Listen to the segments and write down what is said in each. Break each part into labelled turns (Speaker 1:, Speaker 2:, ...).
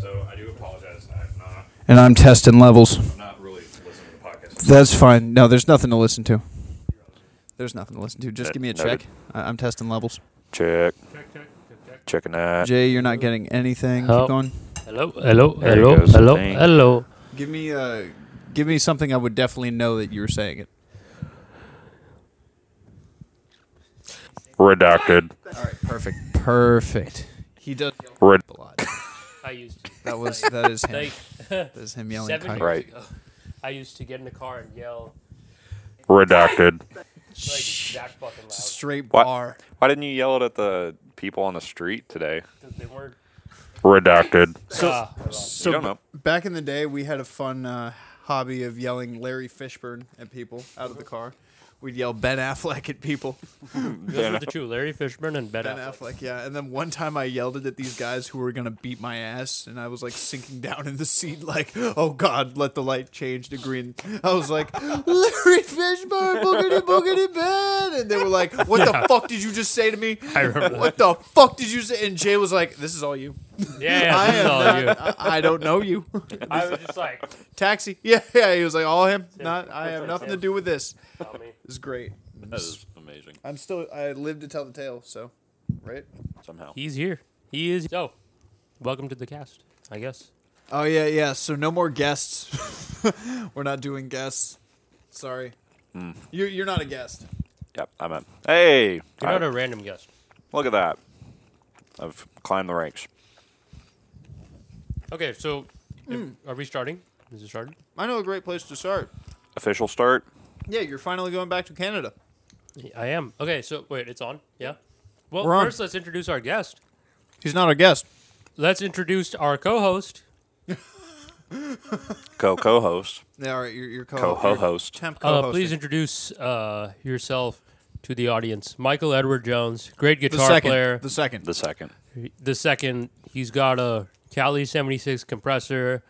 Speaker 1: so I do apologize. I'm not,
Speaker 2: and I'm testing levels.
Speaker 1: I'm not really listening to the podcast.
Speaker 2: That's fine. No, there's nothing to listen to. There's nothing to listen to. Just
Speaker 3: Uh,
Speaker 2: give me a
Speaker 3: noted.
Speaker 2: check. I- I'm testing levels.
Speaker 3: Check.
Speaker 1: Check, check, check, check.
Speaker 3: Checking that.
Speaker 2: Jay, you're not getting anything.
Speaker 4: Oh.
Speaker 2: Keep going.
Speaker 4: Hello, hello,
Speaker 3: There
Speaker 4: hello,
Speaker 3: goes the
Speaker 4: hello,
Speaker 3: thing.
Speaker 4: hello.
Speaker 2: Give me uh, give me something I would definitely know that you were saying it.
Speaker 3: Redacted.
Speaker 2: All right, perfect, perfect. He does yell
Speaker 3: Red.
Speaker 2: a lot.
Speaker 4: I used to,
Speaker 2: That was that is him.
Speaker 4: like
Speaker 2: That is him yelling.
Speaker 4: seven years
Speaker 2: kike.
Speaker 3: Right.
Speaker 4: ago. I used to get in the car and yell
Speaker 3: Redacted.
Speaker 4: like that fucking loud
Speaker 2: Straight
Speaker 3: What?
Speaker 2: bar.
Speaker 3: Why didn't you yell it at the people on the street today?
Speaker 4: because they weren't.
Speaker 3: Redacted.
Speaker 2: So-
Speaker 4: Ah, hold on.
Speaker 2: So
Speaker 3: You don't know.
Speaker 2: b- back in the day, we had a fun uh, hobby of yelling Larry Fishburne at people out of the car. We'd yell Ben Affleck at people.
Speaker 4: those were the two: Larry Fishburne and Ben,
Speaker 2: Ben
Speaker 4: Affleck.
Speaker 2: Affleck, yeah. And then one time I yelled it at these guys who were gonna beat my ass, and I was like sinking down in the seat, like, "Oh God, let the light change to green." I was like, "Larry Fishburne, boogity boogity Ben," and they were like, "What the fuck did you just say to me? I
Speaker 4: remember
Speaker 2: what the fuck did you say?" And Jay was like, "This is all you.
Speaker 4: Yeah, yeah,
Speaker 2: I
Speaker 4: this is
Speaker 2: am
Speaker 4: all
Speaker 2: not-
Speaker 4: you.
Speaker 2: I, I don't know you."
Speaker 4: I was just like,
Speaker 2: Taxi, yeah, yeah. He was like, "All him. Not. I have nothing to do with this."
Speaker 4: tell me.
Speaker 2: It's great.
Speaker 3: That is amazing.
Speaker 2: I'm still. I live to tell the tale. So, right.
Speaker 3: Somehow.
Speaker 4: he's here. He is. So, welcome to the cast. I guess.
Speaker 2: Oh yeah, yeah. So no more guests. We're not doing guests. Sorry. You're you're not a guest.
Speaker 3: Yep, I'm in. Hey.
Speaker 4: You're not
Speaker 3: I-
Speaker 4: a random guest.
Speaker 3: look at that. I've climbed the ranks.
Speaker 4: Okay, so if-
Speaker 2: Hmm.
Speaker 4: are we starting? Is it started?
Speaker 2: I know a great place to start.
Speaker 3: Official start.
Speaker 2: Yeah, you're finally going back to Canada.
Speaker 4: I am. Okay, so wait, it's on. Yeah. Well,
Speaker 2: We're on.
Speaker 4: first let's introduce our guest.
Speaker 2: He's not our guest.
Speaker 4: Let's introduce our co-host.
Speaker 3: Co co host.
Speaker 2: Yeah, all right. You're, you're co
Speaker 3: Co ho host.
Speaker 2: temp co-hosting.
Speaker 4: Uh, please introduce uh, yourself to the audience. Michael Edward Jones, great
Speaker 2: the
Speaker 4: guitar
Speaker 2: second.
Speaker 4: player.
Speaker 2: The second.
Speaker 3: The second.
Speaker 4: the second he's got a Cali 76 compressor.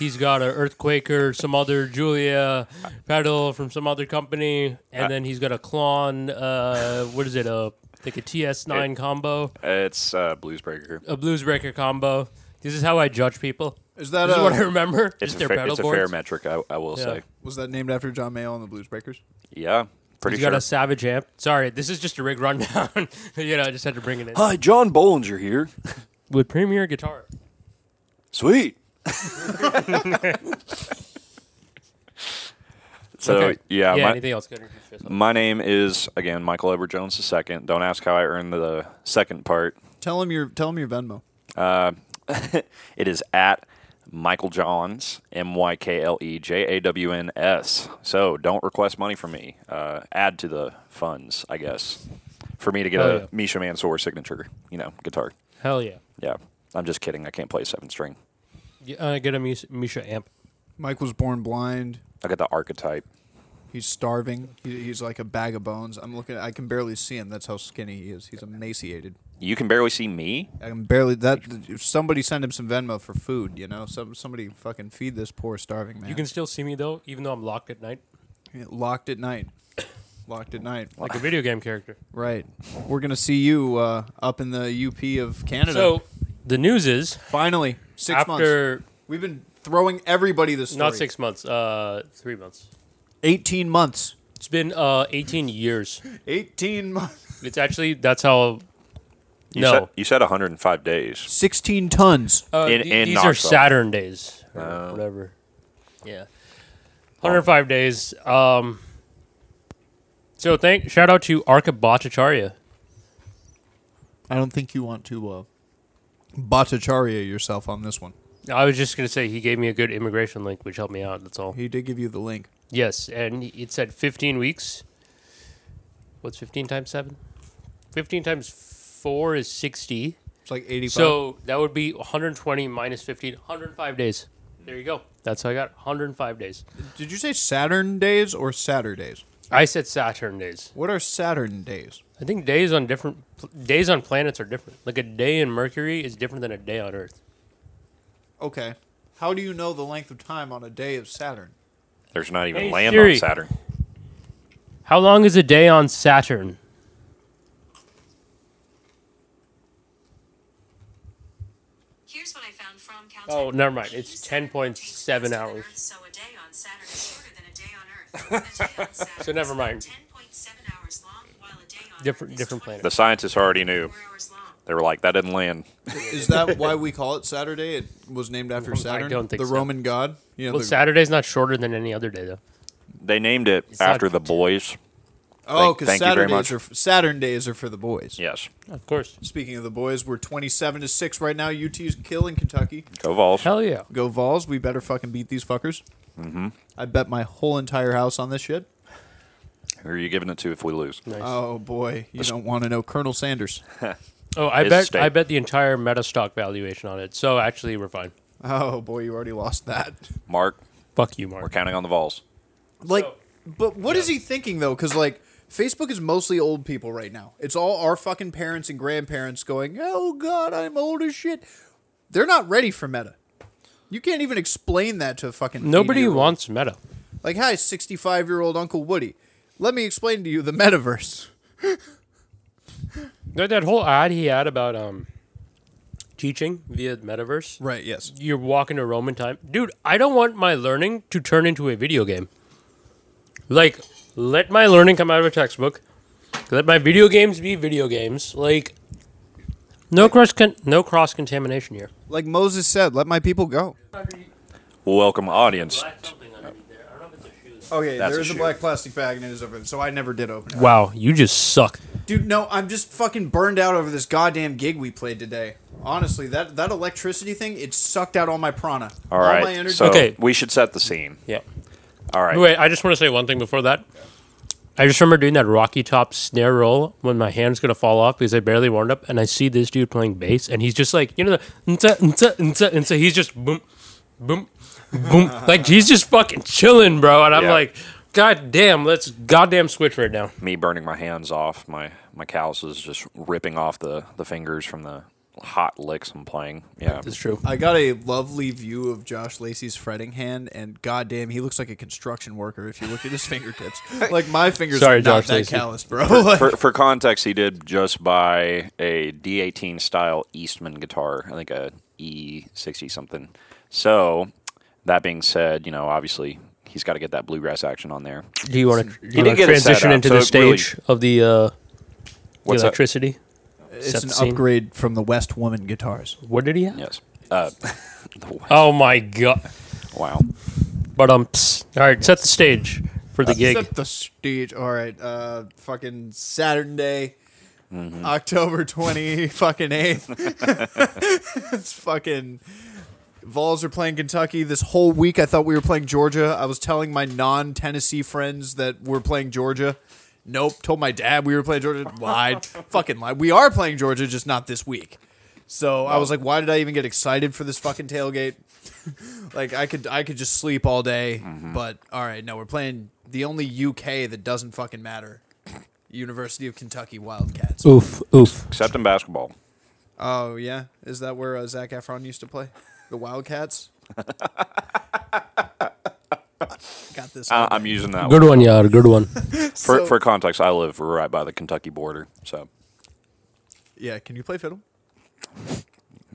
Speaker 4: He's got a Earthquaker, some other Julia pedal from some other company, and then he's got a Klon. Uh, what is it? A like a TS9 combo,
Speaker 3: It's uh, Bluesbreaker.
Speaker 4: a Bluesbreaker combo. This is how I judge people.
Speaker 2: Is that
Speaker 4: This is
Speaker 2: uh,
Speaker 4: what I remember.
Speaker 3: It's
Speaker 4: Just
Speaker 3: a,
Speaker 4: their
Speaker 3: fair,
Speaker 4: pedal
Speaker 3: it's a fair
Speaker 4: boards.
Speaker 3: metric, I, I will
Speaker 4: Yeah.
Speaker 3: say.
Speaker 2: was that named after John Mayall and the Blues Breakers?
Speaker 3: Yeah. Pretty
Speaker 4: He's
Speaker 3: sure.
Speaker 4: got a Savage amp. Sorry, this is just a rig rundown. you know, I just had to bring it in
Speaker 3: Hi, John Bollinger here.
Speaker 4: with Premier Guitar.
Speaker 3: Sweet. so
Speaker 4: Okay.
Speaker 3: yeah,
Speaker 4: yeah.
Speaker 3: my,
Speaker 4: anything else? Go ahead and introduce yourself.
Speaker 3: my name is again Michael Edward Jones II. Don't ask how I earned the second part.
Speaker 2: Tell him your tell him your Venmo.
Speaker 3: Uh, it is at Michael Johns M Y K L E J A W N S. So don't request money from me. Uh, add to the funds, I guess, for me to get
Speaker 4: Oh,
Speaker 3: a
Speaker 4: yeah.
Speaker 3: Misha Mansour signature, you know, guitar.
Speaker 4: Hell yeah.
Speaker 3: Yeah, I'm just kidding. I can't play seven string.
Speaker 4: yeah uh, get a Mis- Misha amp.
Speaker 2: Mike was born blind.
Speaker 3: I got the archetype.
Speaker 2: He's starving. He, he's like a bag of bones. I'm looking. I can barely see him. That's how skinny he is. He's emaciated.
Speaker 3: You can barely see me.
Speaker 2: I can barely that. if Somebody send him some Venmo for food. You know, some somebody fucking feed this poor starving man.
Speaker 4: You can still see me though, even though I'm locked at night,
Speaker 2: locked at night. Locked at night.
Speaker 4: like a video game character.
Speaker 2: Right. We're gonna see you uh, up in the UP of Canada.
Speaker 4: So the news is
Speaker 2: finally, six months.
Speaker 4: after
Speaker 2: We've been throwing everybody this.
Speaker 4: not six months, uh, three months.
Speaker 2: Eighteen months.
Speaker 4: It's been uh, 18 years.
Speaker 2: Eighteen months.
Speaker 4: It's actually that's how.
Speaker 3: You
Speaker 4: no,
Speaker 3: said, you said 105 days.
Speaker 2: Sixteen tons.
Speaker 4: Uh,
Speaker 3: In-
Speaker 4: the-
Speaker 3: in
Speaker 4: these are
Speaker 3: Knoxville.
Speaker 4: Saturn days or whatever. Yeah, 105 days. Um, so thank shout out to Arka Bhattacharya.
Speaker 2: I don't think you want to uh, Bhattacharya yourself on this one.
Speaker 4: I was just gonna say he gave me a good immigration link, which helped me out. That's all.
Speaker 2: He did give you the link.
Speaker 4: Yes, and it said 15 weeks. What's 15 times 7? 15 times 4 is 60.
Speaker 2: It's like eighty-five.
Speaker 4: So that would be 120 minus 15, 105 days. There you go. That's how I got 105 days.
Speaker 2: did you say Saturn days or Saturdays?
Speaker 4: I said Saturn days.
Speaker 2: What are Saturn days?
Speaker 4: I think days on different days on planets are different. Like a day in Mercury is different than a day on Earth.
Speaker 2: Okay. How do you know the length of time on a day of Saturn?
Speaker 3: There's not even
Speaker 4: Hey,
Speaker 3: land
Speaker 4: Siri.
Speaker 3: on Saturn.
Speaker 4: How long is a day on Saturn?
Speaker 5: Here's what I found from Caltech.
Speaker 4: Oh, never mind. It's
Speaker 5: Saturn
Speaker 4: 10.7
Speaker 5: changes faster than
Speaker 4: hours.
Speaker 5: Earth, So a day on Saturn is shorter than a day on Earth. A day on Saturn
Speaker 4: So never
Speaker 5: is
Speaker 4: mind.
Speaker 5: 10.7 hours long, while a day on
Speaker 4: Different-
Speaker 5: Earth is
Speaker 4: different planet.
Speaker 3: The scientists already knew.
Speaker 5: 24 hours long.
Speaker 3: They were like, that didn't land.
Speaker 2: Is that why we call it Saturday? It was named after
Speaker 4: I
Speaker 2: Saturn,
Speaker 4: don't think
Speaker 2: the
Speaker 4: so.
Speaker 2: Roman god. You know,
Speaker 4: Well,
Speaker 2: the-
Speaker 4: Saturday's not shorter than any other day, though.
Speaker 3: They named it
Speaker 4: It's
Speaker 3: after
Speaker 4: not-
Speaker 3: the boys.
Speaker 2: oh,
Speaker 3: Thank-
Speaker 2: because
Speaker 3: thank you very
Speaker 2: Saturdays
Speaker 3: much.
Speaker 2: are Saturn days are for the boys.
Speaker 3: Yes.
Speaker 4: Of course.
Speaker 2: Speaking of the boys, we're twenty-seven to six right now. UT's killing Kentucky.
Speaker 3: Go Vols.
Speaker 4: Hell yeah.
Speaker 2: Go Vols! We better fucking beat these fuckers. Mm-hmm. I bet my whole entire house on this shit.
Speaker 3: Who are you giving it to if we lose?
Speaker 4: Nice.
Speaker 2: Oh boy, you don't want to know Colonel Sanders.
Speaker 4: oh, I
Speaker 3: his
Speaker 4: bet
Speaker 3: state.
Speaker 4: I bet the entire meta stock valuation on it. So actually, we're fine.
Speaker 2: Oh boy, you already lost that.
Speaker 3: Mark,
Speaker 4: Fuck you,
Speaker 3: we're
Speaker 4: Mark.
Speaker 3: counting on the Vols.
Speaker 2: Like,
Speaker 4: So-
Speaker 2: but what is he thinking though? Because like, Facebook is mostly old people right now. It's all our fucking parents and grandparents going, "Oh God, I'm old as shit." They're not ready for Meta. You can't even explain that to a fucking
Speaker 4: Nobody
Speaker 2: 80-year-old.
Speaker 4: wants meta.
Speaker 2: Like, hi, sixty-five-year-old Uncle Woody. Let me explain to you the metaverse.
Speaker 4: That, that whole ad he had about um teaching via metaverse.
Speaker 2: Right. Yes.
Speaker 4: You're walking to Roman time, dude. I don't want my learning to turn into a video game. Like, let my learning come out of a textbook. Let my video games be video games. Like, no cross con- no cross contamination here.
Speaker 2: Like Moses said, "Let my people go."
Speaker 3: Welcome, audience.
Speaker 2: Okay,
Speaker 3: That's
Speaker 2: there
Speaker 3: a
Speaker 2: is a
Speaker 3: shoe.
Speaker 2: black plastic bag and it is open, so I never did open it.
Speaker 4: Wow, you just suck.
Speaker 2: Dude, no, I'm just fucking burned out over this goddamn gig we played today. Honestly, that that electricity thing, it sucked out all my prana.
Speaker 3: All
Speaker 2: All my
Speaker 3: right.
Speaker 2: energy.
Speaker 3: So
Speaker 4: Okay.
Speaker 3: we should set the scene.
Speaker 4: Yeah.
Speaker 3: All right.
Speaker 4: Wait, I just want to say one thing before that. I just remember doing that Rocky Top snare roll when my hand's gonna fall off because I barely warmed up, and I see this dude playing bass, and he's just like, you know, the nta, nta, nta, nta, he's just boom, boom, boom, like he's just fucking chilling, bro, and I'm
Speaker 3: Yeah.
Speaker 4: like, god damn, let's goddamn switch right now.
Speaker 3: Me burning my hands off, my, my calluses just ripping off the, the fingers from the hot licks I'm playing. Yeah.
Speaker 4: It's true. Uh,
Speaker 2: I got a lovely view of Josh Lacey's fretting hand, and goddamn, he looks like a construction worker if you look at his fingertips. like my fingers
Speaker 4: Sorry,
Speaker 2: are not
Speaker 4: Josh
Speaker 2: that
Speaker 4: Lacey.
Speaker 2: calloused, bro. Like,
Speaker 3: For, for context, he did just buy a D18 style Eastman guitar. I think a E60 something. So, that being said, you know, obviously he's got to get that bluegrass action on there.
Speaker 4: Do you want to
Speaker 3: didn't get it set
Speaker 4: transition
Speaker 3: up,
Speaker 4: into
Speaker 3: so
Speaker 4: the
Speaker 3: it really-
Speaker 4: stage of the, uh, the
Speaker 3: What's up?
Speaker 4: electricity?
Speaker 2: it's
Speaker 4: Set
Speaker 2: an
Speaker 4: the scene.
Speaker 2: upgrade from the West Woman guitars.
Speaker 4: What did he have?
Speaker 3: Yes. Uh,
Speaker 4: Oh my god!
Speaker 3: wow.
Speaker 4: But um, psst. all right, set the stage for
Speaker 3: Uh,
Speaker 4: the gig.
Speaker 2: Set the stage. All right, uh, fucking Saturday, October twenty fucking eighth. it's fucking. Vols are playing Kentucky this whole week. I thought we were playing Georgia. I was telling my non Tennessee friends that we're playing Georgia. Nope. Told my dad we were playing Georgia. Lied. fucking lied. We are playing Georgia, just not this week. So I was like, why did I even get excited for this fucking tailgate? like I could I could just sleep all day.
Speaker 3: Mm-hmm.
Speaker 2: But all right, no, we're playing the only UK that doesn't fucking matter. University of Kentucky Wildcats.
Speaker 4: Oof, oof.
Speaker 3: Except in basketball.
Speaker 2: Oh yeah, is that where uh, Zach Efron used to play? The Wildcats. Got this.
Speaker 3: Uh,
Speaker 2: one.
Speaker 3: I'm using that
Speaker 4: Good one, yar. Good one.
Speaker 3: For,
Speaker 2: So-
Speaker 3: for context, I live right by the Kentucky border. So,
Speaker 2: yeah, can you play fiddle?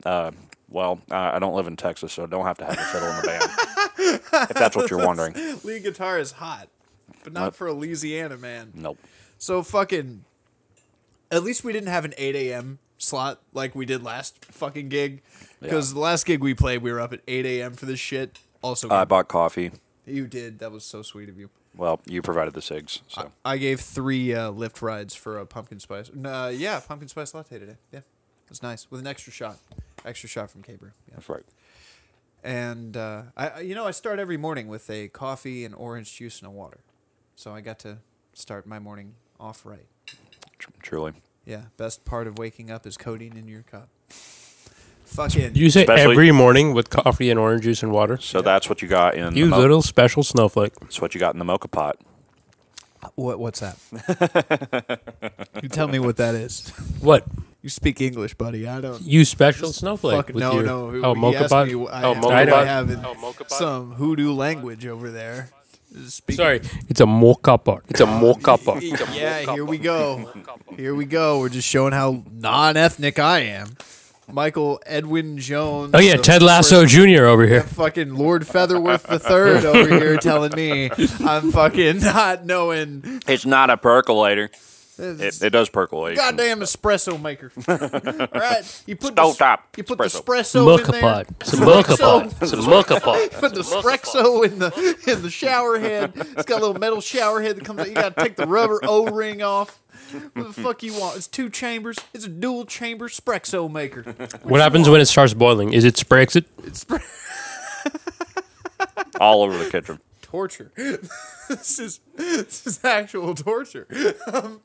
Speaker 3: well, uh, I don't live in Texas, so I don't have to have a fiddle in the band. if that's what you're wondering.
Speaker 2: Lead guitar is hot, but not
Speaker 3: What?
Speaker 2: for a Louisiana man.
Speaker 3: Nope.
Speaker 2: So fucking. At least we didn't have an eight a.m. slot like we did last fucking gig, because
Speaker 3: Yeah.
Speaker 2: the last gig we played, we were up at eight a.m. for this shit. Also,
Speaker 3: I bought coffee.
Speaker 2: you did. That was so sweet of you.
Speaker 3: Well, you provided the cigs. So,
Speaker 2: I gave three uh, lift rides for a pumpkin spice. Uh, yeah, pumpkin spice latte today. Yeah, it was nice with an extra shot, extra shot from Caber. Yeah.
Speaker 3: that's right.
Speaker 2: And uh, I, I- you know, I start every morning with a coffee and orange juice and a water, so I got to start my morning off right.
Speaker 3: Tr- truly.
Speaker 2: Yeah, best part of waking up is codeine in your cup. Fucking
Speaker 4: You say
Speaker 3: Especially-
Speaker 4: every morning with coffee and orange juice and water.
Speaker 3: So that's what you got in
Speaker 4: You
Speaker 3: the mo-
Speaker 4: little special snowflake.
Speaker 3: That's what you got in the mocha pot.
Speaker 2: what? What's that? you tell me what that is.
Speaker 4: What?
Speaker 2: You speak English, buddy. I don't.
Speaker 4: You special snowflake.
Speaker 2: Fuck
Speaker 4: with
Speaker 2: no,
Speaker 4: your-
Speaker 2: no.
Speaker 4: Oh,
Speaker 2: he
Speaker 4: mocha
Speaker 2: asked
Speaker 4: pot.
Speaker 2: me what I
Speaker 4: oh,
Speaker 2: have-
Speaker 4: mocha
Speaker 2: I
Speaker 4: pot.
Speaker 2: have in
Speaker 4: Oh, mocha pot.
Speaker 2: some hoodoo language over there. Speaking-
Speaker 4: Sorry, it's a mocha pot. It's a mocha pot.
Speaker 2: Yeah, here we go. Here we go. We're just showing how non-ethnic I am. Michael Edwin Jones.
Speaker 4: Oh yeah,
Speaker 2: the
Speaker 4: Ted Lasso
Speaker 2: first-
Speaker 4: Jr. over here.
Speaker 2: Fucking Lord Featherworth the Third over here telling me I'm fucking not knowing
Speaker 3: It's not a percolator.
Speaker 2: this
Speaker 3: It, it does percolate.
Speaker 2: goddamn espresso maker. All right, you put the,
Speaker 3: Stove top
Speaker 2: you put the
Speaker 3: espresso.
Speaker 2: espresso in
Speaker 4: Mooka
Speaker 2: there.
Speaker 4: pot. Some mooka pot. Some mooka pot.
Speaker 2: Put the
Speaker 4: Some mooka pot.
Speaker 2: Sprexo in the in the shower head. It's got a little metal shower head that comes out. You gotta take the rubber O ring off. What the fuck you want? It's two chambers. It's a dual chamber Sprexo maker.
Speaker 4: What happens when it starts boiling? Is it sprays it?
Speaker 3: all over the kitchen.
Speaker 2: Torture. this is this is actual torture. Um,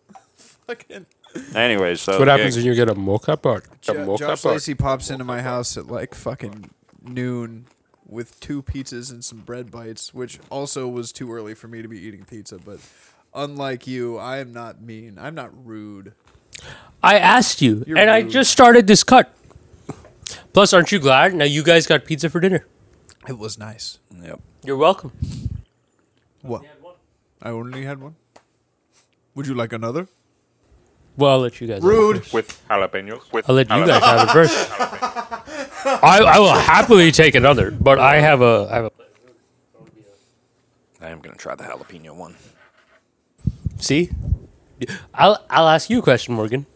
Speaker 2: fucking.
Speaker 3: Anyway, so
Speaker 4: What
Speaker 3: yeah,
Speaker 4: happens when you get a mocha pot? A
Speaker 2: Jo-
Speaker 4: mocha
Speaker 2: Josh
Speaker 4: pot.
Speaker 2: Lacey pops into my house at like fucking noon with two pizzas and some bread bites, which also was too early for me to be eating pizza. But unlike you, I am not mean. I'm not rude.
Speaker 4: I asked you,
Speaker 2: You're
Speaker 4: and I
Speaker 2: rude.
Speaker 4: just started this cut. Plus, aren't you glad? Now you guys got pizza for dinner.
Speaker 2: It was nice.
Speaker 3: Yep.
Speaker 4: You're welcome.
Speaker 2: What? I only had one. Would you like another?
Speaker 4: Well, I'll let you guys. have it
Speaker 2: Rude.
Speaker 4: first.
Speaker 1: With jalapenos. With
Speaker 4: I'll let you guys have it first. I, I will happily take another, but I have a. I have a
Speaker 3: I am gonna try the jalapeno one.
Speaker 4: see, I'll I'll ask you a question, Morgan.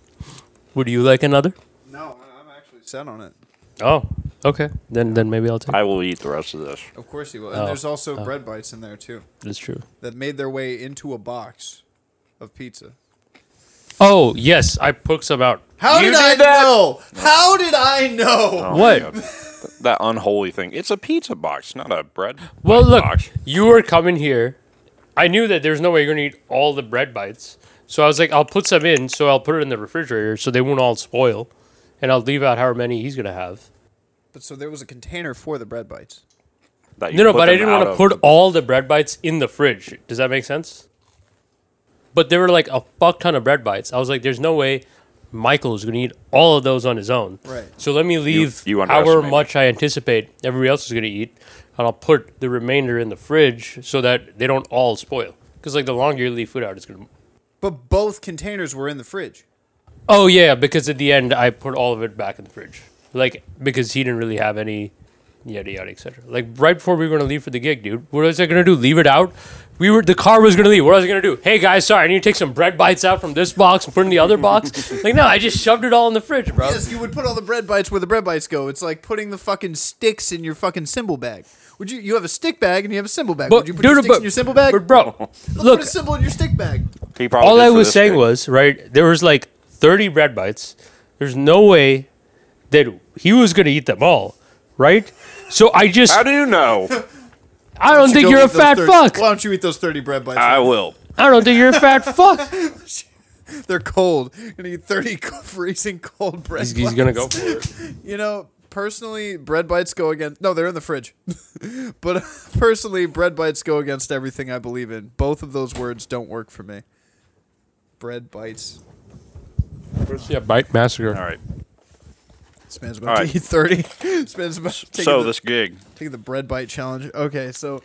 Speaker 4: Would you like another?
Speaker 2: No, I'm actually set on it.
Speaker 4: Oh, okay. Then then maybe I'll take.
Speaker 3: I will eat the rest of this.
Speaker 2: Of course you will. And
Speaker 4: Oh,
Speaker 2: there's also bread bites in there too
Speaker 4: That's true.
Speaker 2: that made their way into a box of pizza.
Speaker 4: Oh yes, I poked some out.
Speaker 2: How did I know? How did I know?
Speaker 3: Oh,
Speaker 4: What?
Speaker 3: yeah. That unholy thing. It's a pizza box, not a bread.
Speaker 4: Well, look,
Speaker 3: box.
Speaker 4: you were coming here. I knew that there's no way you're gonna eat all the bread bites, so I was like, I'll put some in, so I'll put it in the refrigerator, so they won't all spoil, and I'll leave out however many he's gonna have.
Speaker 2: But so there was a container for the bread bites.
Speaker 3: That you
Speaker 4: No, no,
Speaker 3: put
Speaker 4: but I
Speaker 3: them
Speaker 4: didn't
Speaker 3: out
Speaker 4: want to
Speaker 3: of.
Speaker 4: put all the bread bites in the fridge. Does that make sense? But there were like a fuck ton of bread bites. I was like, there's no way Michael is going to eat all of those on his own.
Speaker 2: Right.
Speaker 4: So let me leave
Speaker 3: you
Speaker 4: however
Speaker 3: underestimate me.
Speaker 4: much I anticipate everybody else is going to eat, and I'll put the remainder in the fridge so that they don't all spoil. Because like the longer you leave food out, it's going to.
Speaker 2: But both containers were in the fridge.
Speaker 4: Oh yeah, because at the end I put all of it back in the fridge, like because he didn't really have any, yada yada etc. Like right before we were gonna leave for the gig, dude. What was I gonna do? Leave it out? We were the car was gonna leave. What was I gonna do? Hey guys, sorry, I need to take some bread bites out from this box and put in the other box. Like no, I just shoved it all in the fridge, bro.
Speaker 2: Yes, you would put all the bread bites where the bread bites go. It's like putting the fucking sticks in your fucking symbol bag. Would you? You have a stick bag and you have a symbol bag. would you put your sticks in your symbol bag?
Speaker 4: But bro,
Speaker 2: Put
Speaker 4: look,
Speaker 2: a symbol in your stick bag.
Speaker 3: He probably
Speaker 4: all
Speaker 3: did
Speaker 4: I
Speaker 3: for
Speaker 4: was
Speaker 3: this
Speaker 4: saying
Speaker 3: guy.
Speaker 4: was right. There was like thirty bread bites. There's no way that he was gonna eat them all, right? So I just
Speaker 3: How do you know?
Speaker 4: I don't think
Speaker 2: Go
Speaker 4: you're a
Speaker 2: eat those
Speaker 4: fat
Speaker 2: 30
Speaker 4: fuck.
Speaker 2: Why don't you eat those thirty bread bites?
Speaker 3: I will.
Speaker 4: I don't think you're a fat fuck.
Speaker 2: They're cold. You're gonna eat thirty co- freezing cold bread.
Speaker 4: He's,
Speaker 2: bites.
Speaker 4: gonna go for it.
Speaker 2: You know, personally, bread bites go against. No, they're in the fridge. but uh, personally, bread bites go against everything I believe in. Both of those words don't work for me. Bread bites.
Speaker 4: Yeah, bite massacre.
Speaker 3: All right.
Speaker 2: This man's
Speaker 3: All
Speaker 2: about
Speaker 3: right.
Speaker 2: to eat thirty. This man's about to take
Speaker 3: so
Speaker 2: the-
Speaker 3: this gig.
Speaker 2: Take the bread bite challenge. Okay, so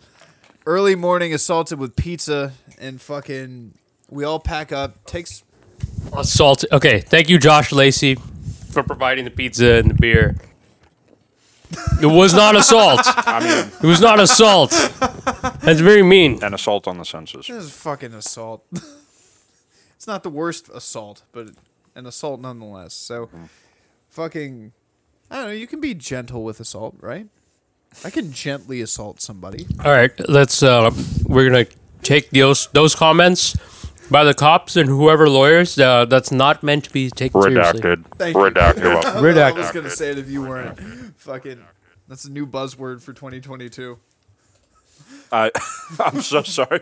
Speaker 2: early morning assaulted with pizza and fucking. We all pack up. Takes
Speaker 4: Assault. Okay, thank you, Josh Lacey, for providing the pizza and the beer. It was not assault.
Speaker 3: I mean,
Speaker 4: It was not assault. That's very mean.
Speaker 3: an assault on the senses.
Speaker 2: this is fucking assault. it's not the worst assault, but an assault nonetheless. So, fucking. I don't know. You can be gentle with assault, right? I can gently assault somebody.
Speaker 4: All right, let's. Uh, we're gonna take those those comments by the cops and whoever lawyers. Uh, that's not meant to be taken seriously.
Speaker 3: Redacted.
Speaker 2: Thank you.
Speaker 3: Redacted.
Speaker 2: I was gonna say it if you weren't. Fucking. That's a new buzzword for 2022.
Speaker 3: I, I'm so sorry.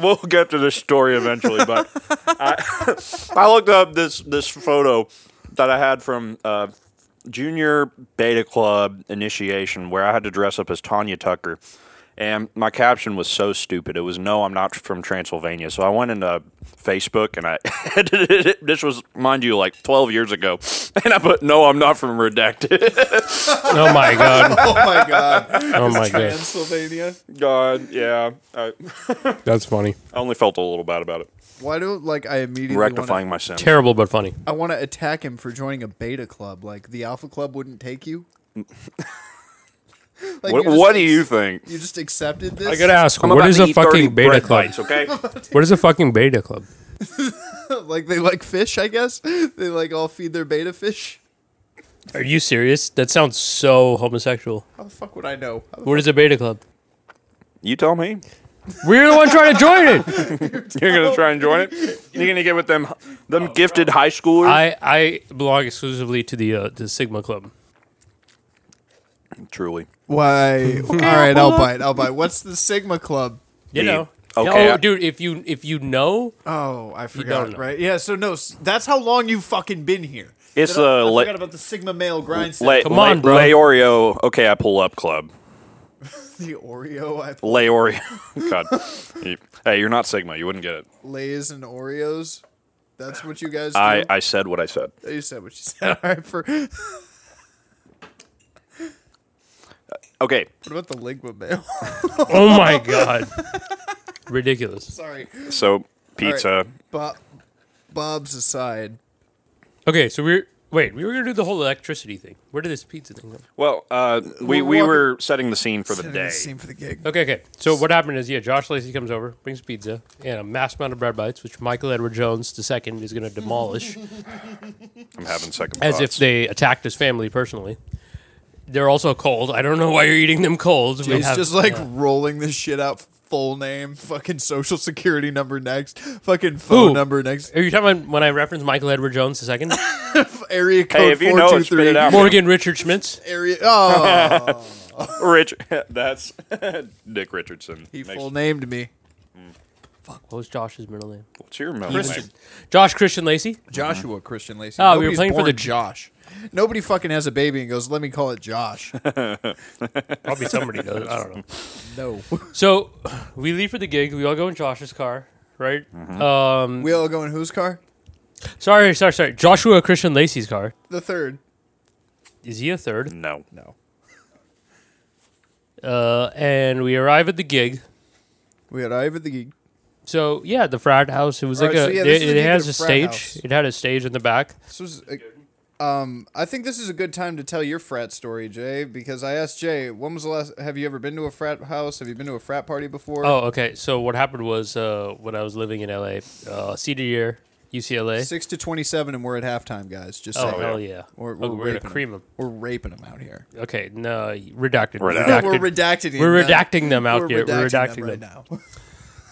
Speaker 3: We'll get to this story eventually, but I, I looked up this this photo that I had from uh, junior beta club initiation where I had to dress up as Tanya Tucker, and my caption was so stupid. It was no, I'm not from Transylvania. So I went into Facebook and I edited it. This was, mind you, like 12 years ago, and I put no, I'm not from Redacted.
Speaker 4: Oh my god!
Speaker 2: Oh my god.
Speaker 4: Oh my god!
Speaker 2: Pennsylvania.
Speaker 3: God, yeah, I
Speaker 4: That's funny.
Speaker 3: I only felt a little bad about it.
Speaker 2: Why do like I immediately
Speaker 3: rectifying
Speaker 2: Wanna,
Speaker 3: my sin.
Speaker 4: Terrible but funny.
Speaker 2: I want to attack him for joining a beta club. Like the alpha club wouldn't take you. Like,
Speaker 3: what
Speaker 2: you're just
Speaker 3: what do
Speaker 2: ex-
Speaker 3: you think?
Speaker 2: You just accepted this.
Speaker 4: I gotta ask,
Speaker 3: I'm
Speaker 4: what
Speaker 3: about
Speaker 4: is
Speaker 3: to
Speaker 4: a
Speaker 3: eat 30
Speaker 4: fucking beta
Speaker 3: bread
Speaker 4: club?
Speaker 3: bites, okay?
Speaker 4: What is a fucking beta club?
Speaker 2: like they like fish. I guess they like all feed their beta fish.
Speaker 4: Are you serious? That sounds so homosexual.
Speaker 2: How the fuck would I know? How the
Speaker 4: What is a beta club?
Speaker 3: you tell me.
Speaker 4: We're the one trying to join it.
Speaker 3: You're gonna try and join it. You're gonna get with them, them gifted high schoolers.
Speaker 4: I I belong exclusively to the uh, the Sigma Club.
Speaker 3: Truly,
Speaker 2: Why? All right, I'll bite. I'll bite. What's the Sigma Club?
Speaker 4: You
Speaker 3: The-
Speaker 4: know.
Speaker 3: okay,
Speaker 4: Oh,
Speaker 3: I-
Speaker 4: dude, if you if you know,
Speaker 2: Oh, I
Speaker 4: know.
Speaker 2: forgot. Right? Yeah. So no, s- that's how long you've fucking been here.
Speaker 3: it's uh,
Speaker 2: I
Speaker 3: a
Speaker 2: forgot
Speaker 3: le-
Speaker 2: about the Sigma male grind set.
Speaker 3: le-
Speaker 4: Come on,
Speaker 3: le-
Speaker 4: bro.
Speaker 3: Leorio. Okay, I pull up club.
Speaker 2: the Oreo. I
Speaker 3: Leorio. God, You- hey, you're not Sigma. You wouldn't get it.
Speaker 2: Lays and Oreos. That's what you guys. Do? Oh,
Speaker 3: I, I said what I said.
Speaker 2: you said what you said. All right. For what
Speaker 3: Okay,
Speaker 2: about the Ligma male?
Speaker 4: oh my god, ridiculous.
Speaker 2: Sorry.
Speaker 3: so pizza.
Speaker 2: Bob. Bob's aside.
Speaker 4: Okay, so we're wait, we were gonna do the whole electricity thing. Where did this pizza thing go?
Speaker 3: Well, uh, we we
Speaker 2: walking-
Speaker 3: were setting the scene for the
Speaker 2: Setting
Speaker 3: day.
Speaker 2: Scene for the gig.
Speaker 4: Okay, okay. So what happened is, yeah, Josh Lacey comes over, brings pizza and a mass amount of bread bites, which Michael Edward Jones II is gonna demolish.
Speaker 3: I'm having second
Speaker 4: as if
Speaker 3: thoughts.
Speaker 4: they attacked his family personally. They're also cold. I don't know why you're eating them cold. We
Speaker 2: He's
Speaker 4: have-
Speaker 2: just like
Speaker 4: yeah.
Speaker 2: rolling this shit out. Full name, fucking social security number next, fucking phone
Speaker 4: Ooh.
Speaker 2: number next,
Speaker 4: Are you talking about when I reference Michael Edward Jones II?
Speaker 2: area code
Speaker 3: Hey, if you
Speaker 2: four
Speaker 3: know
Speaker 2: two
Speaker 3: it, spit
Speaker 2: three.
Speaker 3: it out.
Speaker 4: Morgan Richard Schmitz?
Speaker 2: Area. Oh,
Speaker 3: Rich, that's Dick Richardson.
Speaker 2: he
Speaker 3: Makes-
Speaker 2: full named me.
Speaker 4: Fuck, what was Josh's middle name?
Speaker 3: What's your middle
Speaker 2: Christian.
Speaker 3: name?
Speaker 4: Josh Christian Lacey?
Speaker 2: Joshua Christian Lacey.
Speaker 4: Oh, we were
Speaker 2: Nobody's
Speaker 4: playing for
Speaker 2: born
Speaker 4: the-
Speaker 2: Josh. Nobody fucking has a baby and goes, "Let me call it Josh."
Speaker 4: Probably somebody does. I don't know.
Speaker 2: no,
Speaker 4: So we leave for the gig. We all go in Josh's car, right?
Speaker 2: Mm-hmm.
Speaker 4: Um,
Speaker 2: we all go in whose car?
Speaker 4: sorry, sorry, sorry. Joshua Christian Lacey's car.
Speaker 2: The third.
Speaker 4: Is he a
Speaker 2: Mm-hmm.
Speaker 4: third?
Speaker 3: No.
Speaker 2: No,
Speaker 4: Uh, and we arrive at the gig.
Speaker 2: we arrive at the gig.
Speaker 4: So yeah, the frat house. It was like
Speaker 2: Alright,
Speaker 4: a.
Speaker 2: so yeah, this is
Speaker 4: it
Speaker 2: the
Speaker 4: it
Speaker 2: gig at
Speaker 4: has
Speaker 2: the
Speaker 4: a
Speaker 2: frat
Speaker 4: stage.
Speaker 2: house.
Speaker 4: It had a stage in the back.
Speaker 2: This was. a- um, I think this is a good time to tell your frat story, Jay, because I asked Jay, when was the last, have you ever been to a frat house? Have you been to a frat party before?
Speaker 4: Oh, okay. So what happened was uh, when I was living in LA, uh, senior year, UCLA.
Speaker 2: Six to 27, and we're at halftime, guys. Just
Speaker 4: Eh? oh
Speaker 2: saying.
Speaker 4: hell yeah!
Speaker 2: We're, we're,
Speaker 4: Oh, we're
Speaker 2: raping
Speaker 4: gonna cream
Speaker 2: 'em.
Speaker 4: them.
Speaker 2: We're raping them out here.
Speaker 4: Okay, no,
Speaker 3: Redacted.
Speaker 4: redacted.
Speaker 2: We're redacting.
Speaker 4: We're
Speaker 2: them.
Speaker 4: redacting them out here. We're redacting
Speaker 2: them right
Speaker 4: them.
Speaker 2: now.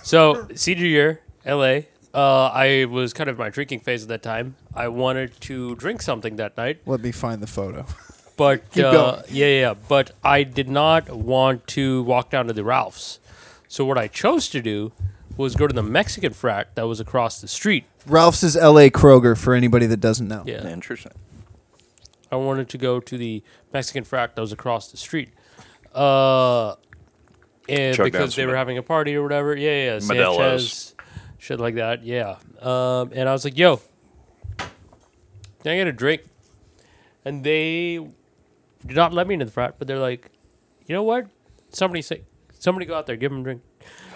Speaker 4: So senior year, LA. Uh, I was kind of in my drinking phase at that time. I wanted to drink something that night,
Speaker 2: Let me find the photo.
Speaker 4: but
Speaker 2: Keep
Speaker 4: uh,
Speaker 2: going.
Speaker 4: yeah, yeah. But I did not want to walk down to the Ralphs. So what I chose to do was go to the Mexican frat that was across the street.
Speaker 2: Ralph's is L.A. Kroger for anybody that doesn't know.
Speaker 4: Yeah.
Speaker 3: Interesting.
Speaker 4: I wanted to go to the Mexican frat that was across the street. Uh, and
Speaker 3: Chug down
Speaker 4: because
Speaker 3: some
Speaker 4: they were
Speaker 3: Ma-
Speaker 4: having a party or whatever. Yeah, yeah. yeah,
Speaker 3: Modelos.
Speaker 4: Sanchez, shit like that. Yeah. Um, and I was like, yo, can I get a drink? And they did not let me into the frat, but they're like, you know what? Somebody say, somebody go out there, give them a drink.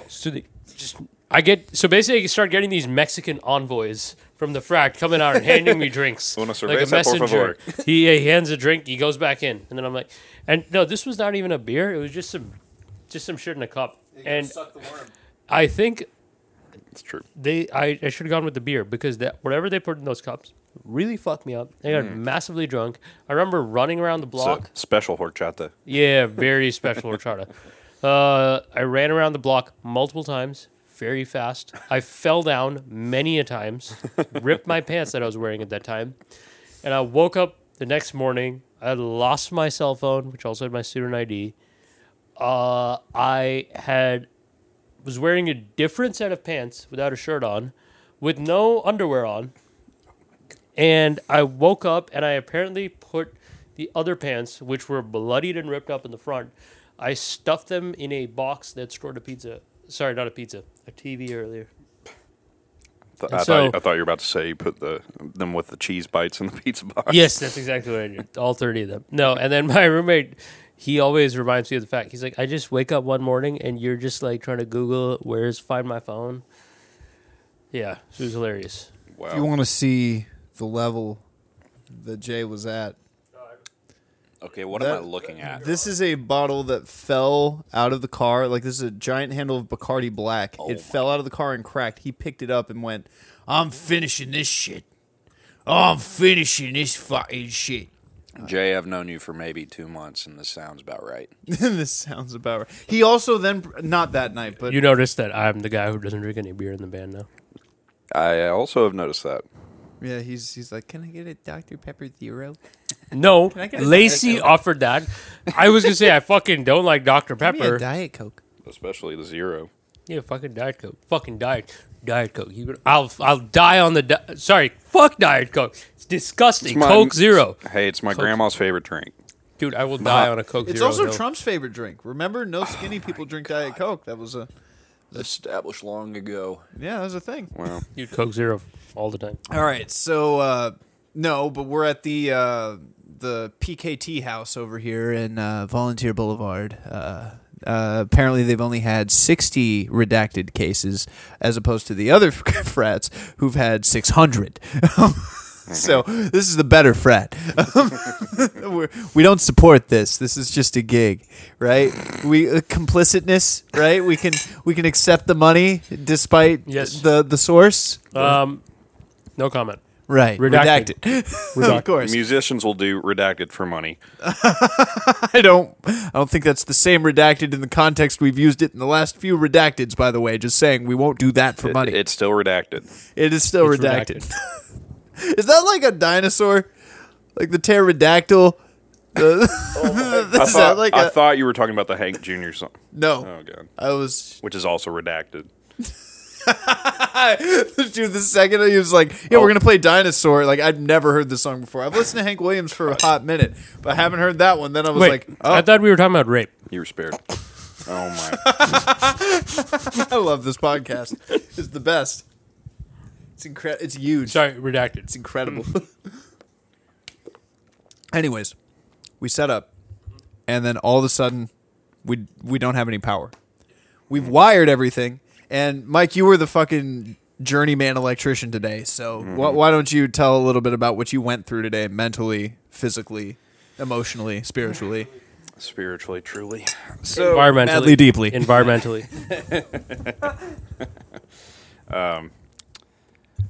Speaker 4: So they just, I get, so basically I start getting these Mexican envoys from the frat coming out and handing me drinks.
Speaker 3: Una cerveza,
Speaker 4: like a
Speaker 3: por
Speaker 4: messenger. he, he hands a drink, he goes back in. And then I'm like, and no, this was not even a beer. It was just some, just some shit in a cup. And I think
Speaker 3: It's true.
Speaker 4: they I, I should have gone with the beer because that whatever they put in those cups really fucked me up. I got
Speaker 3: Hmm.
Speaker 4: massively drunk. I remember running around the
Speaker 3: It's a
Speaker 4: block.
Speaker 3: special horchata.
Speaker 4: Yeah, very special horchata. Uh, I ran around the block multiple times, very fast. I fell down many a times, ripped my pants that I was wearing at that time, and I woke up the next morning. I had lost my cell phone, which also had my student ID. Uh, I had was wearing a different set of pants without a shirt on, with no underwear on and I woke up and I apparently put the other pants, which were bloodied and ripped up in the front, I stuffed them in a box that stored a pizza. Sorry, not a pizza, a TV earlier.
Speaker 3: Th-
Speaker 4: And
Speaker 3: I,
Speaker 4: so-
Speaker 3: thought, I thought you were about to say you put the them with the cheese bites in the pizza box.
Speaker 4: Yes, that's exactly what I did. All 30 of them. No, and then my roommate, he always reminds me of the fact he's like, I just wake up one morning and you're just like trying to Google where's find my phone. Yeah, she was hilarious.
Speaker 2: If you
Speaker 1: Wow.
Speaker 2: want to see the level that Jay was at,
Speaker 1: Okay, what
Speaker 2: That-
Speaker 1: am I looking at?
Speaker 2: this is a bottle that fell out of the car. Like this is a giant handle of Bacardi Black.
Speaker 1: Oh
Speaker 2: it
Speaker 1: my-
Speaker 2: fell out of the car and cracked. He picked it up and went, "I'm finishing this shit. I'm finishing this fucking shit."
Speaker 1: Jay, I've known you for maybe two months, and this sounds about right.
Speaker 2: this sounds about right. He also then not that night, but
Speaker 4: You notice that I'm the guy who doesn't drink any beer in the band now.
Speaker 1: I also have noticed that.
Speaker 2: yeah, he's he's like, "Can I get a Dr Pepper Zero?"
Speaker 4: No,
Speaker 2: I get a
Speaker 4: Lacey
Speaker 2: Diet
Speaker 4: offered that. I was gonna say I fucking don't like Dr Pepper.
Speaker 2: Diet Coke.
Speaker 1: Especially the zero.
Speaker 4: yeah, fucking Diet Coke. Fucking Diet Diet Coke. You, I'll I'll die on the di- sorry. Fuck Diet Coke. It's disgusting. Coke Zero,
Speaker 1: Hey, it's my grandma's favorite drink.
Speaker 4: dude. I will die on a Coke
Speaker 2: It's
Speaker 4: Zero.
Speaker 2: also
Speaker 4: hill.
Speaker 2: Trump's favorite drink. Remember, no
Speaker 4: Oh
Speaker 2: skinny people drink Diet Coke. That was a
Speaker 1: Established long ago.
Speaker 2: yeah, that was a thing.
Speaker 1: Well,
Speaker 4: dude. Coke Zero all the time.
Speaker 2: All right, so uh, no, but we're at the uh, the PKT house over here in uh, Volunteer Boulevard. Uh, uh, apparently, they've only had sixty redacted cases, as opposed to the other frats who've had six hundred. so this is the better frat. We're, we don't support this. This is just a gig, right? We uh, complicitness, right? We can we can accept the money despite
Speaker 4: Yes.
Speaker 2: the the source.
Speaker 4: Um, no comment.
Speaker 2: Right.
Speaker 4: Redacted.
Speaker 2: of
Speaker 4: Redacted.
Speaker 2: course.
Speaker 1: musicians will do redacted for money.
Speaker 2: I don't I don't think that's the same redacted in the context we've used it in the last few redacteds, by the way. Just saying we won't do that for
Speaker 1: It-
Speaker 2: money.
Speaker 1: it's still redacted.
Speaker 2: it is still
Speaker 4: It's
Speaker 2: redacted. is that like a dinosaur? Like the pterodactyl? The-
Speaker 1: Oh I
Speaker 2: Is that
Speaker 1: thought,
Speaker 2: like
Speaker 1: I
Speaker 2: a-
Speaker 1: thought you were talking about the Hank Jr. song.
Speaker 2: no.
Speaker 1: Oh, God.
Speaker 2: I was
Speaker 1: Which is also redacted.
Speaker 2: dude. The second he was like, "Yeah,
Speaker 1: Oh.
Speaker 2: we're gonna play Dinosaur," like I'd never heard this song before. I've listened to Hank Williams for a hot minute, but I haven't heard that one. Then I was
Speaker 4: Wait,
Speaker 2: like, "Oh,
Speaker 4: I thought we were talking about rape.
Speaker 1: You were spared. Oh, my.
Speaker 2: I love this podcast. It's the best. It's incredible. It's huge.
Speaker 4: Sorry, redacted.
Speaker 2: It's incredible. Anyways, we set up, and then all of a sudden, we we don't have any power. We've wired everything, and Mike, you were the fucking journeyman electrician today. So why, why don't you tell a little bit about what you went through today, mentally, physically, emotionally, spiritually,
Speaker 1: Spiritually, truly. So,
Speaker 4: environmentally,
Speaker 2: madly, deeply?
Speaker 4: environmentally.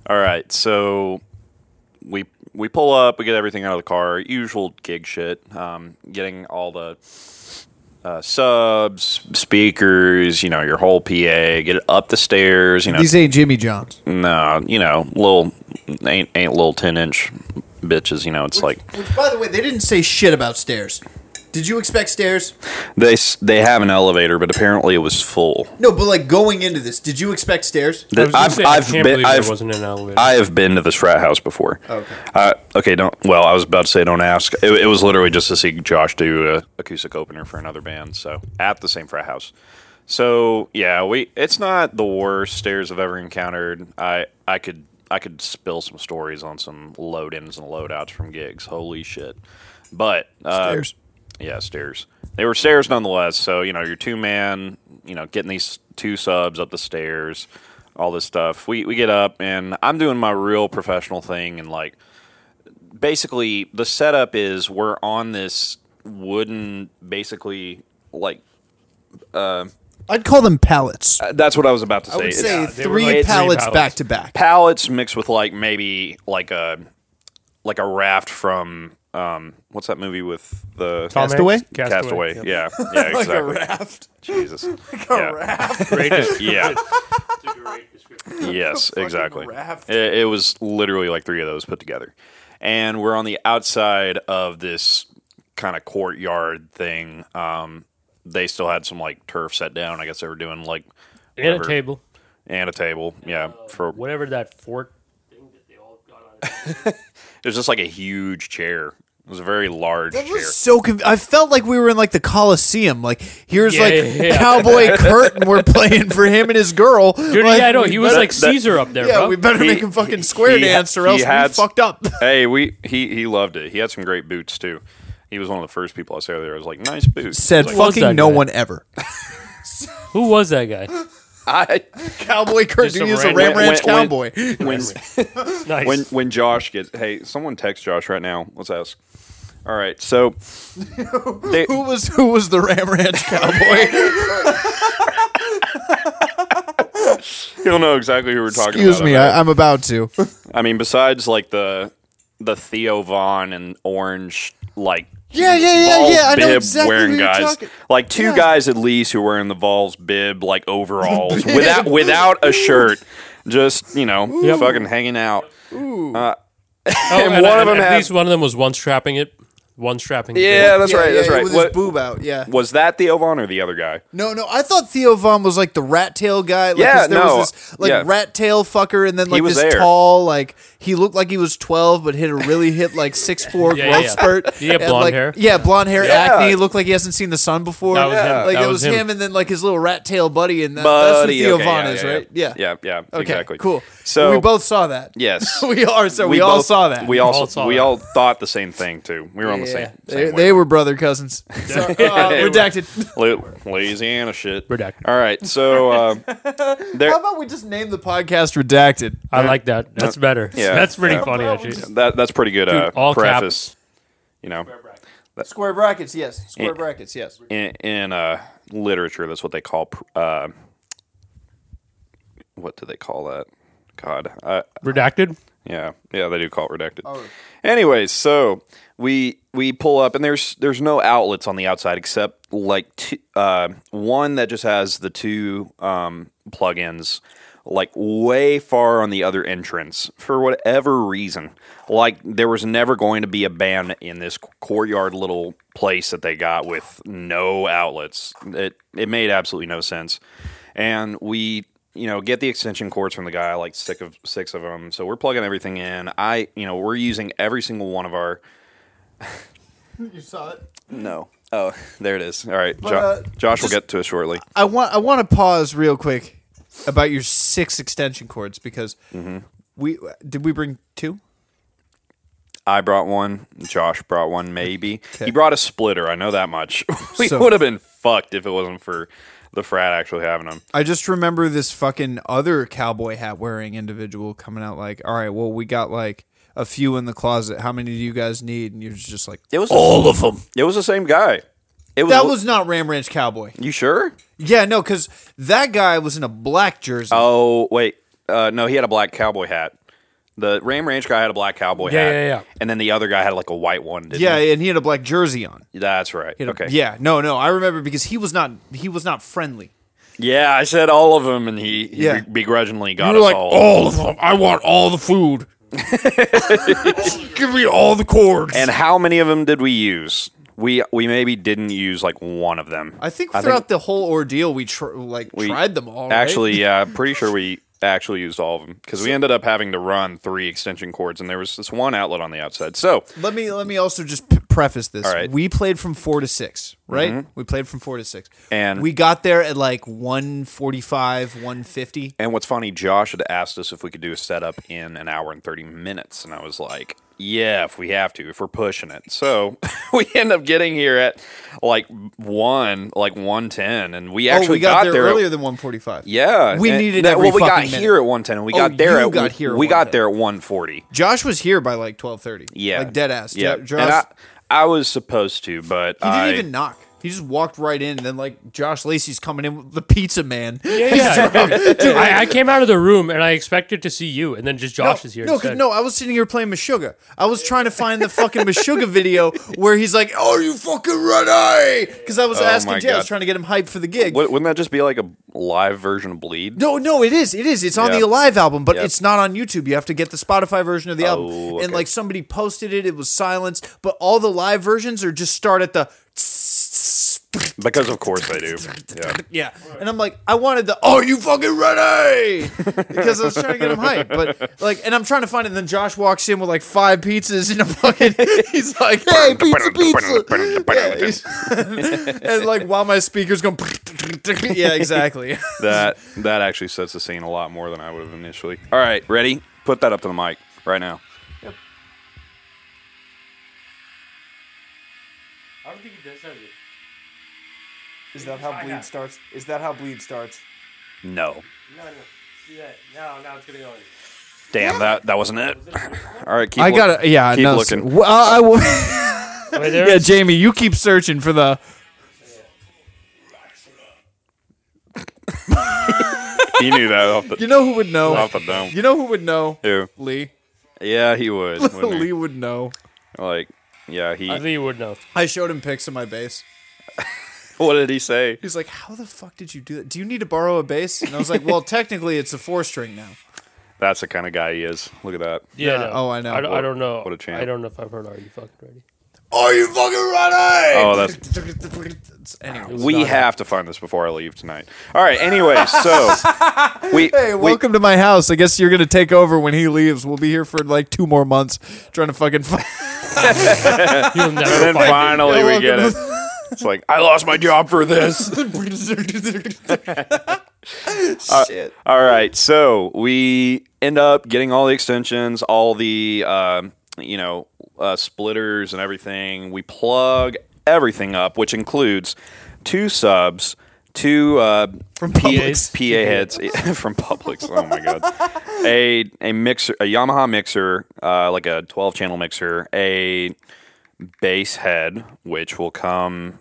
Speaker 1: All right, so we we pull up, we get everything out of the car, usual gig shit, um, getting all the uh, subs, speakers, you know, your whole PA, get it up the stairs, you know,
Speaker 2: These ain't Jimmy Johns.
Speaker 1: no, you know, little ain't ain't little ten inch bitches, you know, it's like
Speaker 2: Which, by the way, they didn't say shit about stairs. Did you expect stairs?
Speaker 1: they s- they have an elevator, but apparently it was full.
Speaker 2: No, but like going into this, did you expect stairs?
Speaker 4: I was gonna
Speaker 1: I've
Speaker 4: say, I
Speaker 1: I've been
Speaker 4: can't believe
Speaker 1: I've
Speaker 4: there wasn't an elevator.
Speaker 1: I have been to this frat house before.
Speaker 2: Okay.
Speaker 1: Uh, okay. Don't. Well, I was about to say don't ask. It, it was literally just to see Josh do a acoustic opener for another band. So at the same frat house. So yeah, we. It's not the worst stairs I've ever encountered. I I could I could spill some stories on some load ins and load outs from gigs. Holy shit! But uh,
Speaker 2: Stairs.
Speaker 1: yeah, stairs. They were stairs nonetheless. So, you know, your two man, you know, getting these two subs up the stairs, all this stuff. We, we get up and I'm doing my real professional thing. And like, basically, the setup is we're on this wooden, basically, like,
Speaker 2: I'd call them pallets.
Speaker 1: that's what I was about to say.
Speaker 2: I would
Speaker 1: Uh, It's-
Speaker 2: say
Speaker 4: they were
Speaker 2: three
Speaker 4: like three
Speaker 2: pallets
Speaker 4: pallets.
Speaker 2: back to back.
Speaker 1: pallets mixed with like maybe like a, like a raft from, um, what's that movie with the
Speaker 4: Tom Hanks?
Speaker 2: Castaway?
Speaker 1: Castaway? Yeah. Yeah, exactly.
Speaker 2: raft.
Speaker 1: Jesus. Like
Speaker 2: A
Speaker 1: yeah.
Speaker 2: raft.
Speaker 4: Great description.
Speaker 1: Yeah.
Speaker 4: It's a great description.
Speaker 1: Yes,
Speaker 2: fucking
Speaker 1: exactly.
Speaker 2: raft.
Speaker 1: It, it was literally like three of those put together. And we're on the outside of this kind of courtyard thing. Um, they still had some like turf set down. I guess they were doing like
Speaker 4: And
Speaker 1: whatever-
Speaker 4: a table,
Speaker 1: and a table. Yeah, for
Speaker 4: whatever that fort thing that they all got on.
Speaker 1: it was just like a huge chair. It was a very large
Speaker 2: That
Speaker 1: chair.
Speaker 2: was so conv- I felt like we were in like the Coliseum. Like here's
Speaker 4: Yeah,
Speaker 2: like
Speaker 4: yeah, yeah.
Speaker 2: Cowboy Kurt, and we're playing for him and his girl.
Speaker 4: Dude,
Speaker 2: like,
Speaker 4: yeah, I know.
Speaker 2: we
Speaker 4: He was
Speaker 2: better-
Speaker 4: like
Speaker 1: that-
Speaker 4: Caesar up there,
Speaker 2: yeah,
Speaker 4: bro.
Speaker 2: we better
Speaker 1: He-
Speaker 2: make him fucking square
Speaker 1: he-
Speaker 2: dance, or
Speaker 1: he
Speaker 2: else we
Speaker 1: had-
Speaker 2: fucked up.
Speaker 1: hey, we he he loved it. He had some great boots too. He was one of the first people I saw there. I was like, nice boots.
Speaker 2: Said
Speaker 4: Who was
Speaker 2: fucking
Speaker 4: that
Speaker 2: no
Speaker 4: guy?
Speaker 2: one ever.
Speaker 4: Who was that guy?
Speaker 3: I
Speaker 2: Cowboy Kurt
Speaker 4: Just a
Speaker 2: Dunia's a
Speaker 4: ran-
Speaker 2: Ram
Speaker 3: when-
Speaker 2: Ranch
Speaker 3: when-
Speaker 2: cowboy.
Speaker 3: when
Speaker 4: Nice.
Speaker 3: when when Josh gets hey, someone text Josh right now. Let's ask. All right, so they,
Speaker 2: who was who was the Ram Ranch cowboy?
Speaker 3: he'll know exactly who we're talking about.
Speaker 2: Excuse me,
Speaker 3: right?
Speaker 2: I, I'm about to.
Speaker 3: I mean, besides like the the Theo Vaughn and orange like
Speaker 2: Yeah, yeah, yeah,
Speaker 3: Vols
Speaker 2: yeah. I know
Speaker 3: bib
Speaker 2: exactly
Speaker 3: wearing
Speaker 2: who you're
Speaker 3: guys,
Speaker 2: talking-
Speaker 3: like two
Speaker 2: Yeah.
Speaker 3: guys at least who are wearing the Vols bib like overalls
Speaker 2: bib.
Speaker 3: without without a shirt, just you know fucking hanging out.
Speaker 4: Oh,
Speaker 3: and
Speaker 4: and
Speaker 3: one
Speaker 4: I-
Speaker 3: of them
Speaker 4: at
Speaker 3: had-
Speaker 4: least one of them was one strapping it, one strapping.
Speaker 3: Yeah,
Speaker 4: it.
Speaker 3: that's
Speaker 2: Yeah,
Speaker 3: right,
Speaker 2: yeah,
Speaker 3: that's
Speaker 2: yeah,
Speaker 3: right.
Speaker 2: With
Speaker 3: What-
Speaker 2: his boob out, yeah.
Speaker 3: was that Theo Vaughn or the other guy?
Speaker 2: No, no, I thought Theo Vaughn was like the rat tail guy. Like,
Speaker 3: Yeah,
Speaker 2: this- there
Speaker 3: no,
Speaker 2: was this like
Speaker 3: yeah.
Speaker 2: rat tail fucker, and then like
Speaker 3: was
Speaker 2: this
Speaker 3: there.
Speaker 2: tall, like he looked like he was twelve, but hit a really hit like six four
Speaker 4: Yeah, yeah,
Speaker 2: growth
Speaker 4: yeah.
Speaker 2: spurt.
Speaker 4: He had
Speaker 2: and,
Speaker 4: blonde
Speaker 2: like,
Speaker 4: hair.
Speaker 2: Yeah, blonde hair,
Speaker 3: Yeah.
Speaker 2: acne. Looked like he hasn't seen the sun before.
Speaker 4: That was him.
Speaker 2: Like
Speaker 4: That
Speaker 2: it
Speaker 4: was
Speaker 2: was
Speaker 4: him.
Speaker 2: him. and then like his little rat tail buddy, and that,
Speaker 3: Buddy,
Speaker 2: that's who Theo
Speaker 3: okay,
Speaker 2: Vaughn
Speaker 3: yeah,
Speaker 2: is,
Speaker 3: yeah,
Speaker 2: right? Yeah,
Speaker 3: yeah, yeah,
Speaker 2: Okay,
Speaker 3: exactly.
Speaker 2: cool.
Speaker 3: So-
Speaker 2: we both saw that.
Speaker 3: Yes.
Speaker 2: we are. So we, all
Speaker 3: both-
Speaker 2: saw that.
Speaker 3: We all,
Speaker 4: all saw
Speaker 3: we
Speaker 4: that.
Speaker 3: all thought the same thing too. We were on the
Speaker 2: Yeah.
Speaker 3: same.
Speaker 2: They,
Speaker 3: same
Speaker 2: they were brother cousins. Sorry. Uh,
Speaker 3: They were.
Speaker 2: redacted.
Speaker 3: wavelength. Lu- Louisiana shit.
Speaker 4: Redacted.
Speaker 3: All right, so uh, there.
Speaker 2: How about we just name the podcast Redacted?
Speaker 3: Uh,
Speaker 4: I like that. That's better.
Speaker 3: Yeah.
Speaker 4: that's pretty
Speaker 3: Yeah.
Speaker 4: funny actually.
Speaker 3: That that's pretty good. uh,
Speaker 4: all
Speaker 3: preface. You know,
Speaker 2: Square brackets, yes. Square
Speaker 3: Yeah.
Speaker 2: brackets, yes.
Speaker 3: in, in uh, literature, that's what they call. pr- Uh, what do they call that? God, I,
Speaker 4: Redacted.
Speaker 3: Yeah, yeah, they do call it redacted. Anyways, so we we pull up and there's there's no outlets on the outside except like two, uh, one that just has the two um, plugins like way far on the other entrance for whatever reason. Like there was never going to be a band in this courtyard little place that they got with no outlets. It it made absolutely no sense and we you know get the extension cords from the guy like six of six of them so we're plugging everything in i you know we're using every single one of our
Speaker 2: You saw it.
Speaker 3: no oh there it is all right jo-
Speaker 2: uh,
Speaker 3: josh will get to it shortly
Speaker 2: I want I want to pause real quick about your six extension cords because
Speaker 3: Mm-hmm.
Speaker 2: we did we bring two?
Speaker 3: i brought one josh brought one maybe he brought a splitter i know that much we
Speaker 2: So-
Speaker 3: would have been fucked if it wasn't for the frat actually having them
Speaker 2: I just remember this fucking other cowboy hat wearing individual coming out like, "All right, well we got like a few in the closet. How many do you guys need?" And you're just like,
Speaker 3: it was all of them it was the same guy it was,
Speaker 2: "That was not Ram Ranch Cowboy."
Speaker 3: you sure
Speaker 2: Yeah, no, cuz that guy was in a black jersey.
Speaker 3: Oh wait, uh, no, he had a black cowboy hat. The Ram Ranch guy had a black cowboy
Speaker 4: Yeah,
Speaker 3: hat.
Speaker 4: yeah, yeah.
Speaker 3: And then the other guy had like a white one. Didn't
Speaker 2: yeah, and he had a black jersey on.
Speaker 3: he? that's right.
Speaker 2: Hit him.
Speaker 3: Okay,
Speaker 2: Yeah. No. No. I remember because he was not. He was not friendly.
Speaker 3: yeah. I said all of them, and he, he
Speaker 2: Yeah.
Speaker 3: be- begrudgingly got
Speaker 6: You were
Speaker 3: us
Speaker 6: like,
Speaker 3: all.
Speaker 2: "Oh."
Speaker 6: all of them. I want all the food. Give me all the cords.
Speaker 3: And how many of them did we use? We we maybe didn't use like one of them.
Speaker 2: I think throughout the whole ordeal, we tr- like
Speaker 3: we
Speaker 2: tried them all. right?
Speaker 3: Actually, yeah, I'm pretty sure we actually used all of them because we ended up having to run three extension cords, and there was this one outlet on the outside. So
Speaker 2: let me let me also just p- preface this.
Speaker 3: All right. Mm-hmm.
Speaker 2: We played from four to six, right? We played from four to six,
Speaker 3: And-
Speaker 2: we got there at like one forty-five, one fifty.
Speaker 3: And what's funny, Josh had asked us if we could do a setup in an hour and 30 minutes. And I was like, yeah, if we have to, if we're pushing it. So we end up getting here at like one, like 110. And we
Speaker 2: Oh,
Speaker 3: actually
Speaker 2: we got, there,
Speaker 3: at-
Speaker 2: earlier than one forty-five.
Speaker 3: yeah.
Speaker 2: We
Speaker 3: and-
Speaker 2: needed
Speaker 3: no,
Speaker 2: every
Speaker 3: Well, we got
Speaker 2: fucking minute.
Speaker 3: here at 110 and we
Speaker 2: Oh,
Speaker 3: got there
Speaker 2: you
Speaker 3: at
Speaker 2: got here at
Speaker 3: we got
Speaker 2: 110.
Speaker 3: there at 140.
Speaker 2: Josh was here by like twelve thirty.
Speaker 3: Yeah.
Speaker 2: like dead ass.
Speaker 3: Yeah.
Speaker 2: Jo- Josh.
Speaker 3: And I, I was supposed to, but
Speaker 2: he didn't
Speaker 3: I,
Speaker 2: even knock. He just walked right in, and then like Josh Lacey's coming in with the pizza man.
Speaker 4: Yeah, yeah. Dude, I, I came out of the room and I expected to see you, and then just Josh is here.
Speaker 2: Oh, No, 'cause-
Speaker 4: instead.
Speaker 2: no, I was sitting here playing Meshuggah. I was trying to find the fucking Meshuggah video where he's like, "Oh, you fucking ready?" Because I was
Speaker 3: Oh my
Speaker 2: asking Jay, I
Speaker 3: God.
Speaker 2: was trying to get him hyped for the gig.
Speaker 3: Wou- wouldn't that just be like a live version of Bleed?
Speaker 2: No, no, it is. It is. It's on
Speaker 3: Yeah.
Speaker 2: the Alive album, but
Speaker 3: Yeah.
Speaker 2: it's not on YouTube. You have to get the Spotify version of the album.
Speaker 3: Oh, okay.
Speaker 2: And like somebody posted it, it was silenced. But all the live versions are just start at the.
Speaker 3: Because of course they do. Yeah.
Speaker 2: Yeah. And I'm like, I wanted the are you fucking ready? Because I was trying to get him hyped. But like and I'm trying to find it, and then Josh walks in with like five pizzas and a fucking he's like, Hey, pizza pizza Yeah, he's- And like while my speaker's going Yeah, exactly.
Speaker 3: that that actually sets the scene a lot more than I would have initially. All right, ready? Put that up to the mic right now.
Speaker 4: I don't think he does that.
Speaker 2: Is that how bleed starts? Is that how bleed starts?
Speaker 1: No.
Speaker 4: No, no. See that? No, now it's gonna go in.
Speaker 1: Damn, that that wasn't it. All right, keep
Speaker 2: I
Speaker 1: look-
Speaker 2: gotta, yeah,
Speaker 1: keep
Speaker 2: no,
Speaker 1: looking.
Speaker 2: Well, I will.
Speaker 4: Wait, there
Speaker 2: yeah,
Speaker 4: is-
Speaker 2: Jamie, you keep searching for the.
Speaker 1: He knew that off the,
Speaker 2: You know who would know?
Speaker 1: off the dome.
Speaker 2: You know who would know?
Speaker 1: Who?
Speaker 2: Lee.
Speaker 1: Yeah, he would. wouldn't he?
Speaker 2: Lee would know.
Speaker 1: Like, yeah, he.
Speaker 4: Lee would know.
Speaker 2: I showed him pics of my bass.
Speaker 1: what did he say?
Speaker 2: He's like, "How the fuck did you do that? Do you need to borrow a bass?" And I was like, "Well, technically, it's a four string now."
Speaker 1: That's the kind of guy he is. Look at that.
Speaker 4: Yeah.
Speaker 2: Yeah.
Speaker 4: no.
Speaker 2: Oh, I know.
Speaker 4: I, don't- I don't know.
Speaker 1: What a champ.
Speaker 4: I don't know if I've heard. Are you fucking ready?
Speaker 2: Are you fucking ready?
Speaker 1: Oh, that's
Speaker 2: Anyways.
Speaker 1: we have to find this before I leave tonight. All right. Anyway, so we
Speaker 2: Hey, welcome to my house. I guess you're gonna take over when he leaves. We'll be here for like two more months trying to fucking find.
Speaker 4: You'll
Speaker 1: We,
Speaker 4: never
Speaker 1: and
Speaker 4: find me.
Speaker 1: finally
Speaker 2: Yeah,
Speaker 1: we get it. It's like I lost my job for this.
Speaker 2: Shit.
Speaker 1: All right, so we end up getting all the extensions, all the um, you know uh, splitters and everything. We plug everything up, which includes two subs, two uh,
Speaker 2: From
Speaker 1: P-
Speaker 2: Publix.
Speaker 1: PA heads from Publix. Oh my god, a a mixer, a Yamaha mixer, uh, like a twelve channel mixer, a bass head, which will come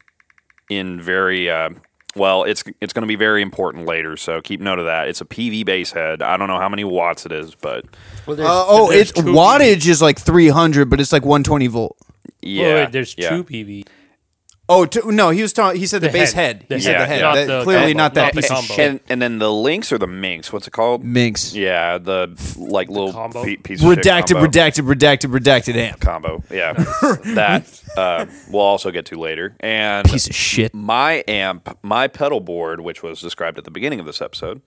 Speaker 1: in very uh, well. It's it's going to be very important later, so keep note of that. It's a PV bass head. I don't know how many watts it is, but
Speaker 4: Well, there's-
Speaker 2: Uh, oh,
Speaker 4: there's
Speaker 2: it's
Speaker 4: two-
Speaker 2: wattage is like 300, but it's like 120 volt.
Speaker 4: Wait,
Speaker 1: yeah,
Speaker 4: wait, there's
Speaker 1: yeah.
Speaker 4: two PV.
Speaker 2: Oh t- no, he was talking. He said the, base head.
Speaker 4: The
Speaker 2: he said
Speaker 1: head,
Speaker 2: the head.
Speaker 1: not
Speaker 2: That-
Speaker 4: the
Speaker 2: clearly
Speaker 4: combo.
Speaker 2: not that
Speaker 4: Not the
Speaker 2: piece of
Speaker 4: combo.
Speaker 2: shit.
Speaker 1: And and then the links or the minx. What's it called?
Speaker 2: Minx.
Speaker 1: Yeah, the like little
Speaker 4: combo?
Speaker 1: fe- piece of shit
Speaker 2: Redacted,
Speaker 1: combo.
Speaker 2: redacted, redacted, redacted amp.
Speaker 1: combo. Yeah, that uh, we'll also get to later. And
Speaker 2: Piece of shit.
Speaker 1: my amp, my pedal board, which was described at the beginning of this episode,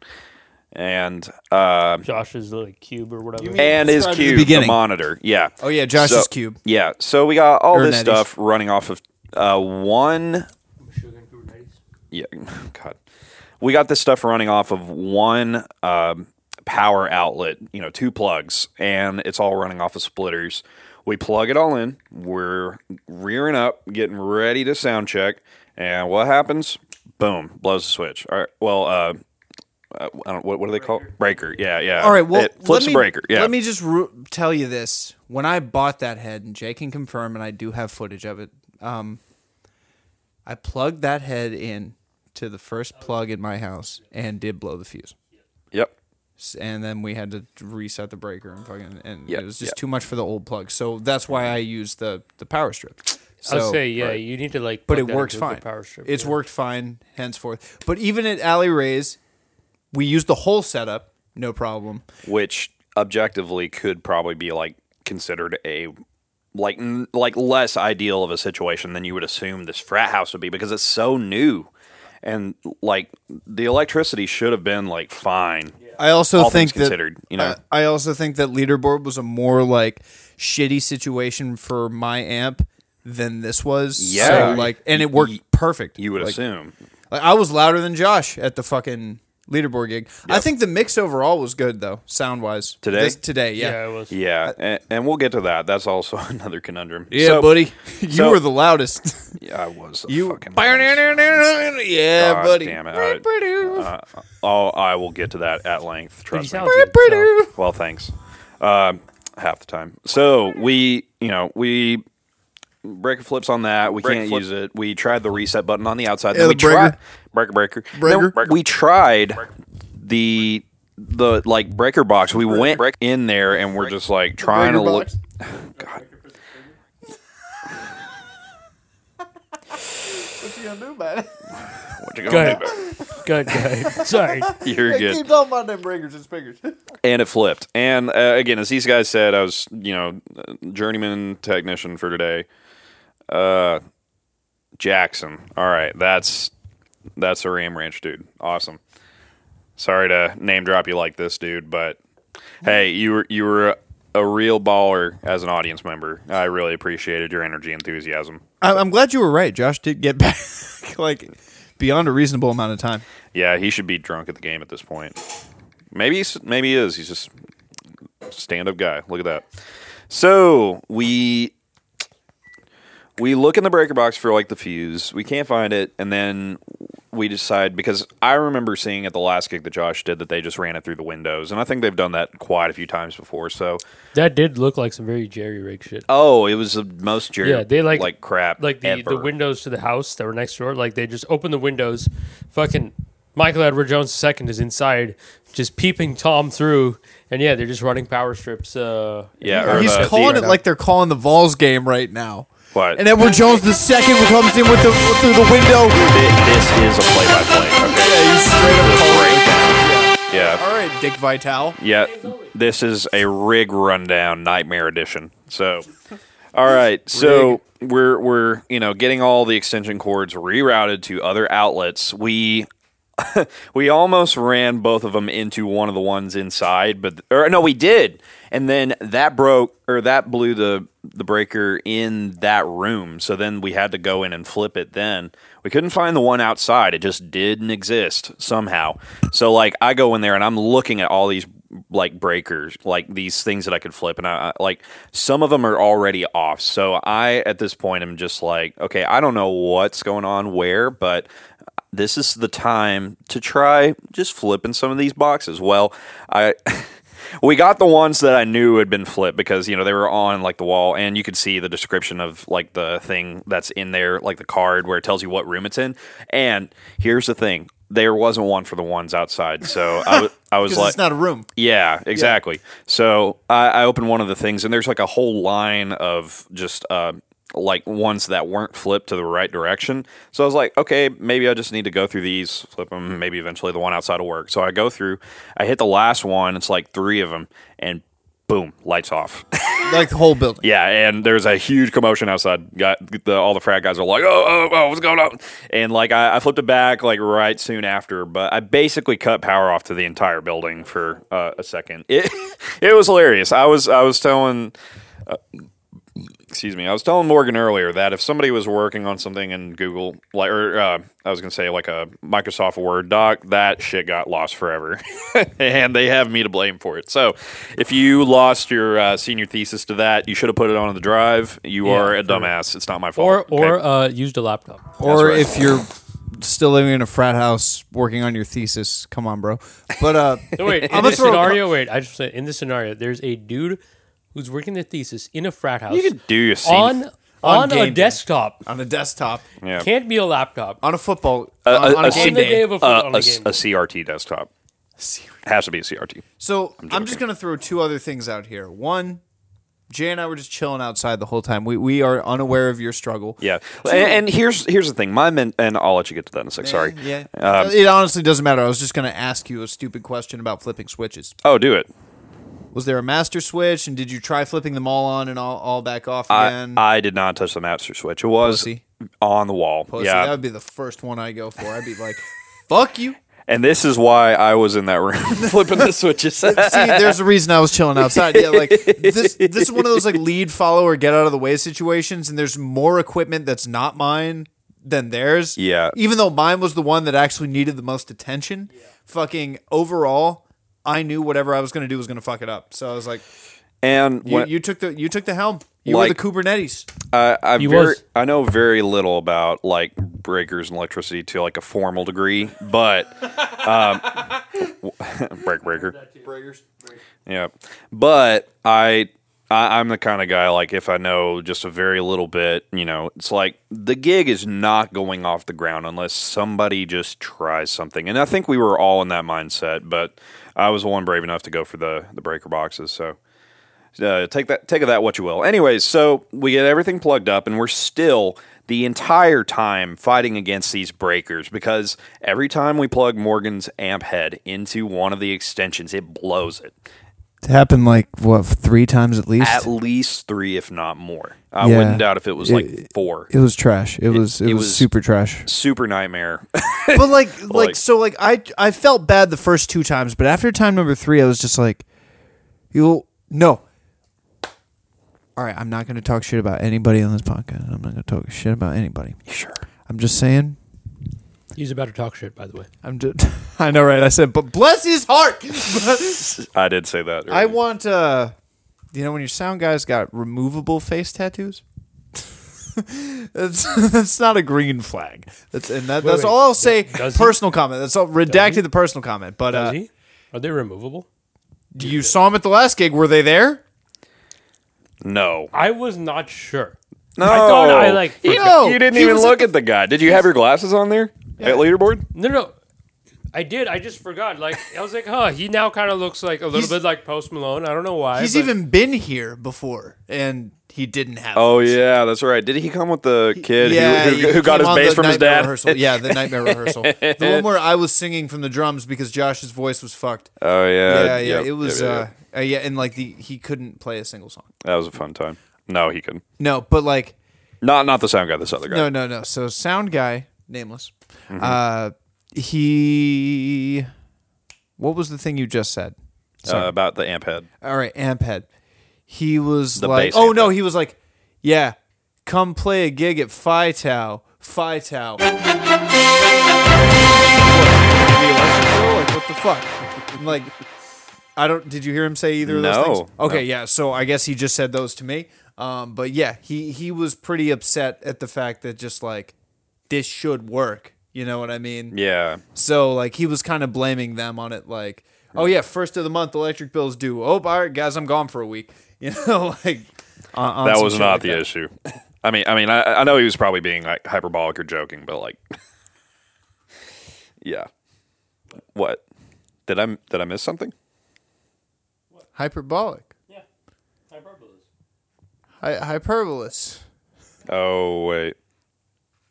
Speaker 1: and uh,
Speaker 4: Josh's like cube or whatever.
Speaker 1: and his
Speaker 2: described at the
Speaker 1: cube, the,
Speaker 2: beginning.
Speaker 1: monitor. Yeah.
Speaker 2: Oh, yeah, Josh's
Speaker 1: So-
Speaker 2: cube.
Speaker 1: Yeah. So we got all
Speaker 2: Or
Speaker 1: this
Speaker 2: Nettie's.
Speaker 1: stuff running off of uh, one. Yeah. God. We got this stuff running off of one um, power outlet. You know, two plugs, and it's all running off of splitters. We plug it all in. We're rearing up, getting ready to sound check, and what happens? Boom! Blows the switch. All right. Well. Uh, uh, I don't, what, what do they call it? breaker? Yeah, yeah.
Speaker 2: All right, well,
Speaker 1: it flips
Speaker 2: let me,
Speaker 1: a breaker. Yeah,
Speaker 2: Let me just ru- tell you this: when I bought that head, and Jay can confirm, and I do have footage of it. Um, I plugged that head in to the first plug in my house and did blow the fuse.
Speaker 1: Yep.
Speaker 2: S- And then we had to reset the breaker and fucking, and
Speaker 1: Yeah,
Speaker 2: it was just
Speaker 1: yeah.
Speaker 2: too much for the old plug. So that's why I used the the power strip. So,
Speaker 4: I'll say, yeah, you need to like.
Speaker 2: but
Speaker 4: plug
Speaker 2: it
Speaker 4: that
Speaker 2: works
Speaker 4: into a good
Speaker 2: fine.
Speaker 4: Power strip,
Speaker 2: it's
Speaker 4: yeah.
Speaker 2: worked fine henceforth. But even at Alley Ray's, we used the whole setup, no problem.
Speaker 1: which objectively could probably be like considered a like n- like less ideal of a situation than you would assume this frat house would be because it's so new and like the electricity should have been like fine
Speaker 2: I also
Speaker 1: All
Speaker 2: think
Speaker 1: things
Speaker 2: that
Speaker 1: considered, you know?
Speaker 2: uh, I also think that leaderboard was a more like shitty situation for my amp than this was.
Speaker 1: Yeah.
Speaker 2: so, like, and it worked perfect.
Speaker 1: you would
Speaker 2: like,
Speaker 1: assume
Speaker 2: Like, I was louder than Josh at the fucking leaderboard gig. I think the mix overall was good though, sound wise.
Speaker 1: Today?
Speaker 2: today, yeah.
Speaker 4: Yeah, it was.
Speaker 1: yeah and, and we'll get to that that's also another conundrum
Speaker 2: Yeah,
Speaker 1: So-
Speaker 2: buddy, you
Speaker 1: so-
Speaker 2: were the loudest.
Speaker 1: yeah i was
Speaker 2: You,
Speaker 1: you fucking
Speaker 2: yeah,
Speaker 1: God
Speaker 2: buddy.
Speaker 1: damn it. Uh, All right. Uh, oh i will get to that at length
Speaker 4: But he
Speaker 1: trust me
Speaker 4: sounds good, so-
Speaker 1: Well, thanks. Um, half the time. So we, you know, we breaker flips on that. We can't use it. We tried the reset button on the outside.
Speaker 2: Yeah,
Speaker 1: then
Speaker 2: the
Speaker 1: we tried breaker, breaker,
Speaker 2: Breaker.
Speaker 1: Then We tried the the like breaker box. We went in there and we're just like trying to
Speaker 2: breaker
Speaker 1: look.
Speaker 2: box.
Speaker 1: God.
Speaker 2: What you gonna do about it?
Speaker 1: What you
Speaker 4: Go
Speaker 1: gonna
Speaker 4: ahead.
Speaker 1: do?
Speaker 4: Go ahead, go ahead. Sorry.
Speaker 1: You're good.
Speaker 2: talking about them breakers and speakers.
Speaker 1: and it flipped. And uh, again, as these guys said, I was you know journeyman technician for today. Uh, Jackson. All right, that's that's a Ram Ranch dude. Awesome. Sorry to name drop you like this, dude, but hey, you were you were a real baller as an audience member. I really appreciated your energy, and enthusiasm.
Speaker 2: I- I'm glad you were right. Josh did get back like beyond a reasonable amount of time.
Speaker 1: Yeah, he should be drunk at the game at this point. Maybe he's, maybe he is. He's just stand up guy. Look at that. So we we look in the breaker box for like the fuse. We can't find it, and then
Speaker 3: we decide because I remember seeing at the last gig that Josh did that they just ran it through the windows, and I think they've done that quite a few times before. So,
Speaker 4: That did look like some very Jerry rig shit.
Speaker 3: oh, it was the most Jerry
Speaker 4: Yeah, they, like-
Speaker 3: like crap
Speaker 4: Like the, the
Speaker 3: ever.
Speaker 4: windows to the house that were next door, like they just opened the windows. Fucking Michael Edward Jones II is inside, just peeping Tom through. And yeah, they're just running power strips. Uh,
Speaker 3: Yeah, or
Speaker 2: He's
Speaker 3: the- the-
Speaker 2: calling it like they're calling the Vols game right now.
Speaker 3: What?
Speaker 2: And Edward Jones the second comes in with the foot through the window.
Speaker 3: Thi- this is a play by play. Okay.
Speaker 2: Yeah, he's straight up calling it.
Speaker 3: Yeah.
Speaker 2: All right, Dick Vitale.
Speaker 3: Yeah. This is a rig rundown nightmare edition. So all right. So we're we're, you know, getting all the extension cords rerouted to other outlets. We we almost ran both of them into one of the ones inside, but or no, we did. And then that broke or that blew the the breaker in that room. So then we had to go in and flip it then. We couldn't find the one outside. It just didn't exist somehow. So like I go in there and I'm looking at all these like breakers, like these things that I could flip and I I- like some of them are already off. So I at this point am just like, okay, I don't know what's going on where, but this is the time to try just flipping some of these boxes. Well, I we got the ones that I knew had been flipped because you know they were on like the wall, and you could see the description of like the thing that's in there, like the card where it tells you what room it's in. And here's the thing: there wasn't one for the ones outside, so I wa- I was
Speaker 2: Because
Speaker 3: like,
Speaker 2: it's not a room.
Speaker 3: yeah, exactly. So I, I opened one of the things, and there's like a whole line of just uh, like ones that weren't flipped to the right direction. So I was like, okay, maybe I just need to go through these, flip them. Maybe eventually the one outside will work. So I go through, I hit the last one. It's like three of them, and boom, lights off.
Speaker 2: Like the whole building.
Speaker 3: Yeah, and there's a huge commotion outside. Got the, all the frat guys are like, "Oh, oh, oh, what's going on?" And like, I, I flipped it back like right soon after, but I basically cut power off to the entire building for uh, a second. It it was hilarious. I was I was telling, uh, excuse me, I was telling Morgan earlier that if somebody was working on something in Google, like, or uh, I was gonna say like a Microsoft Word doc, that shit got lost forever, and they have me to blame for it. So, if you lost your uh, senior thesis to that, you should have put it on the drive. You are a dumbass. It's not my fault.
Speaker 4: or or
Speaker 3: okay?
Speaker 4: uh, used a laptop.
Speaker 2: Or
Speaker 3: right.
Speaker 2: if you're still living in a frat house working on your thesis, come on, bro. But uh,
Speaker 4: So
Speaker 2: I'm
Speaker 4: wait, in
Speaker 2: gonna
Speaker 4: this
Speaker 2: throw a cou-
Speaker 4: scenario, wait, I just said in this scenario, there's a dude who's working the thesis in a frat house
Speaker 3: you could do your senior.
Speaker 4: on
Speaker 2: On
Speaker 4: on,
Speaker 2: game
Speaker 4: a
Speaker 2: day.
Speaker 4: desktop.
Speaker 2: on a desktop,
Speaker 3: yeah.
Speaker 4: Can't be a laptop.
Speaker 2: on a football, on, on a,
Speaker 3: a
Speaker 2: game
Speaker 4: on the
Speaker 2: day.
Speaker 4: day of a,
Speaker 3: Uh,
Speaker 4: on
Speaker 3: a,
Speaker 4: the
Speaker 3: s-
Speaker 4: game.
Speaker 3: a CRT desktop has to be a CRT.
Speaker 2: So I'm, just gonna throw two other things out here. One, Jay and I were just chilling outside the whole time. We we are unaware of your struggle.
Speaker 3: Yeah, and, and here's here's the thing. My men, and I'll let you get to that in a sec. Sorry. Um,
Speaker 2: Yeah. Uh, it honestly doesn't matter. I was just gonna ask you a stupid question about flipping switches.
Speaker 3: Oh, do it.
Speaker 2: Was there a master switch, and did you try flipping them all on and all, all back off
Speaker 3: I,
Speaker 2: again?
Speaker 3: I did not touch the master switch. It was
Speaker 2: Pussy.
Speaker 3: on the wall.
Speaker 2: Pussy,
Speaker 3: yeah,
Speaker 2: that would be the first one I go for. I'd be like, "Fuck you."
Speaker 3: and this is why I was in that room flipping the switches.
Speaker 2: See, there's a reason I was chilling outside. Yeah, like this. This is one of those like lead follower, get out of the way situations. And there's more equipment that's not mine than theirs.
Speaker 3: Yeah.
Speaker 2: Even though mine was the one that actually needed the most attention. Fucking overall, I knew whatever I was gonna do was gonna fuck it up. So I was like,
Speaker 3: and
Speaker 2: you,
Speaker 3: when,
Speaker 2: you took the you took the helm. You were
Speaker 3: Like-
Speaker 2: the Kubernetes.
Speaker 3: I, I
Speaker 4: You
Speaker 3: very,
Speaker 4: was.
Speaker 3: I know very little about like breakers and electricity to like a formal degree, but um, break breaker.
Speaker 2: Breakers.
Speaker 3: Yeah, but I, I I'm the kind of guy like if I know just a very little bit, you know, it's like the gig is not going off the ground unless somebody just tries something, and I think we were all in that mindset. But I was the one brave enough to go for the the breaker boxes, so. Uh, take that, take of that what you will. Anyways, so we get everything plugged up, and we're still the entire time fighting against these breakers because every time we plug Morgan's amp head into one of the extensions, it blows it
Speaker 2: It happened like what three times at least.
Speaker 3: at least three, if not more. Uh, I
Speaker 2: Yeah.
Speaker 3: wouldn't doubt if it was like four.
Speaker 2: it was trash. It, was
Speaker 3: it was was- super
Speaker 2: trash.
Speaker 3: Super nightmare.
Speaker 2: but like, like
Speaker 3: like-
Speaker 2: so like I I felt bad the first two times, but after time number three, I was just like, you no. All right, I'm not going to talk shit about anybody on this podcast. I'm not going to talk shit about anybody.
Speaker 3: sure.
Speaker 2: I'm just saying.
Speaker 4: He's about to talk shit, by the way.
Speaker 2: I'm just. I know, right? I said, but bless his heart.
Speaker 3: I did say that.
Speaker 2: I
Speaker 3: earlier.
Speaker 2: want. uh You know, when your sound guys got removable face tattoos. that's that's not a green flag. That's and that, that's
Speaker 4: wait.
Speaker 2: all I'll say.
Speaker 4: Does he?
Speaker 2: personal comment. That's all redacted the personal comment. But
Speaker 4: Is
Speaker 2: uh,
Speaker 4: he? Are they removable?
Speaker 2: you saw him at the last gig. Were they there?
Speaker 3: No.
Speaker 4: I was not sure.
Speaker 3: No.
Speaker 4: I thought I, like,
Speaker 3: You,
Speaker 2: No,
Speaker 3: you didn't
Speaker 2: he
Speaker 3: even
Speaker 2: was at
Speaker 3: look
Speaker 2: the-
Speaker 3: at the guy. Did you have your glasses on there at leaderboard?
Speaker 4: No, no. I did. I just forgot. Like I was like, huh. He now kind of looks like a little
Speaker 2: He's-
Speaker 4: bit like Post Malone. I don't know why.
Speaker 2: He's
Speaker 4: but-
Speaker 2: even been here before, and he didn't have.
Speaker 3: Oh
Speaker 2: those.
Speaker 3: yeah, that's right. Did he come with the kid who-
Speaker 2: Yeah,
Speaker 3: who,
Speaker 2: he
Speaker 3: who,
Speaker 2: came
Speaker 3: got his
Speaker 2: on
Speaker 3: bass
Speaker 2: the
Speaker 3: from his
Speaker 2: nightmare
Speaker 3: dad?
Speaker 2: Rehearsal. Yeah, the nightmare rehearsal. The one where I was singing from the drums because Josh's voice was fucked.
Speaker 3: Oh yeah.
Speaker 2: yeah, yeah,
Speaker 3: Yep,
Speaker 2: it was.
Speaker 3: yep, yep,
Speaker 2: uh,
Speaker 3: yep.
Speaker 2: uh, yeah, and like the he couldn't play a single song.
Speaker 3: that was a fun time. No, he couldn't.
Speaker 2: No, but like
Speaker 3: Not not the sound guy. This other guy.
Speaker 2: no, no, no. So sound guy, nameless.
Speaker 3: Mm-hmm.
Speaker 2: Uh, he. What was the thing you just said?
Speaker 3: uh, about the amp head.
Speaker 2: All right, Amphead. He was
Speaker 3: The
Speaker 2: like,
Speaker 3: bass
Speaker 2: oh no,
Speaker 3: Amphead.
Speaker 2: he was like, yeah, come play a gig at Phi Tau. Phi Tau. like, what the fuck? I'm like, I don't. Did you hear him say either of those
Speaker 3: No,
Speaker 2: things? Okay,
Speaker 3: no.
Speaker 2: yeah. So I guess he just said those to me. Um, but yeah, he he was pretty upset at the fact that just like this should work. You know what I mean?
Speaker 3: Yeah.
Speaker 2: So like he was kind of blaming them on it, like, oh yeah, first of the month electric bills due. Oh, all right, guys, I'm gone for a week. You know, like on- on
Speaker 3: that
Speaker 2: some
Speaker 3: was
Speaker 2: shit
Speaker 3: not
Speaker 2: like
Speaker 3: the
Speaker 2: that.
Speaker 3: issue. I mean, I mean, I, I know he was probably being like hyperbolic or joking, but like, yeah. What did I did I miss something?
Speaker 2: Hyperbolic, Hy- hyperbolous.
Speaker 3: Oh wait,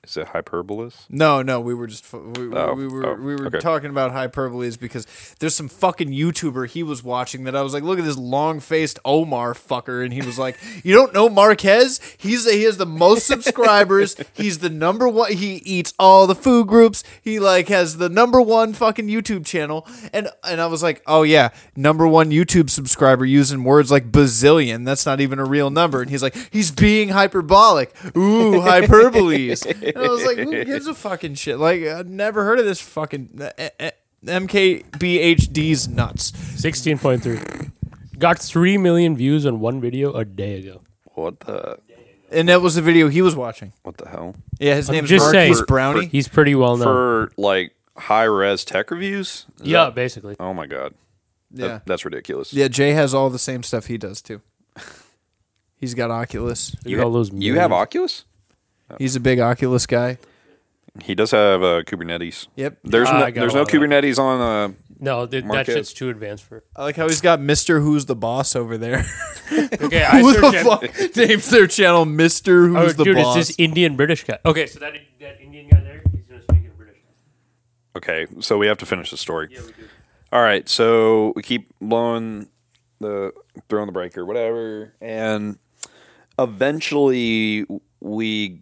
Speaker 3: is it hyperbolous?
Speaker 2: No, no, we were just fu- we, we-
Speaker 3: Oh,
Speaker 2: we were
Speaker 3: oh,
Speaker 2: we were
Speaker 3: okay.
Speaker 2: talking about hyperboles because there's some fucking YouTuber he was watching that I was like, look at this long faced Omar fucker, and he was like, you don't know Marquez? He's he has the most subscribers. He's the number one. He eats all the food groups. He like has the number one fucking YouTube channel, and and I was like, oh yeah, number one YouTube subscriber using words like bazillion. That's not even a real number. And he's like, he's being hyperbolic. Ooh, hyperboles. and I was like, who gives a fucking shit? Like, I've never heard of this fucking eh, eh, MKBHD's nuts.
Speaker 4: Sixteen point three. Got three million views on one video a day ago.
Speaker 3: What the
Speaker 2: And that was the video he was watching.
Speaker 3: what the hell?
Speaker 2: Yeah, his
Speaker 4: I'm
Speaker 2: name is
Speaker 4: just saying-
Speaker 2: Marquise
Speaker 4: For-
Speaker 2: Brownie.
Speaker 4: He's pretty well known.
Speaker 3: For like high res tech reviews? Is
Speaker 4: yeah,
Speaker 3: that-
Speaker 4: basically.
Speaker 3: oh my god. That-
Speaker 2: yeah.
Speaker 3: that's ridiculous.
Speaker 2: yeah, Jay has all the same stuff he does too. He's got Oculus.
Speaker 4: You, all those
Speaker 3: You have
Speaker 4: millions.
Speaker 3: Oculus?
Speaker 4: Oh.
Speaker 2: He's a big Oculus guy.
Speaker 3: He does have uh, Kubernetes.
Speaker 2: Yep.
Speaker 3: There's
Speaker 4: Ah,
Speaker 3: no
Speaker 4: I got
Speaker 3: there's
Speaker 4: all
Speaker 3: no
Speaker 4: that.
Speaker 3: Kubernetes on. Uh,
Speaker 4: No, th- that
Speaker 3: Marquez.
Speaker 4: shit's too advanced for.
Speaker 2: I like how he's got Mr. Who's the Boss over there.
Speaker 4: Okay, I
Speaker 2: Who the
Speaker 4: searched it.
Speaker 2: fuck names their channel Mr.
Speaker 4: Oh,
Speaker 2: Who's the
Speaker 4: dude,
Speaker 2: Boss?
Speaker 4: it's this Indian British guy. Okay, so that that Indian guy there, he's gonna speak in British.
Speaker 3: okay, so we have to finish the story. All right, so we keep blowing the throwing the break or whatever, and eventually we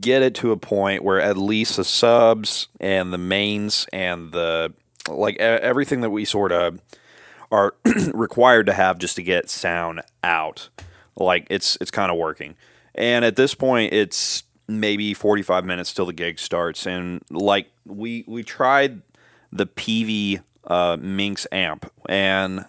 Speaker 3: get it to a point where at least the subs and the mains and the like e- everything that we sort of are required to have just to get sound out. Like it's it's kind of working. And at this point it's maybe 45 minutes till the gig starts and like we we tried the PV uh Minx amp and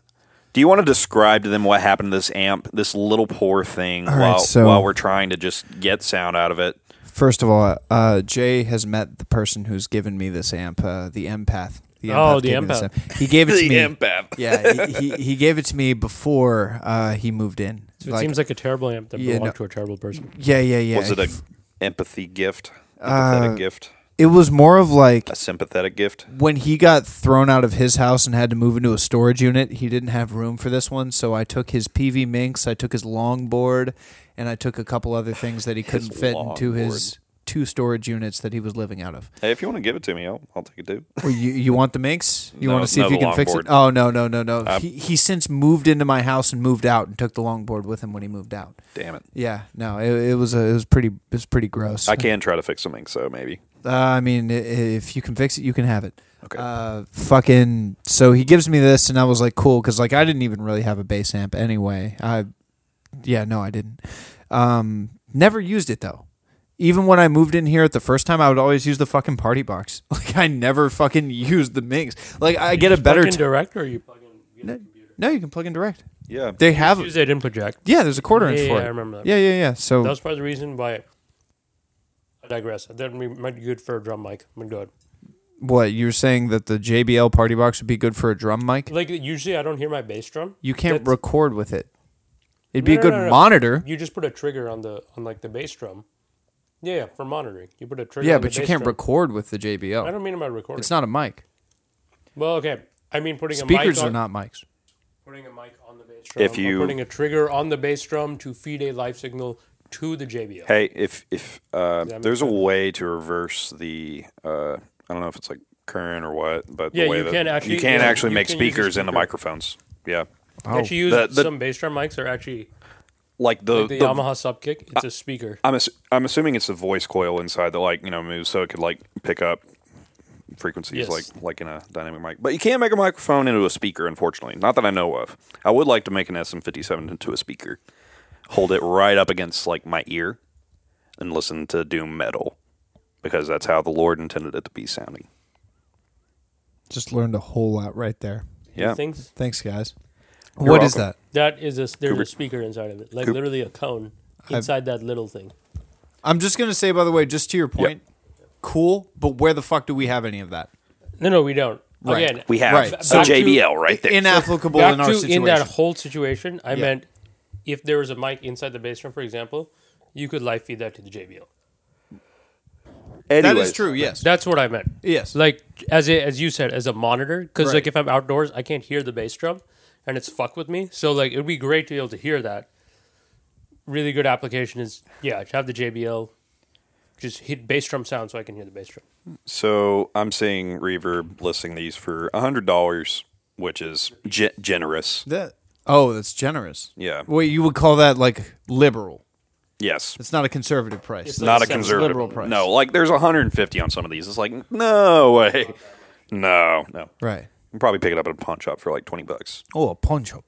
Speaker 3: do you want to describe to them what happened to this amp, this little poor thing while
Speaker 2: so-
Speaker 3: while we're trying to just get sound out of it?
Speaker 2: First of all, uh, Jay has met the person who's given me this amp, uh, the empath. The
Speaker 4: Oh, the
Speaker 2: gave me this
Speaker 4: empath.
Speaker 2: amp. He gave it to
Speaker 3: The
Speaker 2: me.
Speaker 3: empath.
Speaker 2: Yeah, he, he, he gave it to me before uh, he moved in.
Speaker 4: So it seems like a terrible amp that
Speaker 2: Yeah,
Speaker 4: belonged
Speaker 2: no.
Speaker 4: to a terrible person.
Speaker 2: yeah, yeah, yeah. Uh,
Speaker 3: Was it a empathy gift? Empathetic gift?
Speaker 2: It was more of like
Speaker 3: A sympathetic gift?
Speaker 2: when he got thrown out of his house and had to move into a storage unit. He didn't have room for this one, so I took his PV Minx, I took his longboard, and I took a couple other things that he couldn't fit into his two storage units that he was living out of.
Speaker 3: Hey, if you want to give it to me, I'll, I'll take it too.
Speaker 2: Well, you, you want the minx? You
Speaker 3: No,
Speaker 2: want to see
Speaker 3: no,
Speaker 2: if you
Speaker 3: the
Speaker 2: can fix
Speaker 3: longboard. Uh,
Speaker 2: it? Oh no no no no! he he since moved into my house and moved out and took the longboard with him when he moved out.
Speaker 3: Damn it.
Speaker 2: Yeah, no, it, it was a, it was pretty it was pretty gross.
Speaker 3: I can try to fix something, so maybe.
Speaker 2: Uh, I mean, i- if you can fix it, you can have it.
Speaker 3: Okay.
Speaker 2: Uh, fucking. So he gives me this, and I was like, cool, because like I didn't even really have a bass amp anyway. I, yeah, no, I didn't. Um, never used it though. Even when I moved in here at the first time, I would always use the fucking party box. Like I never fucking used the mix. Like I get a better.
Speaker 4: Plug
Speaker 2: T-
Speaker 4: in direct or you plug in?
Speaker 2: no, no, you can plug in direct.
Speaker 3: Yeah.
Speaker 2: They have.
Speaker 4: Use that in project.
Speaker 2: Yeah, there's a quarter inch
Speaker 4: Yeah,
Speaker 2: for
Speaker 4: yeah,
Speaker 2: it.
Speaker 4: I remember that.
Speaker 2: Yeah, yeah, yeah. So
Speaker 4: That was part of the reason why digress. That might be good for a drum mic. I'm good.
Speaker 2: What you were saying that the JBL Party Box would be good for a drum mic?
Speaker 4: Like usually, I don't hear my bass drum.
Speaker 2: You can't
Speaker 4: That's-
Speaker 2: record with it. It'd be
Speaker 4: No,
Speaker 2: a
Speaker 4: no,
Speaker 2: good
Speaker 4: no, no.
Speaker 2: monitor.
Speaker 4: You just put a trigger on the on like the bass drum. Yeah, yeah, for monitoring. You put a trigger.
Speaker 2: Yeah,
Speaker 4: on the
Speaker 2: but you
Speaker 4: bass
Speaker 2: can't
Speaker 4: drum.
Speaker 2: record with the
Speaker 4: I
Speaker 2: JBL.
Speaker 4: don't mean about recording.
Speaker 2: It's not a mic.
Speaker 4: Well, okay. I mean putting
Speaker 2: Speakers
Speaker 4: a mic
Speaker 2: are not
Speaker 4: on,
Speaker 2: mics.
Speaker 4: putting a mic on the bass drum.
Speaker 3: If
Speaker 4: or
Speaker 3: you-
Speaker 4: putting a trigger on the bass drum to feed a live signal to the JBL.
Speaker 3: Hey, if if uh,
Speaker 4: that make
Speaker 3: there's a way to reverse the, uh, I don't know if it's like current or what, but
Speaker 4: Yeah,
Speaker 3: the way
Speaker 4: you
Speaker 3: that
Speaker 4: can actually-
Speaker 3: you can
Speaker 4: yeah,
Speaker 3: actually
Speaker 4: you
Speaker 3: make
Speaker 4: can use a
Speaker 3: speakers into
Speaker 4: speaker.
Speaker 3: microphones. Yeah,
Speaker 4: Actually, use
Speaker 3: oh, The- the-
Speaker 4: some bass drum mics are actually
Speaker 3: like the,
Speaker 4: the,
Speaker 3: the- Ah,
Speaker 4: Yamaha Subkick. It's a speaker.
Speaker 3: I'm ass- I'm assuming it's the voice coil inside that like you know moves so it could like pick up frequencies
Speaker 4: Yes.
Speaker 3: like like in a dynamic mic. But you can't make a microphone into a speaker, unfortunately. Not that I know of. I would like to make an SM57 into a speaker, hold it right up against like my ear, and listen to doom metal because that's how the Lord intended it to be sounding.
Speaker 2: Oh, Just learned a whole lot right there.
Speaker 3: Yeah,
Speaker 4: Things
Speaker 2: Thanks, guys. What is
Speaker 3: You're welcome.
Speaker 2: that?
Speaker 4: that is a there's a
Speaker 3: Cooper-
Speaker 4: speaker inside of it, like
Speaker 3: Coop-
Speaker 4: literally a cone inside that little thing.
Speaker 2: I'm just gonna say, by the way, just to your point, cool. But where the fuck do we have any of that?
Speaker 4: No, no, we don't.
Speaker 2: Right.
Speaker 4: Again,
Speaker 3: we have
Speaker 2: Right.
Speaker 3: so
Speaker 4: Back to-
Speaker 3: JBL right there.
Speaker 2: Inapplicable
Speaker 4: back
Speaker 2: in our
Speaker 4: to
Speaker 2: situation.
Speaker 4: in that whole situation, I
Speaker 2: Yeah.
Speaker 4: meant if there was a mic inside the bass drum, for example, you could live feed that to the JBL.
Speaker 2: that
Speaker 3: Anyways.
Speaker 2: is true. Yes.
Speaker 4: That's what I meant.
Speaker 2: Yes.
Speaker 4: Like as a, as you said, as a monitor, because
Speaker 2: Right.
Speaker 4: like if I'm outdoors, I can't hear the bass drum, and it's fuck with me. So like it'd be great to be able to hear that. Really good application is yeah, to have the JBL, just hit bass drum sound so I can hear the bass drum.
Speaker 3: So I'm seeing Reverb listing these for hundred dollars, which is ge- generous.
Speaker 2: That. Oh, that's generous.
Speaker 3: Yeah.
Speaker 2: Well, you would call that like liberal.
Speaker 3: Yes,
Speaker 2: It's not a conservative price.
Speaker 4: It's
Speaker 3: not a
Speaker 4: It's
Speaker 3: conservative.
Speaker 2: liberal price.
Speaker 3: No, like there's 150 on some of these. It's like no way, no, no.
Speaker 2: right.
Speaker 3: You can probably pick it up at a pawn shop for like 20 bucks.
Speaker 2: Oh, a poncho.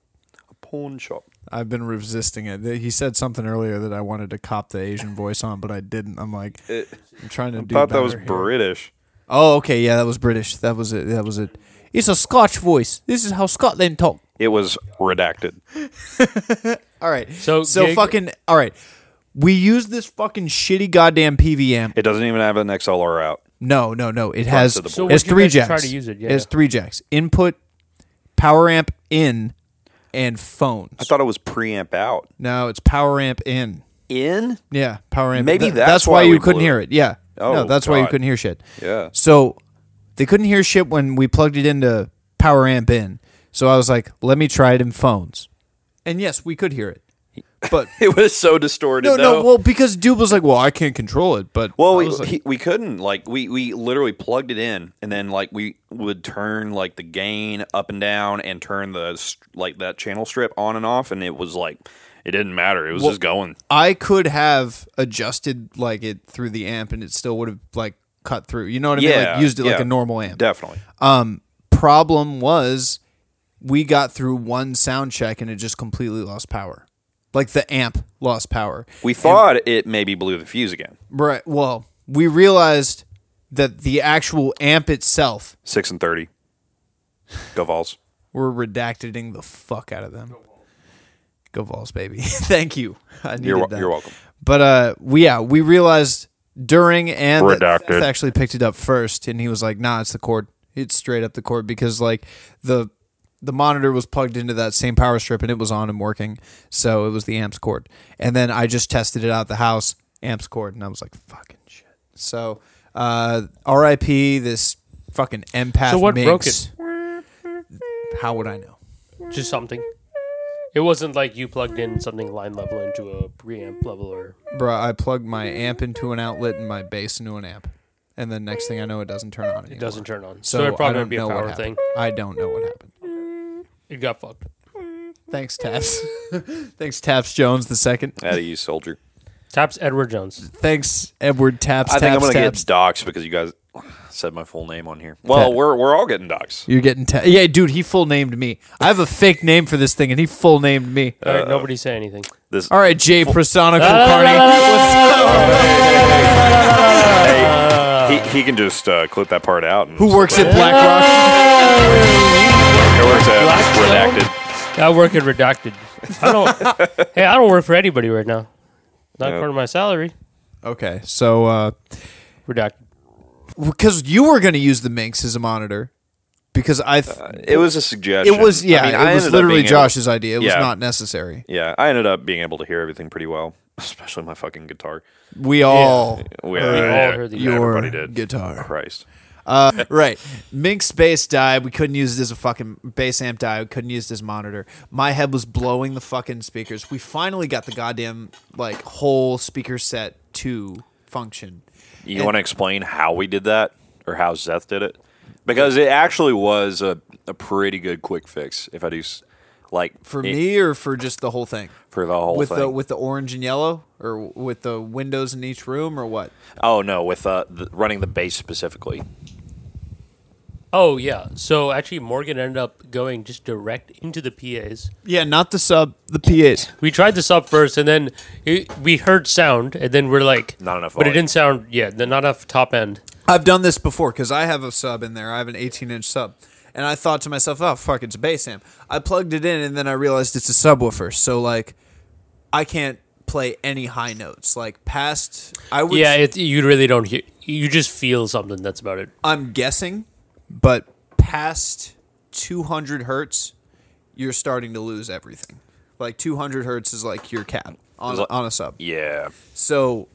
Speaker 3: A pawn shop.
Speaker 2: I've been resisting it. He said something earlier that I wanted to cop the Asian voice on, but I didn't. I'm like, I'm trying to do.
Speaker 3: Thought that was
Speaker 2: better here.
Speaker 3: British.
Speaker 2: Oh, okay, yeah, that was British. That was it. That was it. It's a Scotch voice. This is how Scotland talk.
Speaker 3: It was redacted.
Speaker 2: All right.
Speaker 4: So,
Speaker 2: so
Speaker 4: Jake-
Speaker 2: fucking all right. We use this fucking shitty goddamn PV amp.
Speaker 3: It doesn't even have an XLR out.
Speaker 2: No, no, no. It has
Speaker 3: to the So
Speaker 2: it has
Speaker 4: would you
Speaker 2: three
Speaker 4: guys try
Speaker 2: jacks.
Speaker 4: to use it?
Speaker 2: it has
Speaker 4: Yeah.
Speaker 2: three jacks. Input, power amp in, and phones.
Speaker 3: I thought it was preamp out.
Speaker 2: no, it's power amp in.
Speaker 3: In?
Speaker 2: Yeah, power amp.
Speaker 3: Maybe
Speaker 2: Th-
Speaker 3: that's
Speaker 2: that's why,
Speaker 3: why
Speaker 2: you
Speaker 3: we
Speaker 2: couldn't
Speaker 3: blew
Speaker 2: hear
Speaker 3: it.
Speaker 2: it. Yeah. no,
Speaker 3: Oh,
Speaker 2: that's why you
Speaker 3: God.
Speaker 2: couldn't hear shit.
Speaker 3: Yeah.
Speaker 2: So they couldn't hear shit when we plugged it into power amp in. So I was like, let me try it in phones. And yes, we could hear it. But
Speaker 3: It was so distorted.
Speaker 2: no, no,
Speaker 3: though.
Speaker 2: well, because Dube was like, well, I can't control it. But
Speaker 3: Well,
Speaker 2: I
Speaker 3: we,
Speaker 2: was like,
Speaker 3: he, we couldn't like we we literally plugged it in, and then like we would turn like the gain up and down, and turn the s- like that channel strip on and off, and it was like it didn't matter. It was just going.
Speaker 2: I could have adjusted like it through the amp, and it still would have like cut through. You know what I mean?
Speaker 3: Yeah,
Speaker 2: Like used it like
Speaker 3: yeah.
Speaker 2: a normal amp.
Speaker 3: Definitely,
Speaker 2: problem was we got through one sound check and it just completely lost power. Like the amp lost power.
Speaker 3: we thought it maybe blew the fuse again.
Speaker 2: Right. Well, we realized that the actual amp itself
Speaker 3: Six and thirty. Go Vols.
Speaker 2: we're redacting the fuck out of them. Go Vols, baby. Thank you. I needed
Speaker 3: You're wel-
Speaker 2: that.
Speaker 3: you're welcome.
Speaker 2: But uh, we yeah, we realized during and that
Speaker 3: Redacted.
Speaker 2: Seth actually picked it up first, and he was like, "Nah, it's the cord. It's straight up the cord because like the the monitor was plugged into that same power strip and it was on and working, so it was the amps cord. And then I just tested it out at the house, amps cord, and I was like, fucking shit. So, uh, R.I.P. This fucking empath.
Speaker 4: So what
Speaker 2: mix.
Speaker 4: broke it?
Speaker 2: How would I know?
Speaker 4: Just something. It wasn't like you plugged in something line level into a preamp level or
Speaker 2: Bruh, I plugged my amp into an outlet and my bass into an amp. And then next thing I know, it doesn't turn on anymore.
Speaker 4: it doesn't turn on. So,
Speaker 2: So,
Speaker 4: it probably
Speaker 2: I
Speaker 4: would
Speaker 2: don't
Speaker 4: be a
Speaker 2: know what
Speaker 4: power
Speaker 2: happened.
Speaker 4: thing.
Speaker 2: I don't know what happened.
Speaker 4: It got fucked.
Speaker 2: Thanks, Taps. Thanks, Taps Jones the second.
Speaker 3: Out of you, soldier.
Speaker 4: Taps Edward Jones.
Speaker 2: Thanks, Edward Taps.
Speaker 3: I think I'm
Speaker 2: Taps
Speaker 3: gonna
Speaker 2: Taps.
Speaker 3: get doxxed because you guys said my full name on here. Well,
Speaker 2: Ted.
Speaker 3: we're we're all getting doxxed.
Speaker 2: You're getting ta- yeah, dude. He full named me. I have a fake name for this thing, and he full named me.
Speaker 4: All right, nobody say anything.
Speaker 3: This
Speaker 2: All right, Jay Persona Kulkarni. What's up?
Speaker 3: hey, he, he can just uh, clip that part out. And
Speaker 2: Who works at BlackRock?
Speaker 3: It works out. It's redacted.
Speaker 4: I work at Redacted. I don't. hey, I don't work for anybody right now. Not
Speaker 3: Yep.
Speaker 4: part of my salary.
Speaker 2: Okay, so uh,
Speaker 4: Redacted.
Speaker 2: because you were going to use the Minx as a monitor, because I, th-
Speaker 3: It was a suggestion.
Speaker 2: it was yeah,
Speaker 3: I mean,
Speaker 2: it
Speaker 3: I ended
Speaker 2: was
Speaker 3: up
Speaker 2: literally
Speaker 3: being able-
Speaker 2: Josh's idea. It
Speaker 3: Yeah.
Speaker 2: was not necessary.
Speaker 3: yeah, I ended up being able to hear everything pretty well, especially my fucking guitar.
Speaker 2: We all
Speaker 3: We,
Speaker 4: all heard the-
Speaker 2: your
Speaker 3: everybody did.
Speaker 2: guitar,
Speaker 3: Christ.
Speaker 2: uh, right? Minx bass died. We couldn't use it as a fucking bass amp died. We couldn't use it as a monitor. My head was blowing the fucking speakers. We finally got the goddamn like whole speaker set to function.
Speaker 3: You want to explain how we did that or how Zeth did it? Because it actually was a, a pretty good quick fix. If I do, s- like
Speaker 2: For
Speaker 3: it-
Speaker 2: me or for just the whole thing?
Speaker 3: for the whole
Speaker 2: with
Speaker 3: thing.
Speaker 2: the with the orange and yellow or with the windows in each room or what?
Speaker 3: oh no, with uh, the, running the bass specifically.
Speaker 4: Oh yeah. So actually, Morgan ended up going just direct into the PA's.
Speaker 2: Yeah, not the sub, the PAs.
Speaker 4: We tried this up first, and then it, we heard sound, and then we're like,
Speaker 3: Not enough
Speaker 4: But it
Speaker 3: volume.
Speaker 4: didn't sound. Yeah, the- not enough top end.
Speaker 2: I've done this before because I have a sub in there. I have an 18 inch sub. And I thought to myself, oh, fuck, it's a bass amp. I plugged it in and then I realized it's a subwoofer. So, like, I can't play any high notes. Like, past, I would,
Speaker 4: yeah, it, you really don't hear. You just feel something. That's about it.
Speaker 2: I'm guessing, but past 200 hertz, you're starting to lose everything. Like, 200 hertz is like your cap on,
Speaker 3: Like-
Speaker 2: on a sub.
Speaker 3: Yeah,
Speaker 2: So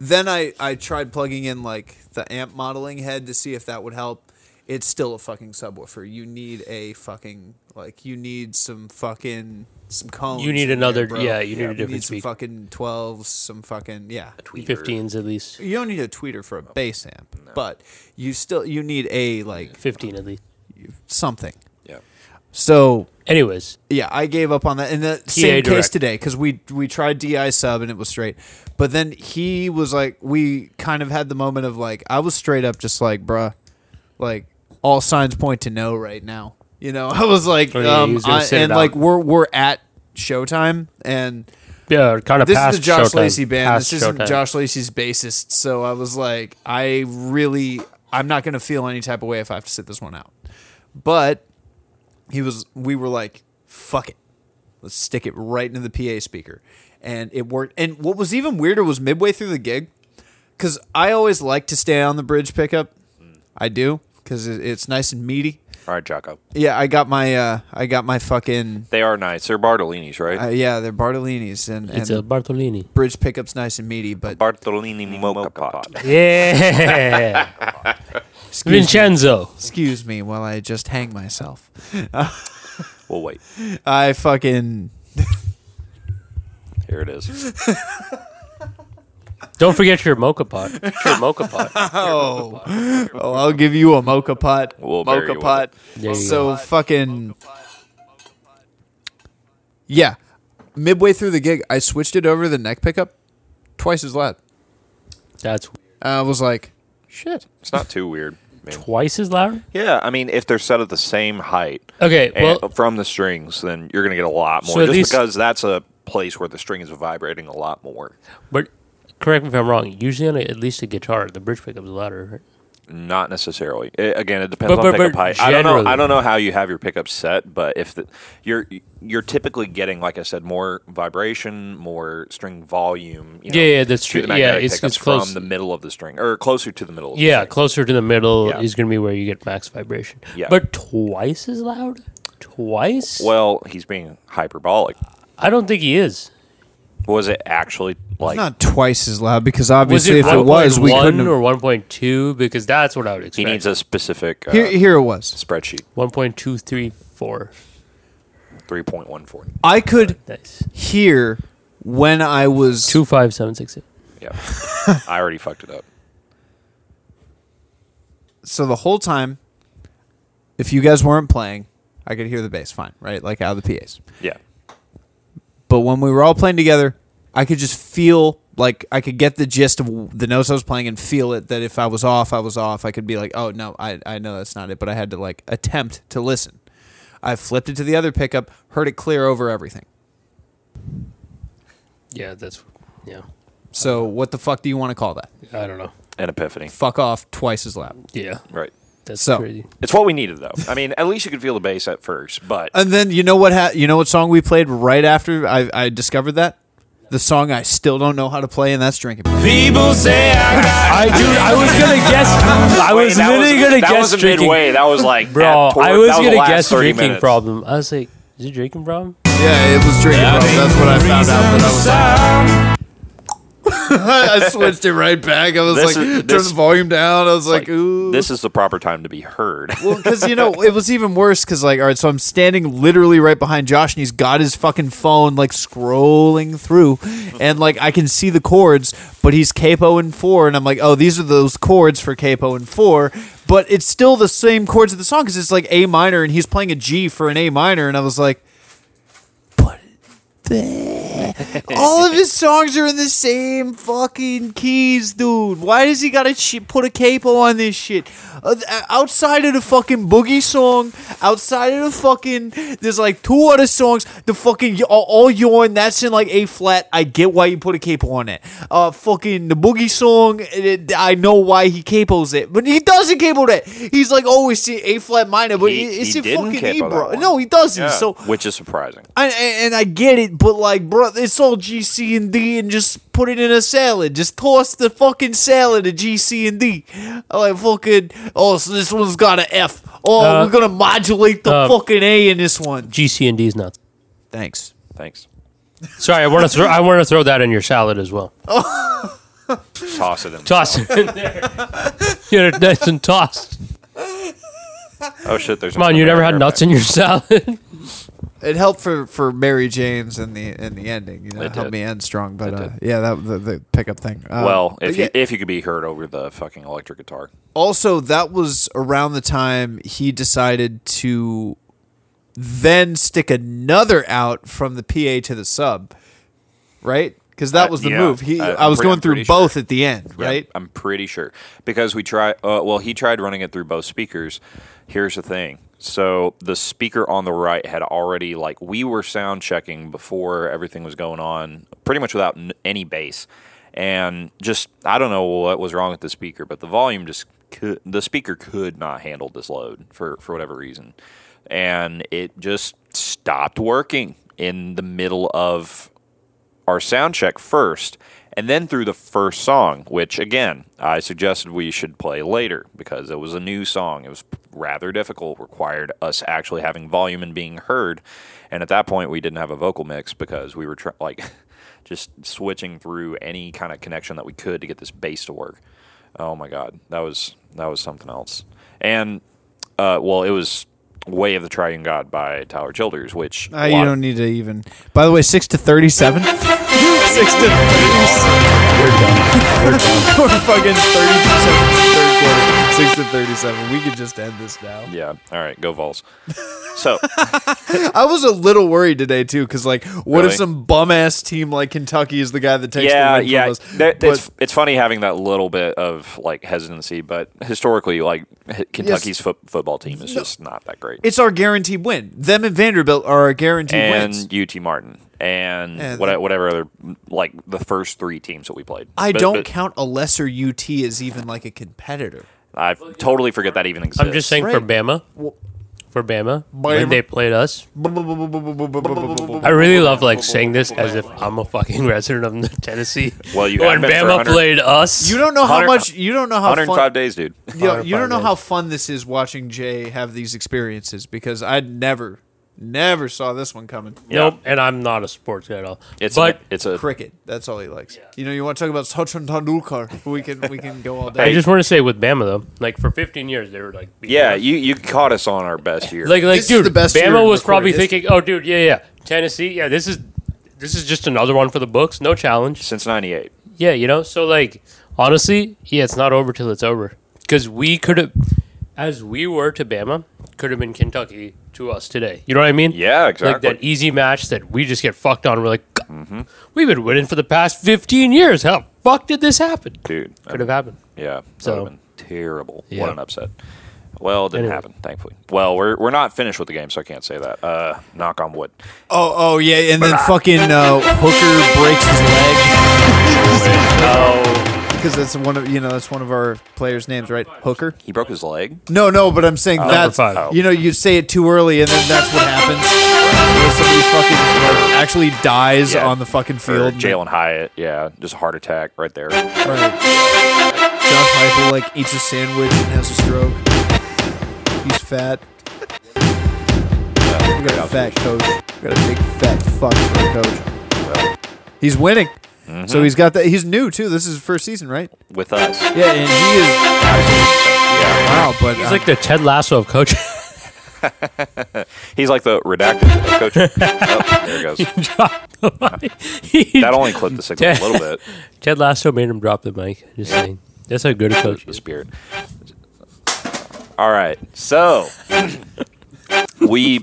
Speaker 2: then I, I tried plugging in like the amp modeling head to see if that would help. It's still a fucking subwoofer. You need a fucking like you need some fucking some cones.
Speaker 4: You need
Speaker 2: in there,
Speaker 4: another-
Speaker 2: bro.
Speaker 4: yeah, you need a
Speaker 2: you
Speaker 4: different
Speaker 2: need some
Speaker 4: speaker.
Speaker 2: fucking twelves, some fucking yeah.
Speaker 4: Fifteens at least.
Speaker 2: You don't need a tweeter for a bass amp, but you still you need a like
Speaker 4: Fifteen at least.
Speaker 2: something.
Speaker 3: yeah.
Speaker 2: So
Speaker 4: Anyways,
Speaker 2: yeah, I gave up on that. In the same case
Speaker 4: direct.
Speaker 2: today, because we we tried di sub and it was straight, but then he was like, we kind of had the moment of like, I was straight up just like, bruh, like all signs point to no right now. You know, I was like,
Speaker 4: Oh, yeah, he
Speaker 2: um,
Speaker 4: was gonna
Speaker 2: I-
Speaker 4: sit it
Speaker 2: and like
Speaker 4: out.
Speaker 2: we're we're at showtime, and
Speaker 4: yeah, kind of.
Speaker 2: this
Speaker 4: past
Speaker 2: is the Josh
Speaker 4: showtime.
Speaker 2: Lacey band.
Speaker 4: Past
Speaker 2: this isn't
Speaker 4: showtime.
Speaker 2: Josh Lacey's bassist, so I was like, I really, I'm not gonna feel any type of way if I have to sit this one out. But he was, we were like, fuck it, let's stick it right into the PA speaker, and it worked. And what was even weirder was midway through the gig, because I always like to stay on the bridge pickup. I do because it's nice and meaty.
Speaker 3: All right, Jocko.
Speaker 2: Yeah, I got my, uh, I got my fucking.
Speaker 3: They are nice. They're Bartolini's, right?
Speaker 2: Uh, yeah, they're Bartolini's and, and
Speaker 4: It's a Bartolini.
Speaker 2: bridge pickup's nice and meaty, but
Speaker 3: Bartolini mocha pot.
Speaker 4: Yeah,
Speaker 2: Excuse me,
Speaker 4: Vincenzo.
Speaker 2: excuse me while I just hang myself.
Speaker 3: Well, wait.
Speaker 2: I fucking
Speaker 3: Here it is.
Speaker 4: Don't forget your mocha pot. Your mocha pot.
Speaker 2: oh, I'll give you a mocha pot.
Speaker 3: We'll bury you
Speaker 2: mocha
Speaker 3: with
Speaker 2: pot.
Speaker 4: There you
Speaker 2: So
Speaker 4: go.
Speaker 2: fucking yeah. Midway through the gig, I switched it over to the neck pickup, twice as loud.
Speaker 4: That's
Speaker 2: I was like, shit.
Speaker 3: It's not too weird. man.
Speaker 4: twice as loud.
Speaker 3: Yeah, I mean, if they're set at the same height
Speaker 4: Okay,
Speaker 3: and-
Speaker 4: well,
Speaker 3: from the strings, then you're going to get a lot more.
Speaker 4: So at
Speaker 3: just
Speaker 4: least-
Speaker 3: because that's a place where the strings are vibrating a lot more.
Speaker 4: but correct me if I'm wrong. Usually, on a, at least a guitar, the bridge pickup is louder. Right?
Speaker 3: Not necessarily. I- again, it depends
Speaker 4: But-
Speaker 3: on
Speaker 4: but-
Speaker 3: pickup
Speaker 4: but
Speaker 3: height. I don't know. I
Speaker 4: generally.
Speaker 3: don't know how you have your pickup set, but if the, you're you're typically getting, like I said, more vibration, more string volume. You know,
Speaker 4: Yeah, yeah, that's
Speaker 3: through the
Speaker 4: true. Yeah,
Speaker 3: magnetic
Speaker 4: it's-
Speaker 3: pickups
Speaker 4: it's close.
Speaker 3: from the middle of the string or closer to the middle. Of the
Speaker 4: Yeah,
Speaker 3: string.
Speaker 4: closer to the middle
Speaker 3: Yeah.
Speaker 4: is going to be where you get max vibration.
Speaker 3: Yeah.
Speaker 4: But twice as loud? Twice?
Speaker 3: Well, he's being hyperbolic.
Speaker 4: I don't think he is.
Speaker 3: Was it actually like?
Speaker 2: Not twice as loud because
Speaker 4: Was
Speaker 2: obviously
Speaker 4: it
Speaker 2: if it was, we
Speaker 4: 1.1
Speaker 2: couldn't. Have,
Speaker 4: or 1.2? Because that's what I would
Speaker 3: he
Speaker 4: expect.
Speaker 3: needs a specific uh,
Speaker 2: here, here it was.
Speaker 3: spreadsheet.
Speaker 4: 1.234.
Speaker 3: Three point one four.
Speaker 2: I could
Speaker 4: Nice.
Speaker 2: hear when I was
Speaker 4: 25768.
Speaker 3: Yeah, I already fucked it up.
Speaker 2: so the whole time, if you guys weren't playing, I could hear the bass fine, right? Like out of the PAs.
Speaker 3: Yeah,
Speaker 2: But when we were all playing together, I could just feel like I could get the gist of the notes I was playing and feel it that if I was off, I was off. I could be like, oh no, I, I know that's not it, but I had to like attempt to listen. I flipped it to the other pickup, heard it clear over everything.
Speaker 4: Yeah, that's. Yeah.
Speaker 2: So what the fuck do you want to call that?
Speaker 4: I don't know.
Speaker 3: an epiphany.
Speaker 2: Fuck off twice as loud.
Speaker 4: Yeah.
Speaker 3: Right.
Speaker 4: That's
Speaker 2: So-
Speaker 4: crazy.
Speaker 3: It's what we needed though. I mean, at least you could feel the bass at first, but
Speaker 2: And then you know what ha- you know what song we played right after I, I discovered that? the song I still don't know how to play, and that's Drinking.
Speaker 7: People say I got.
Speaker 8: I dude, I was gonna guess. I was
Speaker 3: that
Speaker 8: literally gonna
Speaker 3: that
Speaker 8: guess
Speaker 3: wasn't
Speaker 8: drinking.
Speaker 3: midway. That was like
Speaker 4: Bro,
Speaker 3: at toward-
Speaker 8: I was
Speaker 3: that was the
Speaker 8: gonna
Speaker 3: last
Speaker 8: guess
Speaker 3: 30
Speaker 8: drinking
Speaker 3: minutes.
Speaker 4: problem. I was like, is it drinking problem?
Speaker 2: Yeah, it was Drinking. Bro. That's what I found out. That I was like, I switched it right back. I was like,
Speaker 3: This is-
Speaker 2: turned
Speaker 3: this-
Speaker 2: the volume down. I was like,
Speaker 3: Like,
Speaker 2: ooh.
Speaker 3: this is the proper time to be heard.
Speaker 2: Well, because you know it was even worse. Because like, all right, so I'm standing literally right behind Josh, and he's got his fucking phone like scrolling through, and like I can see the chords, but he's capo in four, and I'm like, oh, these are those chords for capo in four, but it's still the same chords of the song because it's like A minor, and he's playing a G for an A minor, and I was like, but all of his songs are in the same fucking keys, dude. Why does he gotta sh- put a capo on this shit? Uh, th- outside of the fucking boogie song, outside of the fucking, there's like two other songs. The fucking y- all, all yawn. That's in like A flat. I get why you put a capo on it. Uh, fucking the boogie song. It, I know why he capos it, but he doesn't capo that. He's like always see A flat minor, but
Speaker 3: He-
Speaker 2: it's
Speaker 3: he
Speaker 2: in
Speaker 3: didn't
Speaker 2: fucking E,
Speaker 3: capo that
Speaker 2: bro.
Speaker 3: one.
Speaker 2: No, he doesn't.
Speaker 3: Yeah.
Speaker 2: So
Speaker 3: which is surprising.
Speaker 2: I, and and I get it, but like, bro, it's all G, C, and D, and just put it in a salad. Just toss the fucking salad to G, C, and D. I like fucking. Oh, so this one's got an F. Oh,
Speaker 4: Uh,
Speaker 2: we're gonna modulate the
Speaker 4: uh,
Speaker 2: fucking A in this one.
Speaker 4: GC and D's nuts.
Speaker 2: Thanks.
Speaker 3: Thanks.
Speaker 4: Sorry, I want to throw. I want to throw that in your salad as well.
Speaker 3: Toss it in.
Speaker 4: Toss it in there. Get it nice and tossed.
Speaker 3: Oh shit! There's
Speaker 4: Come on, you never had nuts in your salad.
Speaker 2: It helped for for Mary Jane's and the and the ending. You know,
Speaker 3: It
Speaker 2: helped
Speaker 3: did.
Speaker 2: me end strong. But
Speaker 3: It
Speaker 2: uh,
Speaker 3: did.
Speaker 2: yeah, that the, the pickup thing. Uh,
Speaker 3: Well,
Speaker 2: but
Speaker 3: if you
Speaker 2: yeah.
Speaker 3: if you could be heard over the fucking electric guitar,
Speaker 2: also that was around the time he decided to then stick another out from the PA to the sub, right? Because that
Speaker 3: Uh,
Speaker 2: was the
Speaker 3: yeah.
Speaker 2: move. He,
Speaker 3: Uh,
Speaker 2: I
Speaker 3: I'm
Speaker 2: was
Speaker 3: pretty-
Speaker 2: going
Speaker 3: I'm
Speaker 2: through
Speaker 3: pretty sure.
Speaker 2: both at the end,
Speaker 3: Yeah,
Speaker 2: right?
Speaker 3: I'm pretty sure because we try. Uh, well, he tried running it through both speakers. Here's the thing. So the speaker on the right had already like we were sound checking before everything was going on, pretty much without n- any bass, and just I don't know what was wrong with the speaker, but the volume just could, the speaker could not handle this load for for whatever reason, and it just stopped working in the middle of our sound check first and then through the first song, which again, I suggested we should play later because it was a new song. It was rather difficult, required us actually having volume and being heard. And at that point, we didn't have a vocal mix because we were try- like just switching through any kind of connection that we could to get this bass to work. Oh my god, that was that was something else. And uh, well, it was Way of the Triune God by Tyler Childers, which
Speaker 2: Uh,
Speaker 3: a
Speaker 2: you
Speaker 3: lot-
Speaker 2: don't need to even. By the way, six to thirty-seven. six to. 37. We're fucking thirty-two seconds. in Third quarter. Six to thirty-seven. We could just end this now.
Speaker 3: Yeah. All right. Go Vols. So
Speaker 2: I was a little worried today too, because like, what
Speaker 3: Really?
Speaker 2: if some bum ass team like Kentucky is the guy that takes
Speaker 3: yeah,
Speaker 2: the win
Speaker 3: yeah.
Speaker 2: from us?
Speaker 3: That-
Speaker 2: But-
Speaker 3: it's it's funny having that little bit of like hesitancy, but historically, like h- Kentucky's fo- football team is just not that great.
Speaker 2: it's our guaranteed win. Them and Vanderbilt are our guaranteed
Speaker 3: and
Speaker 2: wins.
Speaker 3: UT Martin and
Speaker 2: And-
Speaker 3: what, whatever other like the first three teams that we played.
Speaker 2: I
Speaker 3: But-
Speaker 2: don't
Speaker 3: but
Speaker 2: count a lesser UT as even like a competitor.
Speaker 3: I totally forget that even exists.
Speaker 4: I'm just saying for
Speaker 2: Right.
Speaker 4: Bama. For Bama,
Speaker 2: Bama.
Speaker 4: when they played us, I really love like saying this as if I'm a fucking resident of Tennessee.
Speaker 3: Well, you have
Speaker 4: when
Speaker 3: been for
Speaker 4: Bama
Speaker 3: 100
Speaker 4: played us,
Speaker 2: You don't know how
Speaker 3: 100
Speaker 2: much. You don't know how
Speaker 3: 105
Speaker 2: fun.
Speaker 3: days, dude.
Speaker 2: You, know- you don't know
Speaker 4: 105
Speaker 2: how fun this is watching Jay have these experiences because I never, never saw this one coming.
Speaker 4: nope. And I'm not a sports guy at all.
Speaker 3: It's
Speaker 4: but
Speaker 3: a, it's a
Speaker 2: Cricket. That's all he likes. You know, you want to talk about Sachin Tendulkar? We can we can go all day.
Speaker 4: I just want to say with Bama though, like for 15 years they were like beating
Speaker 3: yeah.
Speaker 4: us.
Speaker 3: You you caught us on our best year.
Speaker 4: Like, like,
Speaker 2: This is
Speaker 4: dude,
Speaker 2: the best year in
Speaker 4: Bama was
Speaker 2: recorded
Speaker 4: probably
Speaker 2: history.
Speaker 4: thinking, "Oh, dude, yeah, yeah, Tennessee, yeah, this is, this is just another one for the books, no challenge."
Speaker 3: since '98.
Speaker 4: Yeah, you know. So, like, honestly, yeah, it's not over till it's over because we could have, as we were to Bama, could have been Kentucky to us today. You know what I mean?
Speaker 3: Yeah,
Speaker 4: Like
Speaker 3: exactly. Mm-hmm.
Speaker 4: that easy match that we just get fucked on. We're like, "God, we've been winning for the past 15 years. How the fuck did this happen?
Speaker 3: dude.
Speaker 4: Could have happened.
Speaker 3: Yeah, that
Speaker 4: So-
Speaker 3: would have been terrible.
Speaker 4: Yeah.
Speaker 3: What an upset. Well, it didn't
Speaker 4: Anyway.
Speaker 3: happen, thankfully. Well, we're, we're not finished with the game, so I can't say that. Uh, knock on wood.
Speaker 2: Oh, oh yeah, and then fucking uh, Hooker breaks his leg.
Speaker 3: Oh,
Speaker 2: because that's one of you know that's one of our players' names, right? Hooker.
Speaker 3: He broke his leg.
Speaker 2: No, no, but I'm
Speaker 3: Oh,
Speaker 2: saying that's
Speaker 7: five.
Speaker 2: you know you say it too early and then that's what happens. Where somebody fucking like, actually dies
Speaker 3: Yeah.
Speaker 2: on the fucking
Speaker 3: Or
Speaker 2: field.
Speaker 3: Jalen Hyatt. Yeah, just a heart attack right there.
Speaker 2: Right. Josh Heupel like eats a sandwich and has a stroke. He's fat. We got a fat coach. We got a big fat fuck for a coach. He's winning. So he's got that. He's new too. This is his first season, right?
Speaker 3: With us.
Speaker 2: Yeah, and he is
Speaker 3: Yeah.
Speaker 2: wow. But uh,
Speaker 4: He's like the Ted Lasso of coaching.
Speaker 3: He's like the redacted coach. oh, there it goes. That only clipped the signal a little bit.
Speaker 4: Ted Lasso made him drop the mic. Just saying. That's how good a coach
Speaker 3: the
Speaker 4: is.
Speaker 3: spirit. All right, so we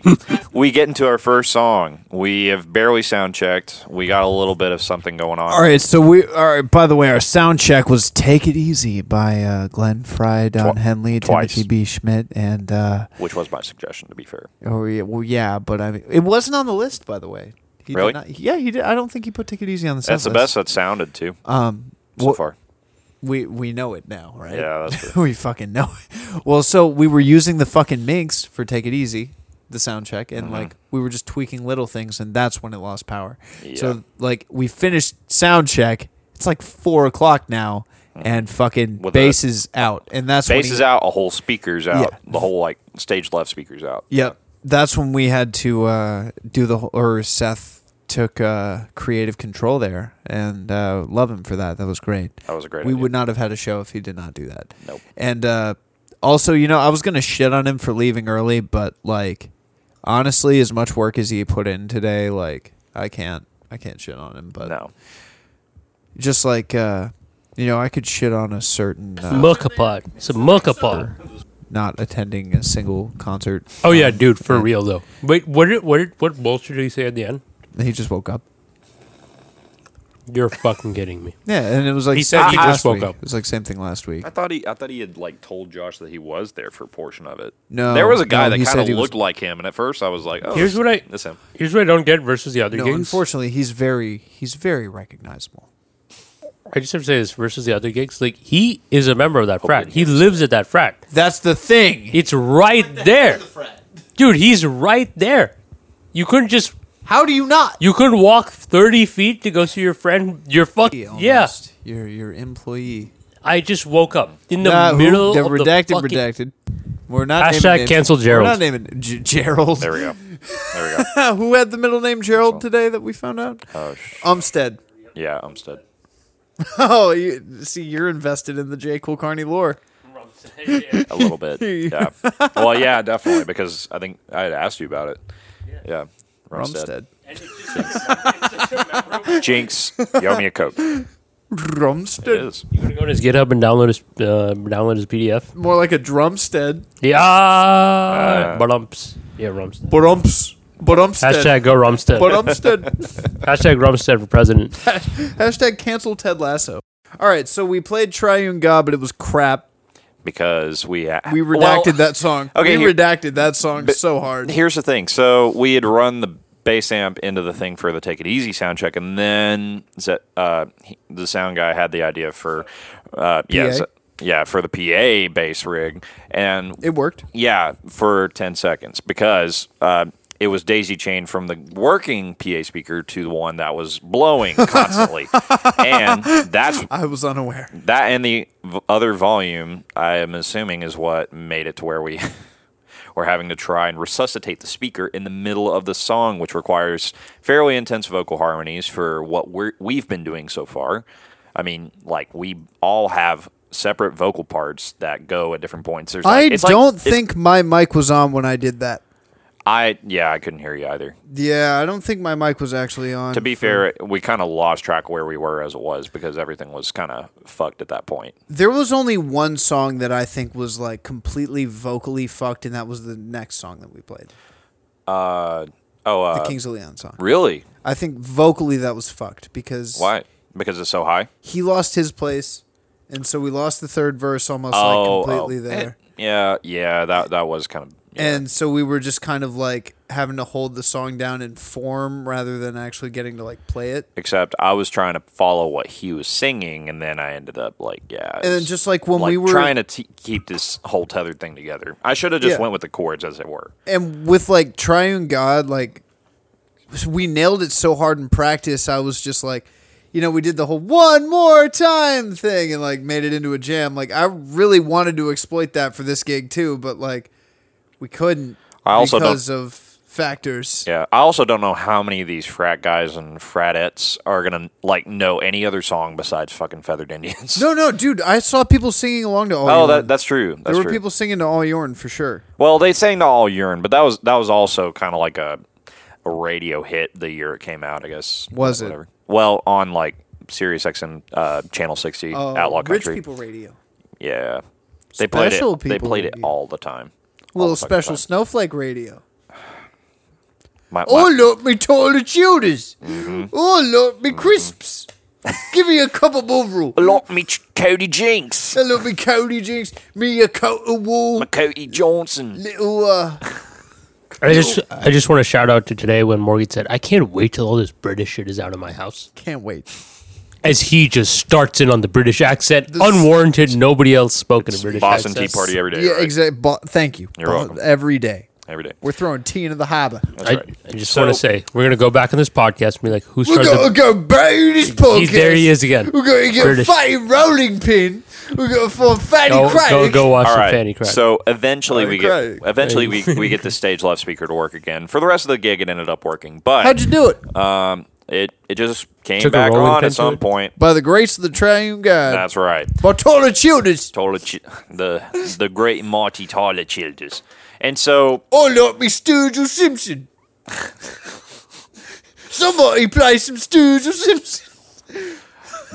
Speaker 3: we get into our first song. We have barely sound checked. We got a little bit of something going on.
Speaker 2: all right. So we all right. By the way, our sound check was "Take It Easy" by uh, Glenn Fry, Don
Speaker 3: Twi-
Speaker 2: Henley,
Speaker 3: twice.
Speaker 2: Timothy B. Schmidt, and uh,
Speaker 3: which was my suggestion. To be fair,
Speaker 2: Oh yeah, well yeah, but I mean, it wasn't on the list, by the way. He
Speaker 3: Really?
Speaker 2: Did not, yeah, he did. I don't think he put "Take It Easy" on the.
Speaker 3: that's the
Speaker 2: sound
Speaker 3: best
Speaker 2: list.
Speaker 3: that sounded too
Speaker 2: Um,
Speaker 3: so
Speaker 2: well,
Speaker 3: far.
Speaker 2: we we know it now, right?
Speaker 3: Yeah, that's
Speaker 2: we fucking know. it. Well, so we were using the fucking Minx for "Take It Easy," the sound check,
Speaker 3: Mm-hmm.
Speaker 2: and like we were just tweaking little things, and that's when it lost power.
Speaker 3: Yeah.
Speaker 2: So like we finished sound check. It's like four o'clock now, and fucking
Speaker 3: Mm. With
Speaker 2: bass
Speaker 3: the-
Speaker 2: is out, and that's when
Speaker 3: Bass
Speaker 2: he-
Speaker 3: is out, a whole speaker's out,
Speaker 2: Yeah.
Speaker 3: the whole like stage left speaker's out.
Speaker 2: Yep. That's when we had to uh, do the whole, or Seth took uh, creative control there and uh, love him for that. That was great.
Speaker 3: That was a great
Speaker 2: We
Speaker 3: idea.
Speaker 2: would not have had a show if he did not do that.
Speaker 3: Nope.
Speaker 2: And uh, also, you know, I was going to shit on him for leaving early, but like honestly, as much work as he put in today, like I can't I can't shit on him, but
Speaker 3: No,
Speaker 2: just like uh, you know, I could shit on a certain uh,
Speaker 4: Muckapod. It's a muckapod.
Speaker 2: not attending a single concert. Um,
Speaker 4: Oh yeah, dude, for real though. Wait, what did what did what bullshit did he say at the end?
Speaker 2: He just woke up.
Speaker 4: You're fucking kidding me.
Speaker 2: Yeah, and it was like
Speaker 4: He said he
Speaker 2: last
Speaker 4: just woke
Speaker 2: week.
Speaker 4: up.
Speaker 2: It was like same thing last week.
Speaker 3: I thought he I thought he had like told Josh that he was there for a portion of it.
Speaker 2: No,
Speaker 3: there was a guy
Speaker 2: no, he
Speaker 3: that kind
Speaker 2: said
Speaker 3: of
Speaker 2: he was-
Speaker 3: looked like him, and at first I was like, oh,
Speaker 4: Here's
Speaker 3: that's-
Speaker 4: what I-
Speaker 3: that's him.
Speaker 4: Here's what I don't get versus the other
Speaker 2: No,
Speaker 4: games.
Speaker 2: unfortunately, he's very he's very recognizable.
Speaker 4: I just have to say this versus the other gigs. Like he is a member of that frat.
Speaker 3: he
Speaker 4: He lives at that frat.
Speaker 2: That's the thing.
Speaker 4: It's right there, dude. He's right there. You couldn't just
Speaker 2: How do you not?
Speaker 4: you couldn't walk thirty feet to go see your friend. Your fuck. Yeah,
Speaker 2: Almost. your your employee.
Speaker 4: I just woke up in the
Speaker 2: Nah, who-
Speaker 4: middle
Speaker 2: they're
Speaker 4: of
Speaker 2: redacted,
Speaker 4: the fucking.
Speaker 2: redacted. We're not
Speaker 4: Hashtag
Speaker 2: naming names.
Speaker 4: cancel Gerald.
Speaker 2: We're not naming G- Gerald.
Speaker 3: There we go. There we go.
Speaker 2: Ah, Who had the middle name Gerald today that we found out?
Speaker 3: Oh, sh-
Speaker 2: Umstead.
Speaker 3: yeah, Umstead.
Speaker 2: Oh, you, see, you're invested in the J. Cool Carney lore.
Speaker 3: a little bit. Yeah. Well, yeah, definitely because I think I had asked you about it. Yeah. Rumstead.
Speaker 2: Rumstead.
Speaker 3: Jinx, you owe me a coke. It
Speaker 2: Drumstead.
Speaker 3: is.
Speaker 4: You gonna go to his GitHub and download his uh, download his PDF?
Speaker 2: More like a drumstead.
Speaker 4: Yeah, uh, Rumps. Yeah, Rumstead.
Speaker 2: Brumps. Brumstead.
Speaker 4: Hashtag go Rumstead.
Speaker 2: Brumstead.
Speaker 4: Hashtag Rumstead for president.
Speaker 2: Hashtag cancel Ted Lasso. All right, so we played Triune God, but it was crap.
Speaker 3: Because we ha-
Speaker 2: We redacted
Speaker 3: Well,
Speaker 2: that song.
Speaker 3: okay,
Speaker 2: we
Speaker 3: here-
Speaker 2: redacted that song so hard.
Speaker 3: Here's the thing. So we had run the bass amp into the thing for the Take It Easy sound check, and then Z- uh, he- the sound guy had the idea for uh, yeah
Speaker 2: PA?
Speaker 3: Z- yeah for the PA bass rig, and
Speaker 2: It worked.
Speaker 3: Yeah, for 10 seconds because uh, it was daisy chain from the working PA speaker to the one that was blowing constantly. and that's
Speaker 2: I was unaware.
Speaker 3: that and the v- other volume, I am assuming, is what made it to where we were having to try and resuscitate the speaker in the middle of the song, which requires fairly intense vocal harmonies for what we're, we've been doing so far. I mean, like we all have separate vocal parts that go at different points. There's like,
Speaker 2: I
Speaker 3: it's like-
Speaker 2: don't
Speaker 3: it's-
Speaker 2: think my mic was on when I did that.
Speaker 3: I yeah, I couldn't hear you either.
Speaker 2: Yeah, I don't think my mic was actually on.
Speaker 3: To be fair, we kind of lost track of where we were as it was because everything was kind of fucked at that point.
Speaker 2: there was only one song that I think was like completely vocally fucked, and that was the next song that we played,
Speaker 3: Oh,
Speaker 2: the
Speaker 3: uh,
Speaker 2: Kings of Leon song.
Speaker 3: really?
Speaker 2: I think vocally that was fucked because
Speaker 3: Why? Because it's so high.
Speaker 2: he lost his place, and so we lost the third verse almost
Speaker 3: oh,
Speaker 2: like completely
Speaker 3: oh,
Speaker 2: there.
Speaker 3: eh, yeah, yeah. That that was kind of.
Speaker 2: And so we were just kind of like, having to hold the song down in form rather than actually getting to like play it.
Speaker 3: Except I was trying to follow what he was singing, and then I ended up like, yeah.
Speaker 2: And then
Speaker 3: it's
Speaker 2: just like when we were
Speaker 3: trying to t- keep this whole tethered thing together, I should have just
Speaker 2: Yeah.
Speaker 3: went with the chords as it were.
Speaker 2: and with like triune god like we nailed it so hard in practice i was just like you know we did the whole one more time thing and like made it into a jam like i really wanted to exploit that for this gig too but like we couldn't
Speaker 3: I also don't-
Speaker 2: because of factors
Speaker 3: Yeah, I also don't know how many of these frat guys and fratettes are gonna like know any other song besides fucking Feathered Indians.
Speaker 2: no no dude i saw people singing along to all
Speaker 3: oh,
Speaker 2: Yorn.
Speaker 3: that, that's true. That's
Speaker 2: there were
Speaker 3: true.
Speaker 2: people singing to all yorn for sure
Speaker 3: Well, they sang to all urine, but that was that was also kind of like a, a radio hit the year it came out. I guess
Speaker 2: Was it?
Speaker 3: Well, on like Sirius XM uh, Channel 60
Speaker 2: Oh,
Speaker 3: Outlaw
Speaker 2: rich
Speaker 3: Country.
Speaker 2: people radio
Speaker 3: Yeah, they played
Speaker 2: Special
Speaker 3: it. They
Speaker 2: people
Speaker 3: played it
Speaker 2: radio.
Speaker 3: all the time. All
Speaker 2: little
Speaker 3: the fucking
Speaker 2: special
Speaker 3: time.
Speaker 2: snowflake radio
Speaker 3: My, Mm-hmm.
Speaker 2: Oh,
Speaker 3: my-
Speaker 2: look, me toilet shooters. Oh, look, me crisps. Give me a cup of overall.
Speaker 3: Lock me Ch- Cody Jinks,
Speaker 2: I love me Cody Jinx. Me a coat of wool.
Speaker 3: my Cody Johnson.
Speaker 2: Little, uh,
Speaker 4: I just I just want to shout out to today when Morgan said, "I can't wait till all this British shit is out of my house."
Speaker 2: can't wait.
Speaker 4: As he just starts in on the British accent,
Speaker 2: This-
Speaker 4: unwarranted. Nobody else spoke in a British
Speaker 3: Boston Tea
Speaker 4: accent.
Speaker 3: Party every day.
Speaker 2: Yeah,
Speaker 3: right?
Speaker 2: exactly. But thank you.
Speaker 3: You're
Speaker 2: Bo-
Speaker 3: welcome.
Speaker 2: Every day.
Speaker 3: Every day.
Speaker 2: We're throwing tea into the harbor.
Speaker 3: That's
Speaker 4: I,
Speaker 3: right.
Speaker 4: I just
Speaker 3: So-
Speaker 4: want to say we're gonna go back on this podcast and be like, "Who
Speaker 2: We're
Speaker 4: started?"
Speaker 2: going to
Speaker 4: The,
Speaker 2: go back in this podcast.
Speaker 4: he's there. He is again.
Speaker 2: We're going to get
Speaker 4: British.
Speaker 2: a fatty rolling pin. We're going to form fatty
Speaker 4: Go, go,
Speaker 2: crack.
Speaker 4: go watch
Speaker 3: All
Speaker 4: the
Speaker 3: right.
Speaker 4: Fanny Crack.
Speaker 3: So eventually we
Speaker 2: Fanny
Speaker 3: get
Speaker 2: Crack.
Speaker 3: eventually we, we get the stage left speaker to work again. For the rest of the gig, it ended up working, but um,
Speaker 2: How'd you do it?
Speaker 3: It it just came
Speaker 4: Took a
Speaker 3: back
Speaker 4: rolling
Speaker 3: on
Speaker 4: pin
Speaker 3: at
Speaker 4: to
Speaker 3: some
Speaker 4: it?
Speaker 3: point.
Speaker 2: By the grace of the triune God.
Speaker 3: That's right.
Speaker 2: By toilet shooters.
Speaker 3: Tyler Ch- the the great Marty Tyler Childers. And so
Speaker 2: Oh, look, me Sturgill Simpson. Somebody play some Sturgill Simpson.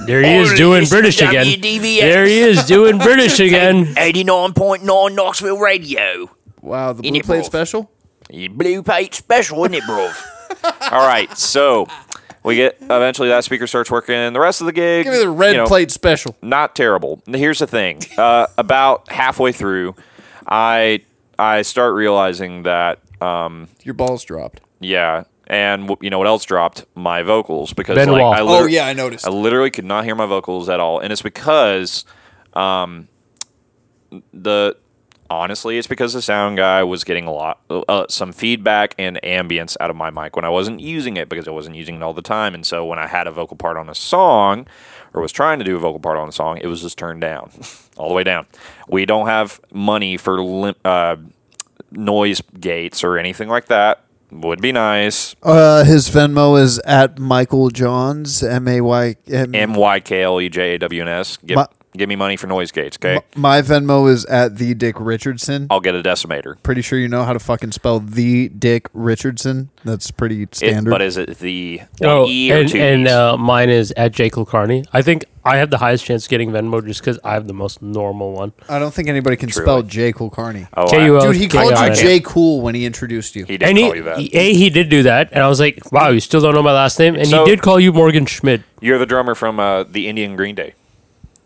Speaker 4: there he is
Speaker 3: Or
Speaker 4: doing
Speaker 3: it's
Speaker 4: British again.
Speaker 3: WDVX.
Speaker 4: There he is doing British again.
Speaker 3: 89.9 Knoxville Radio.
Speaker 2: Wow, the
Speaker 3: In
Speaker 2: blue
Speaker 3: it,
Speaker 2: plate
Speaker 3: bro.
Speaker 2: special?
Speaker 3: You blue plate special, isn't it, bruv? All right, so we get eventually that speaker starts working. The rest of the gig,
Speaker 2: Give me the red
Speaker 3: you know,
Speaker 2: plate special.
Speaker 3: not terrible. Here's the thing: uh, about halfway through, I I start realizing that um,
Speaker 2: Your ball's dropped.
Speaker 3: Yeah, and w- you know what else dropped? My vocals because
Speaker 4: Ben
Speaker 3: like
Speaker 4: Wall.
Speaker 3: I
Speaker 2: Oh,
Speaker 3: liter-
Speaker 2: yeah, I noticed.
Speaker 3: I literally could not hear my vocals at all, and it's because, um, the honestly, it's because the sound guy was getting a lot uh, some feedback and ambience out of my mic when I wasn't using it because I wasn't using it all the time, and so when I had a vocal part on a song or was trying to do a vocal part on a song, it was just turned down, all the way down. We don't have money for lim- uh, noise gates or anything like that. Would be nice.
Speaker 2: Uh, his Venmo is at Michael Johns, M A Y M.
Speaker 3: M Y K L E J A W N S. Give,
Speaker 2: My-
Speaker 3: give me money for noise gates, okay?
Speaker 2: My Venmo is at the Dick Richardson.
Speaker 3: I'll get a decimator.
Speaker 2: Pretty sure you know how to fucking spell the Dick Richardson. That's pretty
Speaker 3: It,
Speaker 2: standard.
Speaker 3: but is it the one
Speaker 4: Oh,
Speaker 3: E or
Speaker 4: and,
Speaker 3: two
Speaker 4: and
Speaker 3: E's?
Speaker 4: uh, mine is at Jake Lucarney. I think I have the highest chance of getting Venmo just because I have the most normal one.
Speaker 2: I don't think anybody can spell J. Cool Carney.
Speaker 3: oh, I-
Speaker 4: K-U-O.
Speaker 2: Dude, he called
Speaker 4: K-I-N.
Speaker 2: you J. Cool when he introduced you.
Speaker 3: he did
Speaker 4: And he,
Speaker 3: call you that.
Speaker 4: he- A, he did do that, and I was like, "Wow, you still don't know my last name." And
Speaker 3: So-
Speaker 4: he did call you Morgan Schmidt.
Speaker 3: You're the drummer from uh, the Indian Green Day.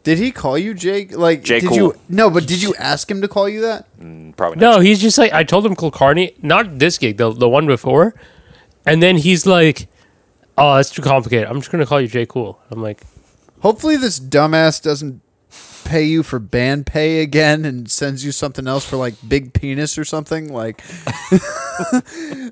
Speaker 2: Did he call you Jake? Like,
Speaker 3: J.
Speaker 2: did
Speaker 3: Cool.
Speaker 2: you? No, but did you ask him to call you that?
Speaker 3: Probably not.
Speaker 4: No, he's just like I told him Kulkarni, not this gig, the the one before, and then he's like, "Oh, that's too complicated. I'm just gonna call you J Cool." I'm like,
Speaker 2: Hopefully, this dumbass doesn't pay you for band pay again and sends you something else for like big penis or something. Like,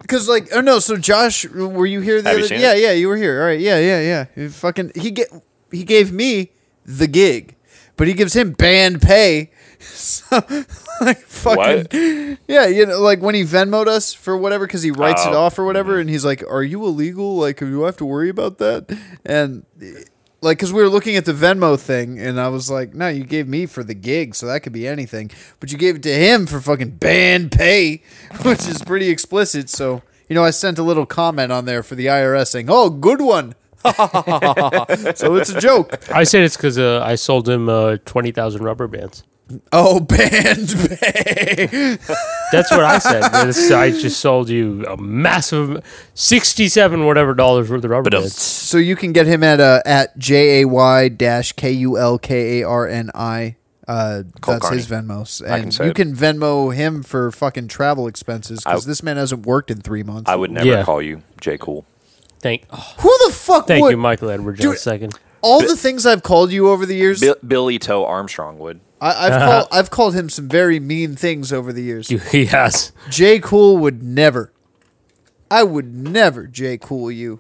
Speaker 2: because like, oh no. So Josh, were you here? The
Speaker 3: Have you
Speaker 2: other,
Speaker 3: seen
Speaker 2: yeah,
Speaker 3: it?
Speaker 2: yeah, you were here. All right, yeah, yeah, yeah. He fucking he get he gave me the gig, but he gives him band pay. So, like fucking
Speaker 3: What?
Speaker 2: yeah, you know, like when he Venmoed us for whatever because he writes it
Speaker 3: Oh,
Speaker 2: off or whatever, and he's like, "Are you illegal? Like, do I have to worry about that?" And like, because we were looking at the Venmo thing, and I was like, "No, you gave me for the gig, so that could be anything, but you gave it to him for fucking band pay, which is pretty explicit." So you know, I sent a little comment on there for the IRS saying, "Oh, good one." so it's a joke.
Speaker 4: I said it's because uh, I sold him uh, twenty thousand rubber bands.
Speaker 2: Oh, band pay.
Speaker 4: That's what I said. This- I just sold you a massive sixty-seven whatever dollars worth of rubber bands.
Speaker 2: So you can get him at uh, at J A Y dash K U L K A R N I Uh,
Speaker 3: Call
Speaker 2: that's his
Speaker 3: Carney.
Speaker 2: Venmo,
Speaker 3: I
Speaker 2: and
Speaker 3: can say
Speaker 2: you
Speaker 3: it.
Speaker 2: can Venmo him for fucking travel expenses because
Speaker 3: I-
Speaker 2: this man hasn't worked in three months.
Speaker 3: I would never
Speaker 4: Yeah.
Speaker 3: call you J. Cool.
Speaker 4: Thank, oh,
Speaker 2: Who the fuck
Speaker 4: thank
Speaker 2: would?
Speaker 4: you, Michael Edward
Speaker 2: Dude-
Speaker 4: Jones.
Speaker 2: All the things I've called you over the years,
Speaker 3: Bi- Billy Toe Armstrong would.
Speaker 2: I, I've called I've called him some very mean things over the years.
Speaker 4: Second, yes.
Speaker 2: J Cool would never. I would never J Cool you.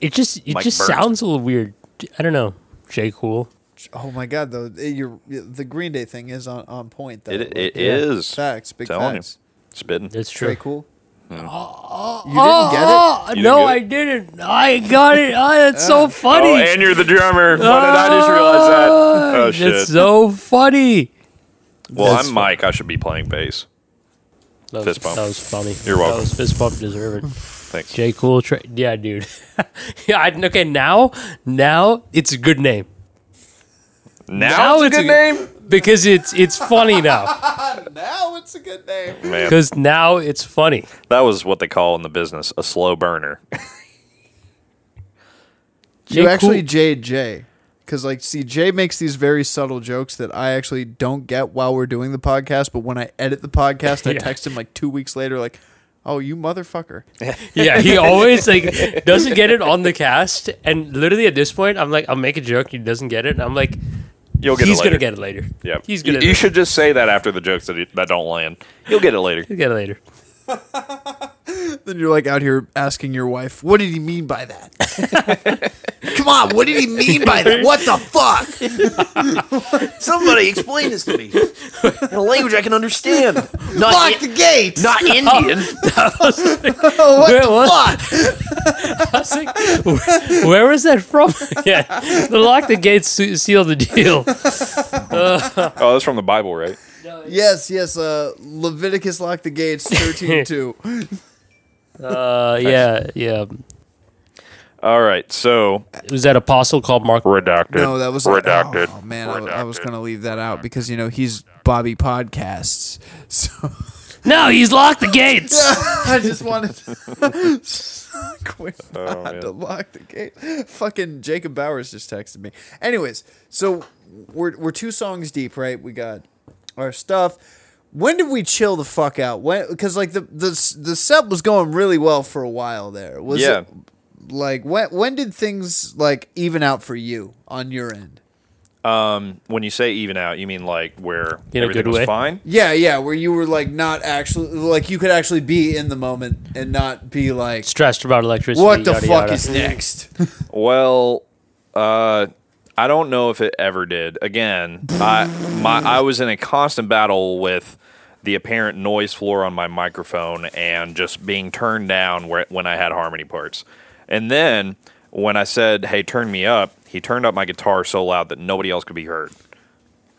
Speaker 4: It just it
Speaker 3: Mike
Speaker 4: just
Speaker 3: Burnt.
Speaker 4: sounds a little weird. I don't know. J. Cool.
Speaker 2: Oh my god, though eh, you're, the Green Day thing is on, on point. Though
Speaker 3: It it is
Speaker 2: facts, big
Speaker 3: Telling
Speaker 2: facts.
Speaker 3: you, spitting.
Speaker 4: That's true.
Speaker 2: J Cool. You didn't get it.
Speaker 4: Oh,
Speaker 3: You
Speaker 4: no, I
Speaker 3: didn't
Speaker 4: didn't. I got it. Oh, that's so funny.
Speaker 3: Oh, and you're the drummer. Why
Speaker 4: Ah,
Speaker 3: did I just realize that?
Speaker 4: Oh,
Speaker 3: Oh shit.
Speaker 4: That's so funny.
Speaker 3: well,
Speaker 2: that's
Speaker 3: I'm Mike. I should be playing bass.
Speaker 4: That was,
Speaker 3: Fist bump.
Speaker 4: That was funny.
Speaker 3: You're
Speaker 4: That
Speaker 3: welcome.
Speaker 4: was fist bump deserved.
Speaker 3: Thanks.
Speaker 4: J. Cool. Tra- yeah, dude. yeah. I, okay, now now it's a good name
Speaker 3: now, it's a good name.
Speaker 4: because it's it's funny now
Speaker 2: Now it's a good name.
Speaker 3: Man,
Speaker 4: because now it's funny.
Speaker 3: that was what they call in the business a slow burner.
Speaker 4: J.
Speaker 2: you actually
Speaker 4: Cool.
Speaker 2: J J. Because, like, see, Jay makes these very subtle jokes that I actually don't get while we're doing the podcast. But when I edit the podcast, I
Speaker 4: Yeah.
Speaker 2: text him like two weeks later, like, oh, you motherfucker.
Speaker 4: Yeah, he always like doesn't get it on the cast, and literally at this point, I'm like, I'll make a joke. He doesn't get it, and I'm like,
Speaker 3: You'll get
Speaker 4: he's
Speaker 3: it
Speaker 4: gonna
Speaker 3: later.
Speaker 4: get it later.
Speaker 3: Yeah,
Speaker 4: he's gonna.
Speaker 3: You, you should just say that after the jokes that that don't land. You'll get it later.
Speaker 4: He'll get it later.
Speaker 2: Then you're like out here asking your wife, what did he mean by that? Come on, what did he mean by that? What the fuck?
Speaker 3: Somebody explain this to me in a language I can understand. Not
Speaker 2: Lock the gates.
Speaker 3: not Indian.
Speaker 4: where was, I was like, where, where was that from? yeah, the lock the gates se- seal the deal.
Speaker 3: oh, that's from the Bible, right?
Speaker 2: Yes, yes. Uh, Leviticus locked the gates 13 2.
Speaker 4: Uh, yeah, yeah.
Speaker 3: All right, so
Speaker 4: It was that apostle called Mark.
Speaker 3: redacted.
Speaker 2: No, that was
Speaker 3: redacted.
Speaker 2: Oh, man, I, I was
Speaker 3: Redacted.
Speaker 2: going to leave that out because you know he's Bobby Podcasts. So
Speaker 4: No, he's locked the gates.
Speaker 2: I just wanted quick not
Speaker 3: man.
Speaker 2: to lock the gate. Fucking Jacob Bowers just texted me. Anyways, so we're we're two songs deep, right? We got our stuff. When did we chill the fuck out? When because like the the s- the set was going really well for a while there. Was
Speaker 3: Yeah.
Speaker 2: it like when when did things like even out for you on your end?
Speaker 3: When you say even out, you mean like where
Speaker 4: In a
Speaker 3: everything
Speaker 4: good
Speaker 3: was
Speaker 4: way.
Speaker 3: fine?
Speaker 2: Yeah, yeah, where you were like not actually like you could actually be in the moment and not be like
Speaker 4: Stressed about electricity.
Speaker 2: what the
Speaker 4: yada,
Speaker 2: fuck
Speaker 4: yada.
Speaker 2: is next?
Speaker 3: Well, uh, I don't know if it ever did. Again, I my I was in a constant battle with the apparent noise floor on my microphone and just being turned down where, when I had harmony parts. And then when I said, "Hey, turn me up," he turned up my guitar so loud that nobody else could be heard.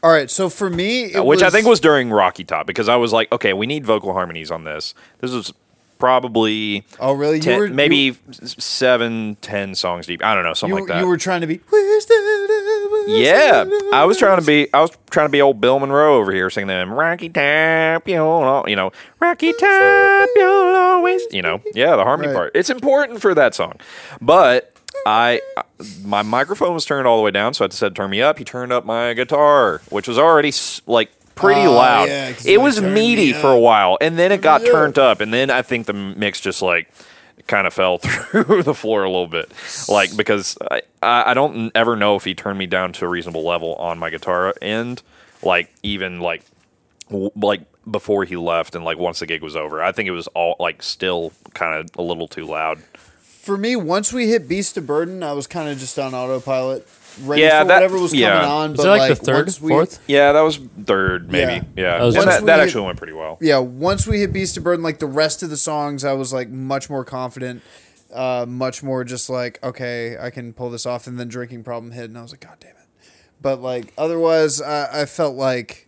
Speaker 2: All right, so for me, it
Speaker 3: Uh, which I think was during Rocky Top because I was like, okay, we need vocal harmonies on this. This was probably
Speaker 2: Oh, really? You
Speaker 3: ten-
Speaker 2: were-
Speaker 3: maybe
Speaker 2: you-
Speaker 3: s- seven, ten songs deep. I don't know,
Speaker 2: you,
Speaker 3: something like that.
Speaker 2: you were trying to be. Where's the love?
Speaker 3: yeah, I was trying to be, I was trying to be old Bill Monroe over here singing them Rocky Top, you'll al- you know, Rocky Top, you'll always, you know, yeah, the harmony
Speaker 2: Right.
Speaker 3: part. It's important for that song, but. I I- my microphone was turned all the way down, so I said, "Turn me up." He turned up my guitar, which was already s- like pretty
Speaker 2: Oh,
Speaker 3: loud.
Speaker 2: yeah, 'cause
Speaker 3: it
Speaker 2: you
Speaker 3: was
Speaker 2: turned
Speaker 3: meaty
Speaker 2: me
Speaker 3: for a
Speaker 2: up.
Speaker 3: while, and then it got
Speaker 2: Yeah.
Speaker 3: turned up, and then I think the mix just like kind of fell through the floor a little bit, like because I I I don't ever know if he turned me down to a reasonable level on my guitar end, like even like w- like before he left and like once the gig was over. I think it was all like still kind of a little too loud.
Speaker 2: For me, once we hit Beast of Burden, I was kind of just on autopilot, ready
Speaker 3: Yeah,
Speaker 2: for
Speaker 3: that-
Speaker 2: whatever was
Speaker 3: yeah.
Speaker 2: coming on.
Speaker 4: Is
Speaker 2: but
Speaker 4: that like, the third,
Speaker 2: once we-
Speaker 4: fourth?
Speaker 3: Yeah, that was third maybe. Yeah,
Speaker 4: That was
Speaker 3: And
Speaker 4: once
Speaker 3: that,
Speaker 2: we
Speaker 3: that
Speaker 2: hit-
Speaker 3: actually went pretty well.
Speaker 2: Yeah, once we hit Beast of Burden, like the rest of the songs, I was like much more confident, uh, much more just like okay, I can pull this off. And then drinking problem hit, and I was like, God damn it! But like otherwise, I, I felt like,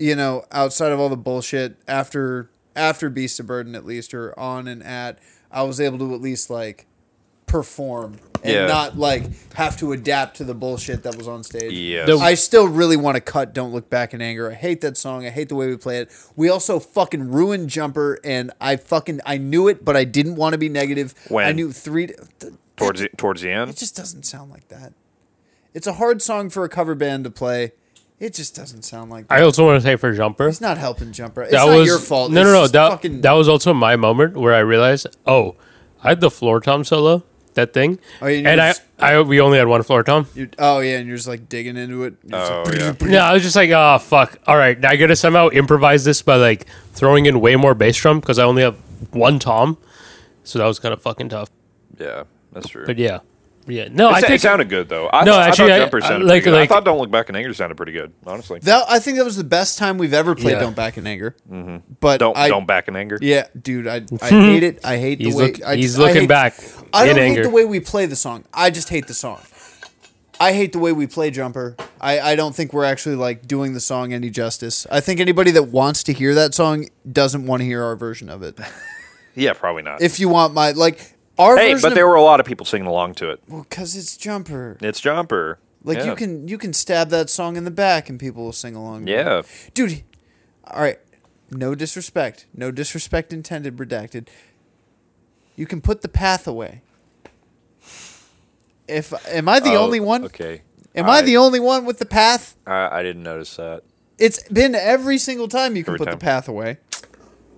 Speaker 2: you know, outside of all the bullshit after after Beast of Burden, at least or on and at, I was able to at least like perform and
Speaker 3: Yeah.
Speaker 2: not like have to adapt to the bullshit that was on stage.
Speaker 3: Yes.
Speaker 4: The-
Speaker 2: I still really want to cut Don't Look Back in Anger. I hate that song. I hate the way we play it. We also fucking ruined Jumper and I fucking I knew it, but I didn't want to be negative.
Speaker 3: When?
Speaker 2: I knew 3 th-
Speaker 3: towards the, towards the end.
Speaker 2: it just doesn't sound like that. It's a hard song for a cover band to play It just doesn't sound like that.
Speaker 4: I also want to say for Jumper,
Speaker 2: He's not helping Jumper. It's
Speaker 4: that
Speaker 2: not
Speaker 4: was
Speaker 2: your fault.
Speaker 4: No,
Speaker 2: It's
Speaker 4: no, no.
Speaker 2: just
Speaker 4: That,
Speaker 2: fucking-
Speaker 4: that was also my moment where I realized, oh, I had the floor tom solo, that thing,
Speaker 2: Oh, you
Speaker 4: and
Speaker 2: knew
Speaker 4: I,
Speaker 2: it's-
Speaker 4: I, we only had one floor tom.
Speaker 2: you- oh yeah, and you're just like digging into it. You're
Speaker 4: Oh,
Speaker 3: Oh,
Speaker 2: just like,
Speaker 4: No, I was just like, oh fuck. All right, now I gotta somehow improvise this by like throwing in way more bass drum because I only have one tom, so that was kind of fucking tough.
Speaker 3: Yeah, that's true.
Speaker 4: But yeah, yeah. No,
Speaker 3: It
Speaker 4: I
Speaker 3: sa-
Speaker 4: think
Speaker 3: it sounded good though. I,
Speaker 4: No,
Speaker 3: thought-
Speaker 4: actually,
Speaker 3: I
Speaker 4: I-
Speaker 3: thought Jumper
Speaker 4: I-
Speaker 3: sounded
Speaker 4: like-
Speaker 3: pretty good.
Speaker 4: like-
Speaker 3: I thought Don't Look Back in Anger sounded pretty good, honestly.
Speaker 2: that I think that was the best time we've ever played
Speaker 4: Yeah. Mm-hmm.
Speaker 2: Don't Back in Anger. But
Speaker 3: don't
Speaker 2: I,
Speaker 3: don't back in anger.
Speaker 2: Yeah, dude, I, I hate it. I hate
Speaker 4: He's
Speaker 2: the way
Speaker 4: look-
Speaker 2: I
Speaker 4: he's
Speaker 2: just- I
Speaker 4: looking
Speaker 2: hate-
Speaker 4: back
Speaker 2: I
Speaker 4: in
Speaker 2: don't
Speaker 4: anger.
Speaker 2: hate the way we play the song. I just hate the song. I hate the way we play Jumper. I, I don't think we're actually like doing the song any justice. I think anybody that wants to hear that song doesn't want to hear our version of it.
Speaker 3: Yeah, probably not.
Speaker 2: If you want my like our
Speaker 3: hey,
Speaker 2: version
Speaker 3: but
Speaker 2: of-
Speaker 3: there were a lot of people singing along to it.
Speaker 2: because it's Jumper.
Speaker 3: It's Jumper.
Speaker 2: Like
Speaker 3: Yeah.
Speaker 2: you can you can stab that song in the back and people will sing along. to it.
Speaker 3: Yeah.
Speaker 2: dude. All right, no disrespect, no disrespect intended. Redacted. You can put the path away. If am I the
Speaker 3: Oh,
Speaker 2: only one?
Speaker 3: Okay.
Speaker 2: Am I the only one with the path?
Speaker 3: I, I didn't notice that.
Speaker 2: It's been every single time you can
Speaker 3: Every
Speaker 2: put
Speaker 3: time.
Speaker 2: the path away.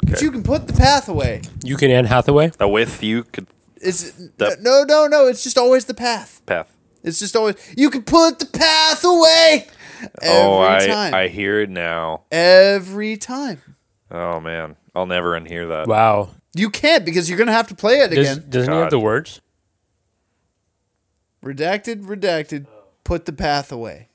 Speaker 2: But
Speaker 3: Okay.
Speaker 2: you can put the path away.
Speaker 4: you can Anne Hathaway.
Speaker 3: A with you could
Speaker 2: It's
Speaker 3: The-
Speaker 2: no, no, no. It's just always the path.
Speaker 3: path.
Speaker 2: It's just always you can put the path away. Every
Speaker 3: oh, I
Speaker 2: time.
Speaker 3: I hear it now.
Speaker 2: every time.
Speaker 3: Oh man, I'll never unhear that.
Speaker 4: Wow.
Speaker 2: You can't because you're gonna have to play it
Speaker 4: Does,
Speaker 2: again.
Speaker 4: doesn't he have
Speaker 3: God.
Speaker 4: the words?
Speaker 2: Redacted, redacted. Put the path away.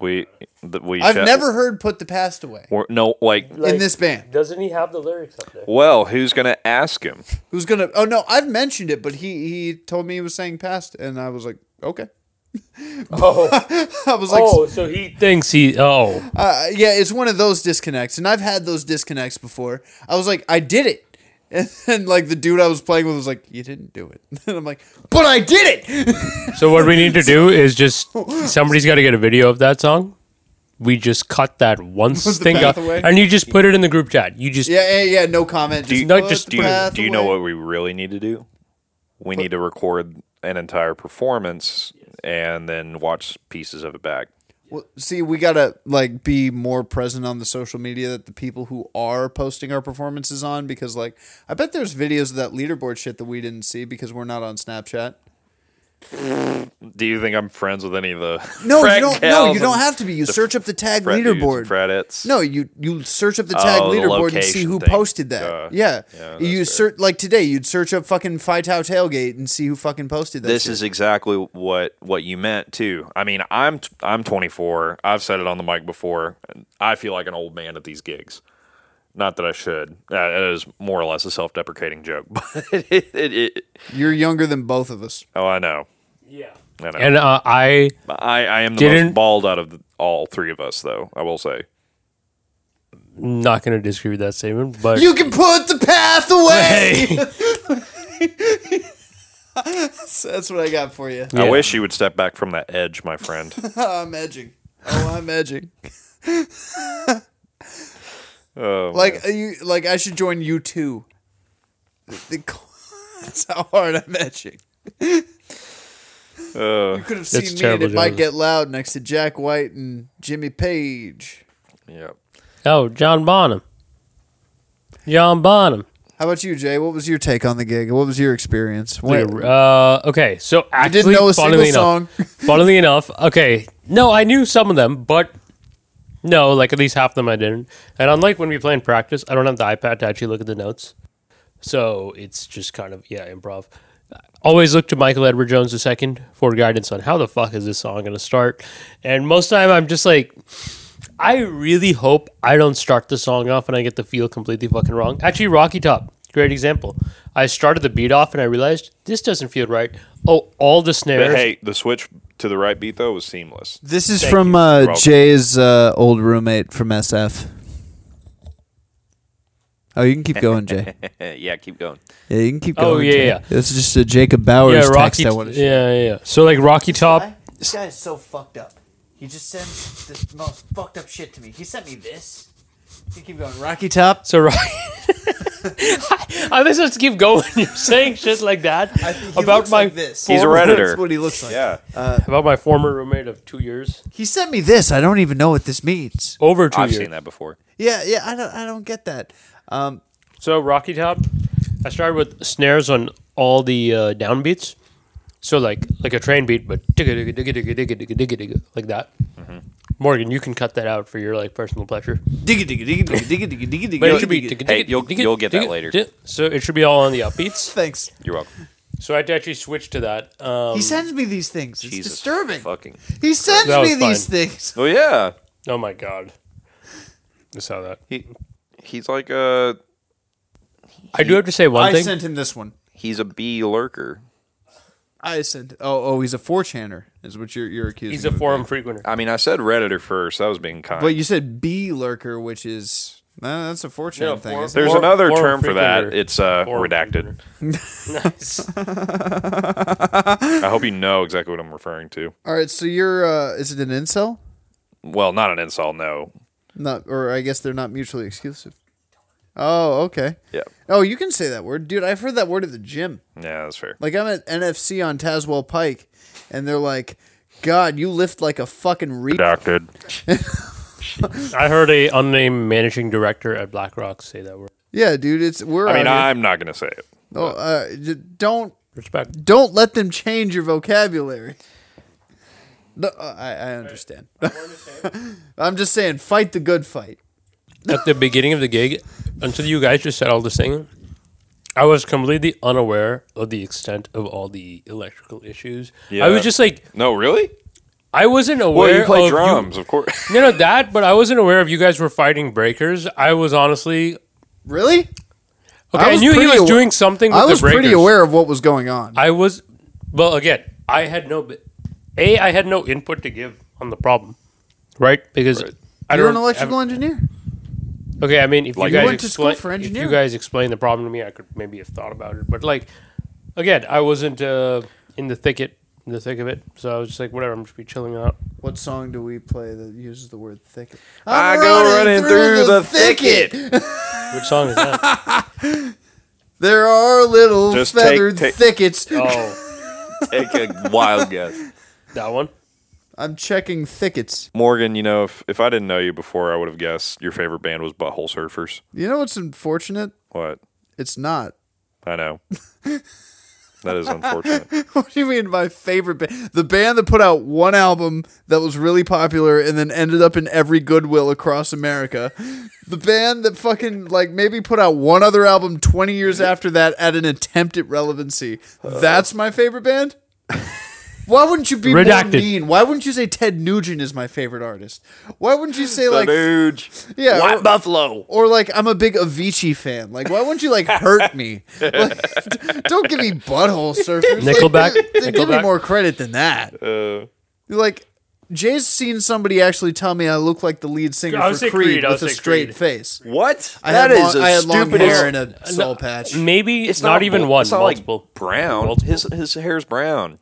Speaker 3: We th- we.
Speaker 2: I've
Speaker 3: shall-
Speaker 2: never heard "Put the Past Away"
Speaker 3: Or- no, like
Speaker 2: in this band.
Speaker 4: Doesn't he have the lyrics up there?
Speaker 3: well, who's gonna ask him?
Speaker 2: Who's gonna? Oh no, I've mentioned it, but he he told me he was saying "past," and I was like, okay. I was like,
Speaker 4: Oh, so he thinks he. Oh,
Speaker 2: uh, yeah, it's one of those disconnects, and I've had those disconnects before. I was like, I did it, and then like the dude I was playing with was like, you didn't do it, and I'm like, but I did it.
Speaker 4: So what we need to do is just somebody's got to get a video of that song. We just cut that one
Speaker 2: Put the
Speaker 4: thing
Speaker 2: path
Speaker 4: up,
Speaker 2: away.
Speaker 4: and you just put it in the group chat. You just
Speaker 2: yeah, yeah, yeah. No comment.
Speaker 3: Do you,
Speaker 2: put Uh,
Speaker 4: just-
Speaker 2: the
Speaker 3: do you,
Speaker 2: path
Speaker 3: do you know
Speaker 2: away.
Speaker 3: what we really need to do? We need to record an entire performance and then watch pieces of it back.
Speaker 2: Well, see, we gotta like be more present on the social media that the people who are posting our performances on, because like I bet there's videos of that leaderboard shit that we didn't see because we're not on Snapchat.
Speaker 3: Do you think I'm friends with any of the?
Speaker 2: No,
Speaker 3: frat
Speaker 2: you don't.
Speaker 3: gals
Speaker 2: No, you don't
Speaker 3: and
Speaker 2: have to be. You
Speaker 3: the
Speaker 2: search up the tag
Speaker 3: frat dudes and
Speaker 2: leaderboard.
Speaker 3: Fratettes.
Speaker 2: No, you you search up the tag
Speaker 3: Oh, the
Speaker 2: leaderboard and see
Speaker 3: location
Speaker 2: who
Speaker 3: thing.
Speaker 2: posted that.
Speaker 3: Duh.
Speaker 2: yeah,
Speaker 3: Yeah, that's
Speaker 2: you
Speaker 3: right.
Speaker 2: search like today. You'd search up fucking Phi Tau tailgate and see who fucking posted that.
Speaker 3: this
Speaker 2: shit.
Speaker 3: is exactly what what you meant too. I mean, I'm I'm 24. I've said it on the mic before. and I feel like an old man at these gigs. Not that I should. That that is more or less a self-deprecating joke. But it, it, it,
Speaker 2: you're younger than both of us.
Speaker 3: oh, I know. Yeah. I know.
Speaker 4: and uh, I
Speaker 3: I, I am the
Speaker 4: Didn't-
Speaker 3: most bald out of the, all three of us, though. I will say.
Speaker 4: not going to disagree with that statement, but
Speaker 2: You can put the path away. So that's what I got for you.
Speaker 3: I
Speaker 4: Yeah.
Speaker 3: wish you would step back from that edge, my friend.
Speaker 2: I'm edging. Oh, I'm edging.
Speaker 3: Oh,
Speaker 2: Like uh, you, like I should join you too. That's how hard I'm edging.
Speaker 3: uh,
Speaker 2: Could have seen me. And
Speaker 4: terrible,
Speaker 2: it might
Speaker 4: Joseph.
Speaker 2: get loud next to Jack White and Jimmy Page.
Speaker 3: yeah.
Speaker 4: oh, John Bonham, John Bonham.
Speaker 2: How about you, Jay? What was your take on the gig? What was your experience? When-
Speaker 4: Uh, okay, so
Speaker 2: I
Speaker 4: actually,
Speaker 2: didn't know a single
Speaker 4: funnily enough-
Speaker 2: song.
Speaker 4: Funnily enough, okay, no, I knew some of them, but no, like at least half of them I didn't. And unlike when we play in practice, I don't have the iPad to actually look at the notes, so it's just kind of yeah, improv. Always look to Michael Edward Jones II for guidance on how the fuck is this song going to start. And most time I'm just like, I really hope I don't start the song off and I get the feel completely fucking wrong. Actually, Rocky Top, great example. I started the beat off and I realized this doesn't feel right. Oh, all the snares.
Speaker 3: But hey, the switch to the right beat though was seamless.
Speaker 2: This is
Speaker 3: Thank
Speaker 2: from
Speaker 3: you. You're
Speaker 2: uh,
Speaker 3: welcome.
Speaker 2: Jay's uh, old roommate from SF. Oh, you can keep going, Jay.
Speaker 3: yeah, keep going.
Speaker 2: Yeah, you can keep going.
Speaker 4: Oh, yeah,
Speaker 2: Jay.
Speaker 4: yeah.
Speaker 2: This is just a Jacob
Speaker 3: Oh,
Speaker 2: Bowers
Speaker 4: yeah,
Speaker 2: text
Speaker 4: Rocky.
Speaker 2: I
Speaker 4: Yeah,
Speaker 2: want to
Speaker 4: yeah, yeah. So like Rocky Top.
Speaker 9: This guy is so fucked up. He just sends the most fucked up shit to me. He sent me this. You keep going, Rocky.
Speaker 2: Rocky Top.
Speaker 4: So Rocky. I just have to keep going. You're saying shit like that
Speaker 9: He
Speaker 4: about
Speaker 9: looks
Speaker 4: my
Speaker 9: like this.
Speaker 3: He's a redditor.
Speaker 2: That's what he looks like.
Speaker 3: yeah.
Speaker 4: about my former roommate of two years,
Speaker 2: He sent me this. I don't even know what this means.
Speaker 4: over 2
Speaker 3: I've
Speaker 4: years.
Speaker 3: seen that before.
Speaker 2: Yeah, yeah. I don't. I don't get that. Um,
Speaker 4: So Rocky Top, I started with snares on all the uh, downbeats, so like like a train beat, but digga digga digga digga digga digga digga digga like that.
Speaker 3: Mm-hmm.
Speaker 4: Morgan, you can cut that out for your like personal pleasure.
Speaker 2: digga digga digga digga digga digga digga digga.
Speaker 4: But it should be
Speaker 2: digga.
Speaker 4: digga,
Speaker 3: Hey,
Speaker 4: digga,
Speaker 3: you'll-
Speaker 4: digga,
Speaker 3: you'll get that
Speaker 4: digga,
Speaker 3: later.
Speaker 4: digga. So it should be all on the upbeats.
Speaker 2: Thanks.
Speaker 3: You're welcome.
Speaker 4: So I had to actually switch to that. Um,
Speaker 2: He sends me these things. It's
Speaker 3: Jesus
Speaker 2: disturbing.
Speaker 3: Fucking.
Speaker 2: He sends
Speaker 4: That was
Speaker 2: me these things.
Speaker 3: Oh yeah.
Speaker 4: oh my god, I saw that.
Speaker 3: He he's like a
Speaker 4: I do have to say one
Speaker 2: I
Speaker 4: thing.
Speaker 2: sent him this one.
Speaker 3: he's a bee lurker.
Speaker 2: I sent. Oh, oh, he's a 4chaner, is what you're you're accusing.
Speaker 4: He's a
Speaker 2: him of
Speaker 4: forum
Speaker 2: being.
Speaker 4: frequenter.
Speaker 3: I mean, I said redditor first. I was being kind.
Speaker 2: But you said B lurker, which is no, that's a 4chan
Speaker 4: Yeah,
Speaker 2: thing.
Speaker 4: forum-
Speaker 2: isn't
Speaker 3: There's
Speaker 4: Or-
Speaker 3: another
Speaker 4: or
Speaker 3: term for that.
Speaker 4: frequenter.
Speaker 3: It's uh,
Speaker 4: Or
Speaker 3: redacted.
Speaker 4: nice.
Speaker 3: I hope you know exactly what I'm referring to.
Speaker 2: it? All right, so you're. Uh, is it an incel?
Speaker 3: Well, not an insult, no.
Speaker 2: Not, or I guess they're not mutually exclusive. Oh, okay.
Speaker 3: Yeah.
Speaker 2: Oh, you can say that word, dude. I've heard that word at the gym.
Speaker 3: Yeah, that's fair.
Speaker 2: Like I'm at NFC on Taswell Pike, and they're like, "God, you lift like a fucking re."
Speaker 3: Redacted.
Speaker 4: I heard a unnamed managing director at BlackRock say that word.
Speaker 2: Yeah, dude. It's we're.
Speaker 3: I mean,
Speaker 2: out
Speaker 3: I'm not going to say it.
Speaker 2: here. Oh, uh, d- don't
Speaker 4: Respect.
Speaker 2: don't let them change your vocabulary. No, uh, I, I understand. I'm just saying, fight the good fight.
Speaker 4: at the beginning of the gig, until you guys just said all this thing, I was completely unaware of the extent of all the electrical issues. I
Speaker 3: Yeah.
Speaker 4: was just like,
Speaker 3: No, really?
Speaker 4: I wasn't aware.
Speaker 3: Well, you play
Speaker 4: of
Speaker 3: drums, of course.
Speaker 4: You, no, no, that. But I wasn't aware of you guys were fighting breakers. I was honestly
Speaker 2: Really?
Speaker 4: okay. I,
Speaker 2: was
Speaker 4: knew he
Speaker 2: pretty
Speaker 4: was
Speaker 2: awa-
Speaker 4: doing something. With
Speaker 2: I was
Speaker 4: the breakers.
Speaker 2: pretty aware of what was going on.
Speaker 4: I was. Well, again, I had no. A, I had no input to give on the problem, right? Because I
Speaker 2: You're
Speaker 4: don't.
Speaker 2: an electrical engineer.
Speaker 4: Okay, I mean, if
Speaker 3: Like-
Speaker 4: you
Speaker 3: You
Speaker 4: guys
Speaker 2: went to school
Speaker 4: explain,
Speaker 2: for
Speaker 4: if you
Speaker 2: engineering.
Speaker 4: guys explained the problem to me, I could maybe have thought about it. But like, again, I wasn't uh, in the thicket, in the thick of it, so I was just like, whatever, I'm just be chilling out.
Speaker 2: What song do we play that uses the word thicket?
Speaker 3: I go running through the thicket.
Speaker 4: Which song is
Speaker 2: Oh.
Speaker 4: that?
Speaker 2: There are little
Speaker 3: Just take-
Speaker 2: feathered
Speaker 3: take-
Speaker 2: thickets.
Speaker 4: oh,
Speaker 3: Take a wild guess.
Speaker 4: that one.
Speaker 2: I'm checking thickets.
Speaker 3: Morgan, you know, if, if I didn't know you before, I would have guessed your favorite band was Butthole Surfers.
Speaker 2: You know what's unfortunate?
Speaker 3: What?
Speaker 2: It's not.
Speaker 3: I know. that is unfortunate.
Speaker 2: What do you mean my favorite band? The band that put out one album that was really popular and then ended up in every Goodwill across America. The band that fucking like maybe put out one other album 20 years after that at an attempt at relevancy. That's my favorite band? Why wouldn't you be
Speaker 4: Redacted.
Speaker 2: more mean? Why wouldn't you say Ted Nugent is my favorite artist? Why wouldn't you say like
Speaker 3: Huge.
Speaker 2: yeah,
Speaker 3: White
Speaker 2: or-
Speaker 3: Buffalo.
Speaker 2: or like I'm a big Avicii fan. Like, why wouldn't you like hurt me? Like, don't give me butthole surfers.
Speaker 4: Nickelback?
Speaker 2: Like, give me- give me
Speaker 4: Nickelback?
Speaker 2: more credit than that.
Speaker 3: Uh.
Speaker 2: like, Jay's seen somebody actually tell me I look like the lead singer
Speaker 4: I would
Speaker 2: for
Speaker 4: say
Speaker 2: Creed,
Speaker 4: Creed, I would
Speaker 2: with a
Speaker 4: say
Speaker 2: straight
Speaker 4: Creed.
Speaker 2: face.
Speaker 3: What?
Speaker 2: I
Speaker 3: That
Speaker 2: had
Speaker 3: is
Speaker 2: long, I
Speaker 3: a
Speaker 2: had long
Speaker 3: stupid
Speaker 2: hair and a soul patch.
Speaker 4: Maybe it's not, even
Speaker 3: bl-
Speaker 4: one.
Speaker 3: It's not
Speaker 4: multiple.
Speaker 3: like brown.
Speaker 4: Multiple.
Speaker 3: His his hair's brown.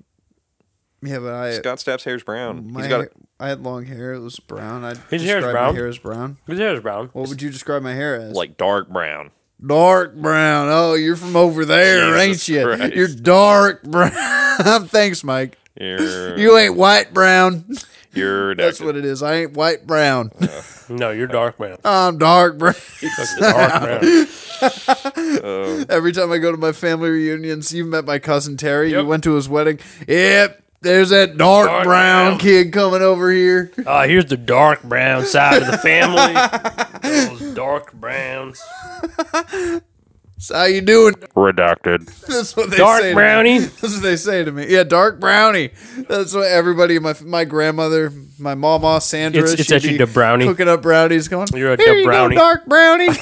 Speaker 2: Yeah, but I
Speaker 3: Scott Stapp's hair's brown.
Speaker 2: my
Speaker 3: He's got
Speaker 2: hair- I had long hair. It was brown. I'd
Speaker 4: His hair is
Speaker 2: describe
Speaker 4: brown?
Speaker 2: My hair as brown.
Speaker 4: His hair is brown.
Speaker 2: What would you describe my hair as?
Speaker 3: like dark brown.
Speaker 2: Dark brown. Oh, you're from over there,
Speaker 3: Jesus
Speaker 2: ain't you?
Speaker 3: Christ.
Speaker 2: You're dark brown. Thanks, Mike.
Speaker 3: You're
Speaker 2: You ain't white brown.
Speaker 3: you're
Speaker 2: That's what it is. I ain't white brown.
Speaker 4: No, you're dark brown.
Speaker 2: I'm dark brown.
Speaker 4: dark brown.
Speaker 2: Every time I go to my family reunions, you met my cousin Terry. You went to his wedding. Yep, there's that dark,
Speaker 4: Dark
Speaker 2: brown,
Speaker 4: brown.
Speaker 2: kid coming over here.
Speaker 4: Ah, here's the dark brown side of the family. Those dark browns,
Speaker 2: So how you doing?
Speaker 3: redacted.
Speaker 2: That's what they say.
Speaker 4: dark
Speaker 2: to
Speaker 4: brownie.
Speaker 2: me. That's what they say to me. Yeah, dark brownie. That's what everybody. My my grandmother, my mama Sandra.
Speaker 4: It's- it's
Speaker 2: she'd
Speaker 4: actually
Speaker 2: be
Speaker 4: the brownie.
Speaker 2: Cooking up brownies, going.
Speaker 4: You're a
Speaker 2: here
Speaker 4: the
Speaker 2: you
Speaker 4: brownie."
Speaker 2: go, dark brownie.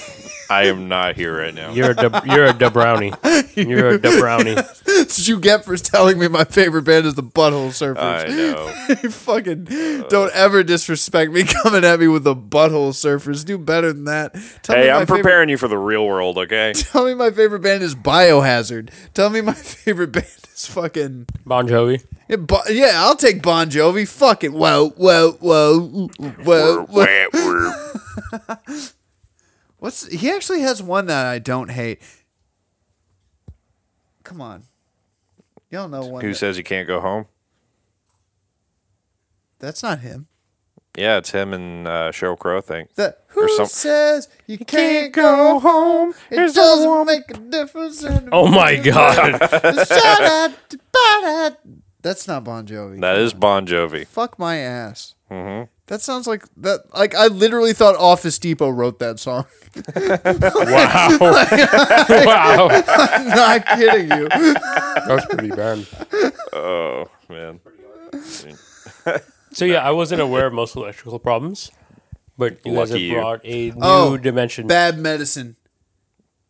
Speaker 3: I am not here right now.
Speaker 4: You're a de, you're a de brownie. You're a de brownie.
Speaker 2: That's what you get for telling me my favorite band is the Butthole Surfers.
Speaker 3: I know.
Speaker 2: You fucking don't ever disrespect me coming at me with the butthole surfers. Do better than that. Tell
Speaker 3: Hey,
Speaker 2: me my
Speaker 3: I'm
Speaker 2: favorite-
Speaker 3: preparing you for the real world, okay?
Speaker 2: tell me my favorite band is Biohazard. Tell me my favorite band is fucking.
Speaker 4: Bon Jovi.
Speaker 2: Yeah, Bo- yeah, I'll take Bon Jovi. Fuck it. Uh, Whoa, whoa, whoa, whoa, whoa. What's he actually has one that I don't hate. Come on, y'all know one.
Speaker 3: Who
Speaker 2: that-
Speaker 3: says he can't go home?
Speaker 2: that's not him?
Speaker 3: Yeah, it's him and uh, Cheryl Crow. I think.
Speaker 2: The who
Speaker 3: some-
Speaker 2: says you can't,
Speaker 3: can't
Speaker 2: go
Speaker 3: go
Speaker 2: home? It
Speaker 3: There's a
Speaker 2: doesn't
Speaker 3: woman-
Speaker 2: make a difference. in-
Speaker 4: Oh my god.
Speaker 2: Shout out to- shout out. That's not Bon Jovi.
Speaker 3: That is Bon Jovi.
Speaker 2: Fuck my ass. Mm-hmm. That sounds like that. Like I literally thought Office Depot wrote that song.
Speaker 4: wow.
Speaker 2: I'm not kidding you.
Speaker 4: That's pretty bad.
Speaker 3: Oh man.
Speaker 4: So yeah, I wasn't aware of most electrical problems, but you
Speaker 3: Lucky
Speaker 4: guys
Speaker 3: you.
Speaker 4: have brought a new
Speaker 2: Oh,
Speaker 4: dimension.
Speaker 2: Bad Medicine.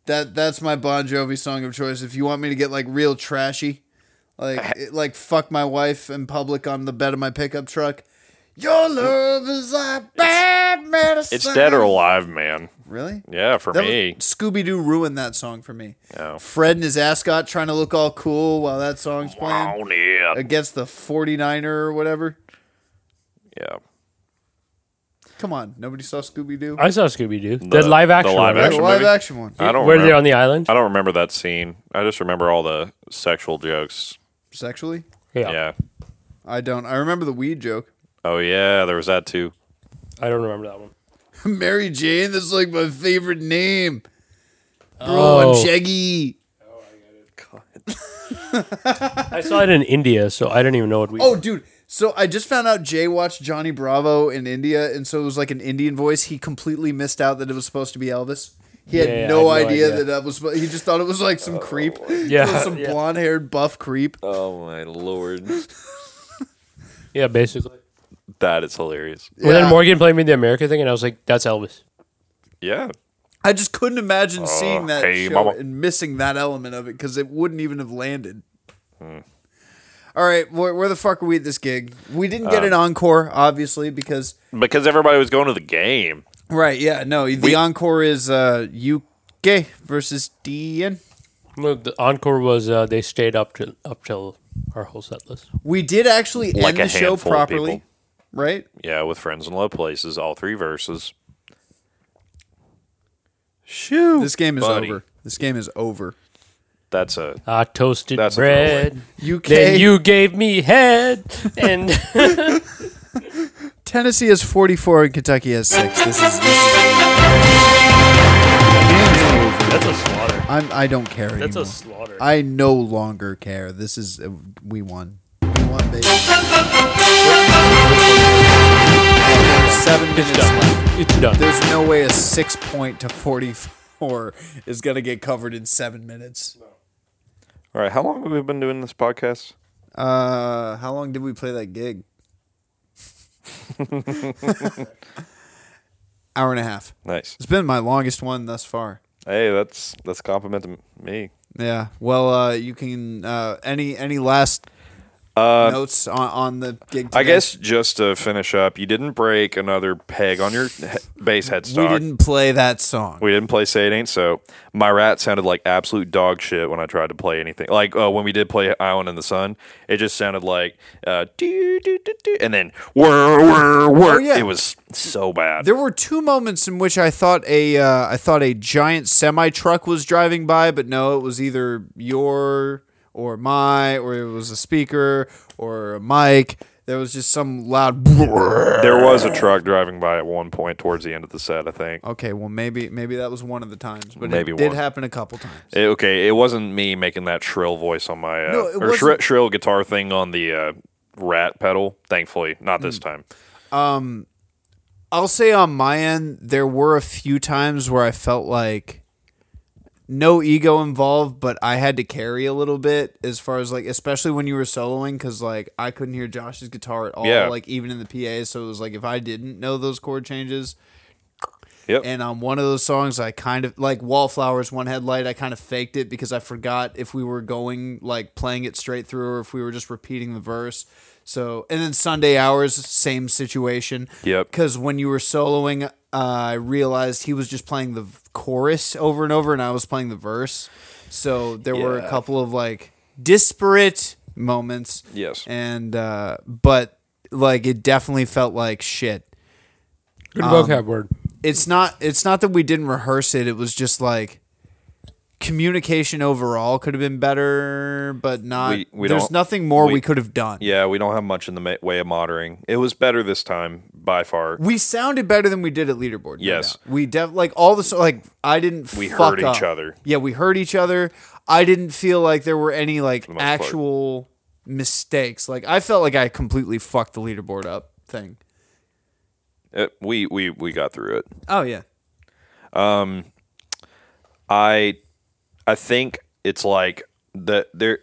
Speaker 2: That that's my Bon Jovi song of choice. If you want me to get like real trashy, like it- like fuck my wife in public on the bed of my pickup truck. Your love is a bad medicine.
Speaker 3: It's dead or alive, man.
Speaker 2: Really?
Speaker 3: Yeah, for
Speaker 2: That
Speaker 3: me.
Speaker 2: Scooby Doo ruined that song for me.
Speaker 3: Oh.
Speaker 2: Fred and his ascot trying to look all cool while that song's playing
Speaker 3: Oh, yeah.
Speaker 2: against the 49er or whatever.
Speaker 3: Yeah.
Speaker 2: Come on, nobody saw Scooby Doo.
Speaker 4: I saw Scooby Doo. The,
Speaker 3: The-
Speaker 4: live action.
Speaker 3: the live
Speaker 4: one, right?
Speaker 3: action
Speaker 2: live
Speaker 3: movie?
Speaker 2: action one.
Speaker 3: I don't
Speaker 4: Where
Speaker 3: remember.
Speaker 4: they're on the island.
Speaker 3: I don't remember that scene. I just remember all the sexual jokes.
Speaker 2: Sexually,
Speaker 4: Yeah.
Speaker 3: Yeah.
Speaker 2: I don't. I remember the weed joke.
Speaker 3: Oh yeah, there was that too.
Speaker 4: I don't remember that one.
Speaker 2: Mary Jane. That's like my favorite name. Bro,
Speaker 4: Oh.
Speaker 2: I'm Shaggy.
Speaker 4: I saw it in India, so I didn't even know what we.
Speaker 2: Oh, dude. So I just found out Jay watched Johnny Bravo in India, and so it was like an Indian voice. He completely missed out that it was supposed to be Elvis. He had,
Speaker 4: Yeah, yeah,
Speaker 2: no,
Speaker 4: I had no
Speaker 2: idea,
Speaker 4: idea.
Speaker 2: that that was. spo- He just thought it was like some creep,
Speaker 4: Yeah.
Speaker 2: some blonde-haired buff creep.
Speaker 3: Oh my lord.
Speaker 4: yeah, basically.
Speaker 3: that is hilarious.
Speaker 4: Well,
Speaker 2: Yeah.
Speaker 4: then Morgan played me the America thing, and I was like, "That's Elvis."
Speaker 3: Yeah.
Speaker 2: I just couldn't imagine seeing that
Speaker 3: Oh, hey,
Speaker 2: show
Speaker 3: mama.
Speaker 2: and missing that element of it because it wouldn't even have landed.
Speaker 3: Hmm.
Speaker 2: All right, where, where the fuck are we at this gig? We didn't
Speaker 3: Uh,
Speaker 2: get an encore, obviously, because
Speaker 3: Because everybody was going to the game.
Speaker 2: right, yeah, no, the encore is uh, UK versus DN.
Speaker 4: Well, the encore was uh, they stayed up to up till our whole set list.
Speaker 2: We did actually
Speaker 3: Like
Speaker 2: end
Speaker 3: a
Speaker 2: the show
Speaker 3: handful of
Speaker 2: properly,
Speaker 3: people.
Speaker 2: right?
Speaker 3: Yeah, with friends in low places, all three verses. Shoo.
Speaker 2: This game is
Speaker 3: buddy.
Speaker 2: over. This game is over.
Speaker 3: That's a
Speaker 4: I toasted
Speaker 3: That's a
Speaker 4: bread,
Speaker 2: UK
Speaker 4: then you gave me head, and
Speaker 2: Tennessee has 44 and Kentucky has 6. This is, this is
Speaker 4: that's a slaughter.
Speaker 2: I'm I don't care
Speaker 4: That's
Speaker 2: anymore.
Speaker 4: a slaughter.
Speaker 2: I no longer care. This is uh, we won. We won, baby. Seven minutes left.
Speaker 4: it's done.
Speaker 2: There's no way a six point to forty four is gonna get covered in seven minutes.
Speaker 3: All right, how long have we been doing this podcast?
Speaker 2: Uh, how long did we play that gig? Hour and a half.
Speaker 3: Nice.
Speaker 2: It's been my longest one thus far.
Speaker 3: Hey, that's that's a compliment to me.
Speaker 2: Yeah. Well, uh, you can uh, any any last notes on, on the gig.
Speaker 3: Uh, I
Speaker 2: today?
Speaker 3: guess just to finish up, you didn't break another peg on your he- bass
Speaker 2: we
Speaker 3: headstock.
Speaker 2: didn't play that song.
Speaker 3: We didn't play "Say It Ain't So." My rat sounded like absolute dog shit when I tried to play anything. Like uh, when we did play "Island in the Sun," it just sounded like uh, doo, doo, doo, doo, and then whir whir whir.
Speaker 2: Oh, yeah.
Speaker 3: It was so bad.
Speaker 2: There were two moments in which I thought a uh, I thought a giant semi truck was driving by, but no, it was either your or my or it was a speaker or a mic. There was just some loud.
Speaker 3: There was a truck driving by at one point towards the end of the set. I think.
Speaker 2: Okay, well maybe maybe that was one of the times, but
Speaker 3: Maybe
Speaker 2: it did
Speaker 3: one.
Speaker 2: happen a couple times.
Speaker 3: It- okay, it wasn't me making that shrill voice on my uh,
Speaker 2: No, it
Speaker 3: or shri-
Speaker 2: wasn't.
Speaker 3: shrill guitar thing on the uh, rat pedal. Thankfully, not
Speaker 2: Mm.
Speaker 3: this time.
Speaker 2: I'll say on my end, there were a few times where I felt like no ego involved, but I had to carry a little bit as far as like, especially when you were soloing, because like I couldn't hear Josh's guitar at all,
Speaker 3: Yeah.
Speaker 2: like even in the PA. So it was like if I didn't know those chord changes,
Speaker 3: Yep.
Speaker 2: and on one of those songs, I kind of like Wallflowers, One Headlight, I kind of faked it because I forgot if we were going like playing it straight through or if we were just repeating the verse. So, and then Sunday Hours, same situation.
Speaker 3: Yep.
Speaker 2: Because when you were soloing, uh, I realized he was just playing the v- chorus over and over and I was playing the verse. So there were a
Speaker 3: Yeah.
Speaker 2: couple of like disparate moments.
Speaker 3: Yes.
Speaker 2: And, uh, but like it definitely felt like shit.
Speaker 3: Um,
Speaker 4: Good vocab word.
Speaker 2: it's not it's not that we didn't rehearse it. It was just like communication overall could have been better, but not.
Speaker 3: We- we
Speaker 2: there's
Speaker 3: don't-
Speaker 2: nothing more we,
Speaker 3: we-
Speaker 2: could have done.
Speaker 3: Yeah, we don't have much in the ma- way of monitoring. It was better this time by far.
Speaker 2: We sounded better than we did at leaderboard. no
Speaker 3: Yes.
Speaker 2: doubt. we def like all the so- like I didn't.
Speaker 3: We
Speaker 2: fuck
Speaker 3: heard each
Speaker 2: up.
Speaker 3: other.
Speaker 2: Yeah, we heard each other. I didn't feel like there were any like
Speaker 3: the most part.
Speaker 2: actual mistakes. Like I felt like I completely fucked the leaderboard up thing.
Speaker 3: It- Uh, we we we got through it.
Speaker 2: Oh yeah,
Speaker 3: I I think it's like the there.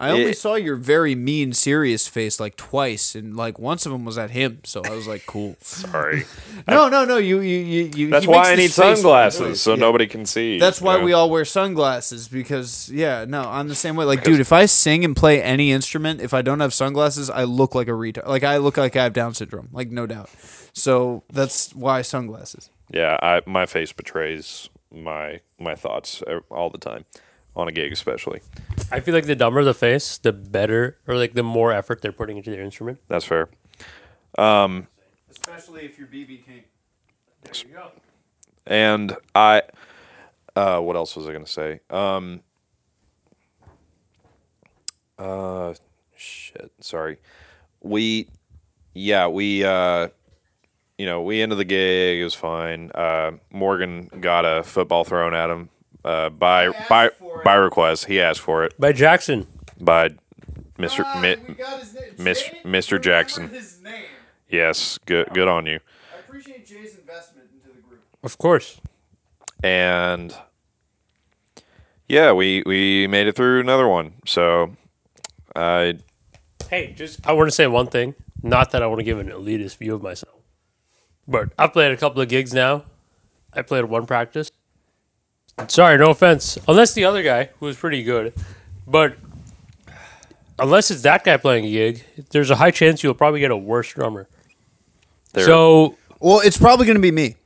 Speaker 2: I only
Speaker 3: It-
Speaker 2: saw your very mean, serious face like twice, and like once of them was at him. So I was like, cool.
Speaker 3: Sorry,
Speaker 2: no, no, no. You, you, you. you
Speaker 3: that's
Speaker 2: he
Speaker 3: why
Speaker 2: makes
Speaker 3: I
Speaker 2: this
Speaker 3: need
Speaker 2: face-
Speaker 3: sunglasses so
Speaker 2: Yeah.
Speaker 3: nobody can see.
Speaker 2: That's why
Speaker 3: Yeah.
Speaker 2: we all wear sunglasses because yeah, no, I'm the same way. Like, dude, if I sing and play any instrument, if I don't have sunglasses, I look like a retard. Like I look like I have Down syndrome. Like no doubt. So that's why sunglasses.
Speaker 3: Yeah, I my face betrays my my thoughts uh, all the time on a gig especially.
Speaker 4: I feel like the dumber the face, the better, or like the more effort they're putting into their instrument.
Speaker 3: That's fair.
Speaker 2: Especially if you're BB King.
Speaker 3: And I, uh, what else was I gonna say? Um, uh, shit. Sorry. We, yeah, we, uh, you know, we ended the gig. It was fine. Uh, Morgan got a football thrown at him. Uh, by by by request, he asked for it
Speaker 4: By Jackson.
Speaker 3: by Mister
Speaker 2: Ah,
Speaker 3: Mi- Miss- Mr. Jackson. Yes, good good on you.
Speaker 2: I appreciate Jay's investment into the group.
Speaker 4: Of course.
Speaker 3: and yeah, we we made it through another one. So I
Speaker 4: Hey, just I want to say one thing. Not that I want to give an elitist view of myself, but I've played a couple of gigs now. I played one practice. Sorry, no offense. Unless the other guy, who was pretty good, but unless it's that guy playing a gig, there's a high chance you'll probably get a worse drummer.
Speaker 3: there,
Speaker 4: So
Speaker 2: Well, it's probably going to be me.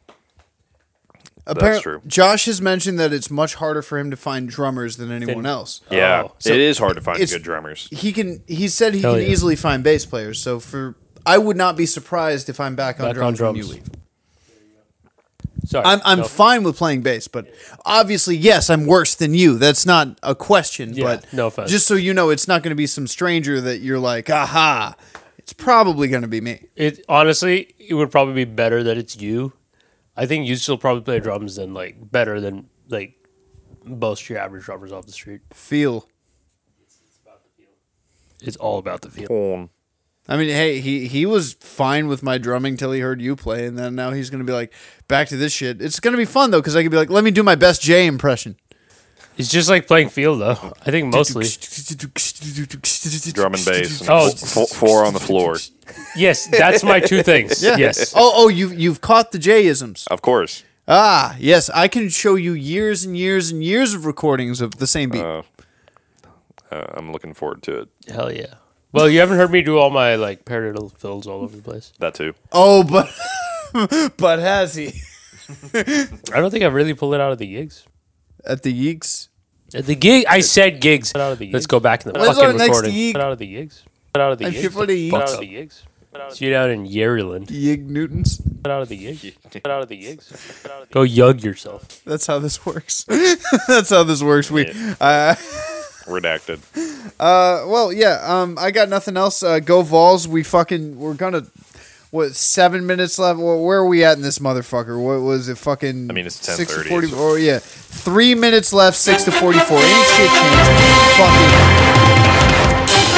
Speaker 2: Apparently,
Speaker 3: true.
Speaker 2: Josh has mentioned that it's much harder for him to find drummers than anyone else.
Speaker 3: yeah,
Speaker 4: Oh.
Speaker 3: it is hard to find
Speaker 2: It's-
Speaker 3: good drummers.
Speaker 2: He can. He said he
Speaker 4: Hell
Speaker 2: can
Speaker 4: yeah.
Speaker 2: easily find bass players. So for, I would not be surprised if I'm back on
Speaker 4: Back on
Speaker 2: drums, when you
Speaker 4: drums.
Speaker 2: leave.
Speaker 4: sorry,
Speaker 2: I'm I'm
Speaker 4: No.
Speaker 2: fine with playing bass, but obviously, yes, I'm worse than you. That's not a question.
Speaker 4: Yeah,
Speaker 2: but
Speaker 4: no offense.
Speaker 2: just so you know, it's not going to be some stranger that you're like, aha. It's probably going to be me.
Speaker 4: It honestly, it would probably be better that it's you. I think you still probably play drums than like better than like most your average drummers off the street.
Speaker 2: Feel.
Speaker 4: It's all about the feel.
Speaker 3: Um,
Speaker 2: I mean, hey, he he was fine with my drumming till he heard you play, and then now he's gonna be like, back to this shit. It's gonna be fun though, because I could be like, let me do my best Jay impression.
Speaker 4: It's just like playing field though. I think mostly.
Speaker 3: Drum and bass, and
Speaker 4: Oh.
Speaker 3: f- f- four on the floor,
Speaker 4: yes, that's my two things.
Speaker 2: Yeah.
Speaker 4: Yes.
Speaker 2: Oh, oh, you've you've caught the Jayisms.
Speaker 3: of course.
Speaker 2: Ah, yes, I can show you years and years and years of recordings of the same beat.
Speaker 3: Uh, I'm looking forward to it.
Speaker 4: Hell yeah. Well, you haven't heard me do all my like paradiddle fills all over the place.
Speaker 3: That too.
Speaker 2: oh, but but has he
Speaker 4: I don't think I really pulled it out of the gigs.
Speaker 2: at the Yeeks?
Speaker 4: At Uh, the gig, I said gigs. Out of the Let's go back in the
Speaker 2: When's our
Speaker 4: fucking
Speaker 2: next
Speaker 4: recording.
Speaker 2: gig?
Speaker 4: Put out of the gigs. Put out of the
Speaker 2: I'm
Speaker 4: gigs.
Speaker 2: here for the
Speaker 4: Put out
Speaker 2: gigs.
Speaker 4: of the gigs. Put out of the- See you down in Yerland.
Speaker 2: Yig Newtons.
Speaker 4: Get out of the gigs. Get out of the gigs. Get out of the Go yug yourself.
Speaker 2: That's how this works. That's how this works. We
Speaker 3: Redacted.
Speaker 2: Uh, Well, yeah. Um, I got nothing else. Uh, go Vols. We fucking we're gonna. What seven minutes left? Where, where are we at in this motherfucker? What was it? Fucking.
Speaker 3: I mean, it's
Speaker 2: six to
Speaker 3: 10:30,
Speaker 2: forty.
Speaker 3: so-
Speaker 2: Oh yeah, three minutes left. Six to forty-four. Ain't shit changed. Fucking.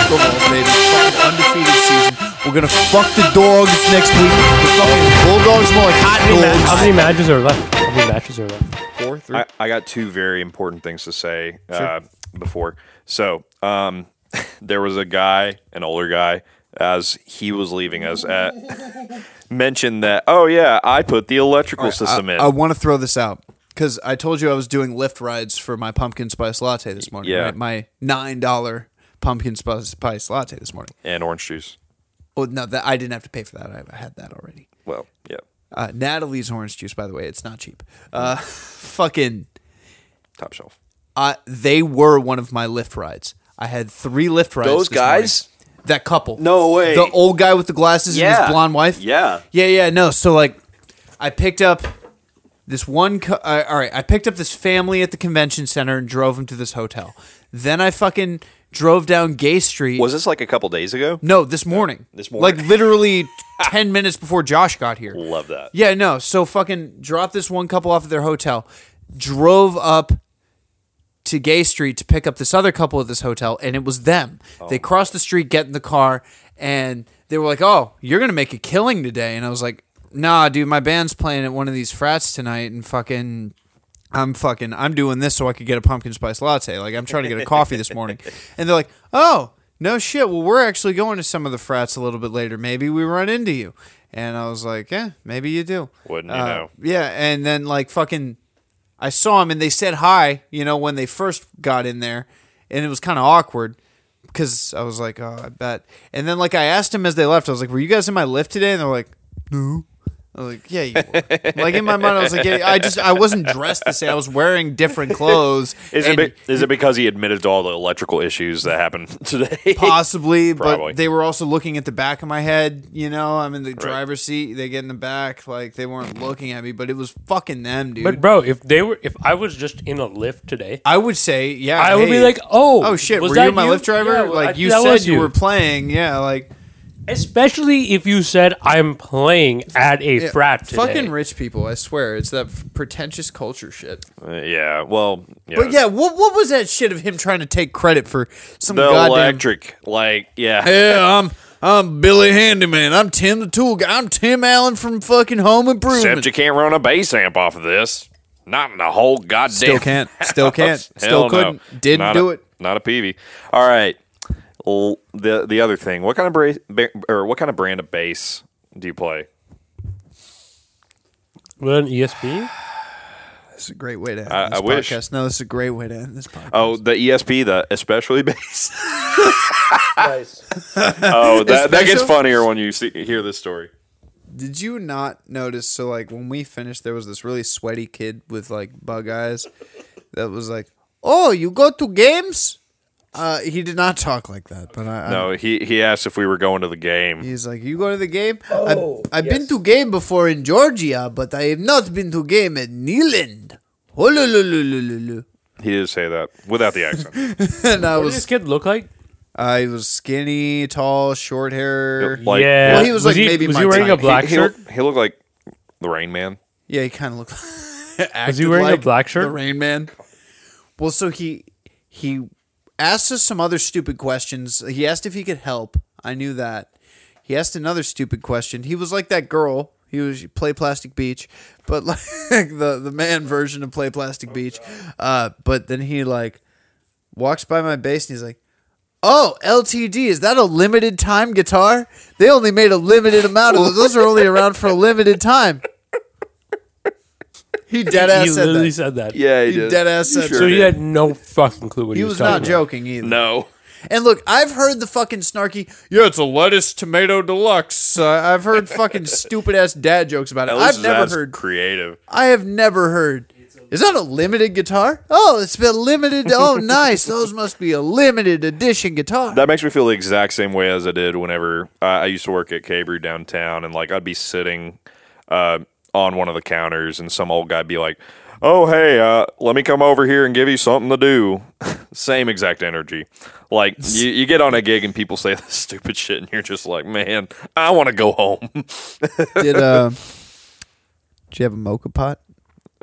Speaker 2: Go Vols, baby. Fucking undefeated season. We're gonna fuck the dogs next week. The fucking bulldogs more like hot dogs.
Speaker 4: How many matches are left? How many matches are left?
Speaker 2: Four, three.
Speaker 3: I, I got two very important things to say uh, before. So um, there was a guy, an older guy, as he was leaving us, at, mentioned that. Oh yeah, I put the electrical system in.
Speaker 2: I want to throw this out because I told you I was doing lift rides for my pumpkin spice latte this morning.
Speaker 3: Yeah.
Speaker 2: right? my nine dollar pumpkin spi- spice latte this morning.
Speaker 3: and orange juice.
Speaker 2: Oh no, that I didn't have to pay for that. I had that already.
Speaker 3: Well, yeah.
Speaker 2: Uh, Natalie's orange juice, by the way, it's not cheap. Uh, fucking,
Speaker 3: Top shelf.
Speaker 2: I, they were one of my lift rides. I had three lift rides.
Speaker 3: Those
Speaker 2: this morning.
Speaker 3: guys?
Speaker 2: that couple.
Speaker 3: No way.
Speaker 2: The old guy with the glasses and
Speaker 3: Yeah.
Speaker 2: his blonde wife.
Speaker 3: Yeah.
Speaker 2: Yeah, yeah, no. So like, I picked up This one, co- uh, all right, I picked up this family at the convention center and drove them to this hotel. Then I fucking drove down Gay Street.
Speaker 3: Was this like a couple days ago?
Speaker 2: no, this morning.
Speaker 3: This morning.
Speaker 2: Like literally 10 minutes before Josh got here.
Speaker 3: Love that.
Speaker 2: Yeah, no. So fucking dropped this one couple off at their hotel, drove up to Gay Street to pick up this other couple at this hotel, and it was them. They crossed the street, get in the car, and they were like, "Oh, you're gonna make a killing today," and I was like, "Nah, dude, my band's playing at one of these frats tonight, and fucking." I'm fucking. I'm doing this so I could get a pumpkin spice latte. Like I'm trying to get a coffee this morning, and they're like, "Oh, no shit. Well, we're actually going to some of the frats a little bit later. Maybe we run into you." And I was like, "Yeah, maybe you do."
Speaker 3: Wouldn't you
Speaker 2: Uh,
Speaker 3: know?
Speaker 2: Yeah, and then like fucking, I saw him and they said hi. You know when they first got in there, and it was kind of awkward because I was like, "Oh, I bet." And then like I asked him as they left, I was like, "Were you guys in my lift today?" And they're like, "No." I was like, yeah, you were. like in my mind, I was like, yeah, I just, I wasn't dressed the same. I was wearing different clothes.
Speaker 3: Is
Speaker 2: and
Speaker 3: it be- is it because he admitted to all the electrical issues that happened today?
Speaker 2: possibly,
Speaker 3: Probably.
Speaker 2: but they were also looking at the back of my head. You know, I'm in the driver's seat. They get in the back, like they weren't looking at me, but it was fucking them, dude.
Speaker 4: But bro, if they were, if I was just in a lift today,
Speaker 2: I would say, yeah,
Speaker 4: I would
Speaker 2: hey,
Speaker 4: be like, oh,
Speaker 2: oh shit,
Speaker 4: was
Speaker 2: were
Speaker 4: that
Speaker 2: you my lift driver?
Speaker 4: Yeah, well, I-
Speaker 2: like you
Speaker 4: that
Speaker 2: said,
Speaker 4: was
Speaker 2: you. were playing. Yeah, like
Speaker 4: Especially if you said I'm playing at a
Speaker 2: yeah,
Speaker 4: frat today.
Speaker 2: fucking rich people. I swear, it's that f- pretentious culture shit.
Speaker 3: Uh, yeah. Well. Yeah.
Speaker 2: But yeah, what what was that shit of him trying to take credit for some
Speaker 3: the
Speaker 2: goddamn?
Speaker 3: electric, like, yeah.
Speaker 2: Yeah, I'm I'm Billy Handyman. I'm Tim the Tool Guy. I'm Tim Allen from fucking Home Improvement.
Speaker 3: Except you can't run a bass amp off of this. Not in the whole goddamn.
Speaker 2: Still can't. Still can't.
Speaker 3: house.
Speaker 2: Still
Speaker 3: Hell no.
Speaker 2: couldn't. Didn't
Speaker 3: Not
Speaker 2: do
Speaker 3: a-
Speaker 2: it.
Speaker 3: Not a PV. All right. L- the the other thing. What kind of bra- ba- or what kind of brand of bass do you play?
Speaker 4: With an E ESP?
Speaker 2: This is a great way to end
Speaker 3: I-
Speaker 2: this
Speaker 3: I wish.
Speaker 2: podcast. No, this is a great way to end this podcast.
Speaker 3: Oh, the ESP, the especially bass.
Speaker 4: nice.
Speaker 3: Oh, that, that gets
Speaker 2: Especially?
Speaker 3: funnier when you see, hear this story.
Speaker 2: Did you not notice? So, like, when we finished, there was this really sweaty kid with like bug eyes that was like, "Oh, you go to games?" Uh, he did not talk like that, but I, I
Speaker 3: No, Oh, he he asked if we were going to the game.
Speaker 2: he's like, "You go to the game? I, I've been to game before in Georgia, but I have not been to game at Neyland." Hololololololol.
Speaker 3: He did say that without the accent.
Speaker 2: And I
Speaker 4: What does this
Speaker 2: was,
Speaker 4: kid look like?
Speaker 2: I was skinny, tall, short hair.
Speaker 3: Like,
Speaker 4: yeah.
Speaker 2: Well, he was like maybe
Speaker 4: was
Speaker 2: my
Speaker 4: he wearing
Speaker 2: type.
Speaker 4: a black
Speaker 3: he, he,
Speaker 4: shirt?
Speaker 3: looked- he looked like the Rain Man.
Speaker 2: Yeah, he kind of looked. acted
Speaker 4: he wearing a
Speaker 2: like
Speaker 4: black shirt?
Speaker 2: The Rain Man. Well, so he he asked us some other stupid questions. He asked if he could help. I knew that. He asked another stupid question. He was like that girl. He was play Plastic Beach, but like the the man version of play Plastic Beach. Uh, but then he like walks by my bass and he's like. Oh, LTD, is that a limited time guitar? They only made a limited amount of those. Those are only around for a limited time. He dead ass
Speaker 4: he
Speaker 2: said
Speaker 4: literally
Speaker 2: that.
Speaker 4: said that.
Speaker 3: Yeah,
Speaker 2: He did. deadass said
Speaker 4: So
Speaker 2: sure
Speaker 4: he had no fucking clue what he,
Speaker 2: He was not
Speaker 4: talking about.
Speaker 2: joking either.
Speaker 3: No.
Speaker 2: And look, I've heard the fucking snarky, yeah, it's a lettuce tomato deluxe. Uh, I've heard fucking stupid ass dad jokes about it.
Speaker 3: At least
Speaker 2: I've
Speaker 3: it
Speaker 2: never
Speaker 3: sounds
Speaker 2: heard.
Speaker 3: creative.
Speaker 2: I have never heard. Is that a limited guitar? Oh, it's been limited. Oh, nice. Those must be a limited edition guitar.
Speaker 3: That makes me feel the exact same way as I did whenever I I used to work at K Brew downtown, and like I'd be sitting uh, on one of the counters, and some old guy'd be like, "Oh hey, uh, let me come over here and give you something to do." same exact energy. Like you, you get on a gig and people say this stupid shit, and you're just like, "Man, I want to go home."
Speaker 2: Did uh, did you have a mocha pot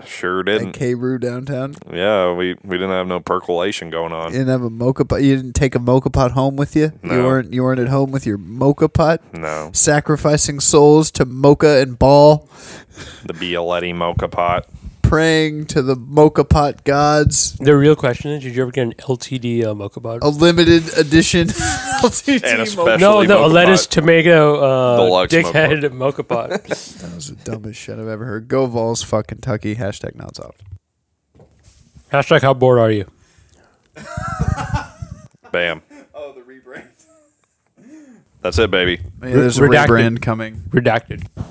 Speaker 3: sure
Speaker 2: at
Speaker 3: didn't.
Speaker 2: K Brew downtown?
Speaker 3: Yeah, we we didn't have no percolation going
Speaker 2: You
Speaker 3: on.
Speaker 2: didn't have a mocha pot. You didn't take a mocha pot home with you. You
Speaker 3: No.
Speaker 2: weren't. You weren't at home with your mocha pot.
Speaker 3: No,
Speaker 2: Sacrificing souls to mocha and ball.
Speaker 3: the Bialetti mocha pot.
Speaker 2: praying to the mocha pot gods.
Speaker 4: The real question is, did you ever get an LTD uh, mocha bar?
Speaker 2: A limited edition LTD
Speaker 3: And a
Speaker 2: mocha-
Speaker 3: special-
Speaker 4: no,
Speaker 3: Actually,
Speaker 4: no, a
Speaker 3: mocha
Speaker 4: lettuce
Speaker 3: pot.
Speaker 4: tomato uh,
Speaker 3: Deluxe
Speaker 4: dickhead mocha pot.
Speaker 2: That was the dumbest shit I've ever heard. Go Vols, fuck Kentucky. Hashtag not soft.
Speaker 4: Hashtag how bored are you?
Speaker 3: Bam. Oh, the rebrand. That's it, baby.
Speaker 2: there's
Speaker 4: Redacted.
Speaker 2: a rebrand coming.
Speaker 4: Redacted.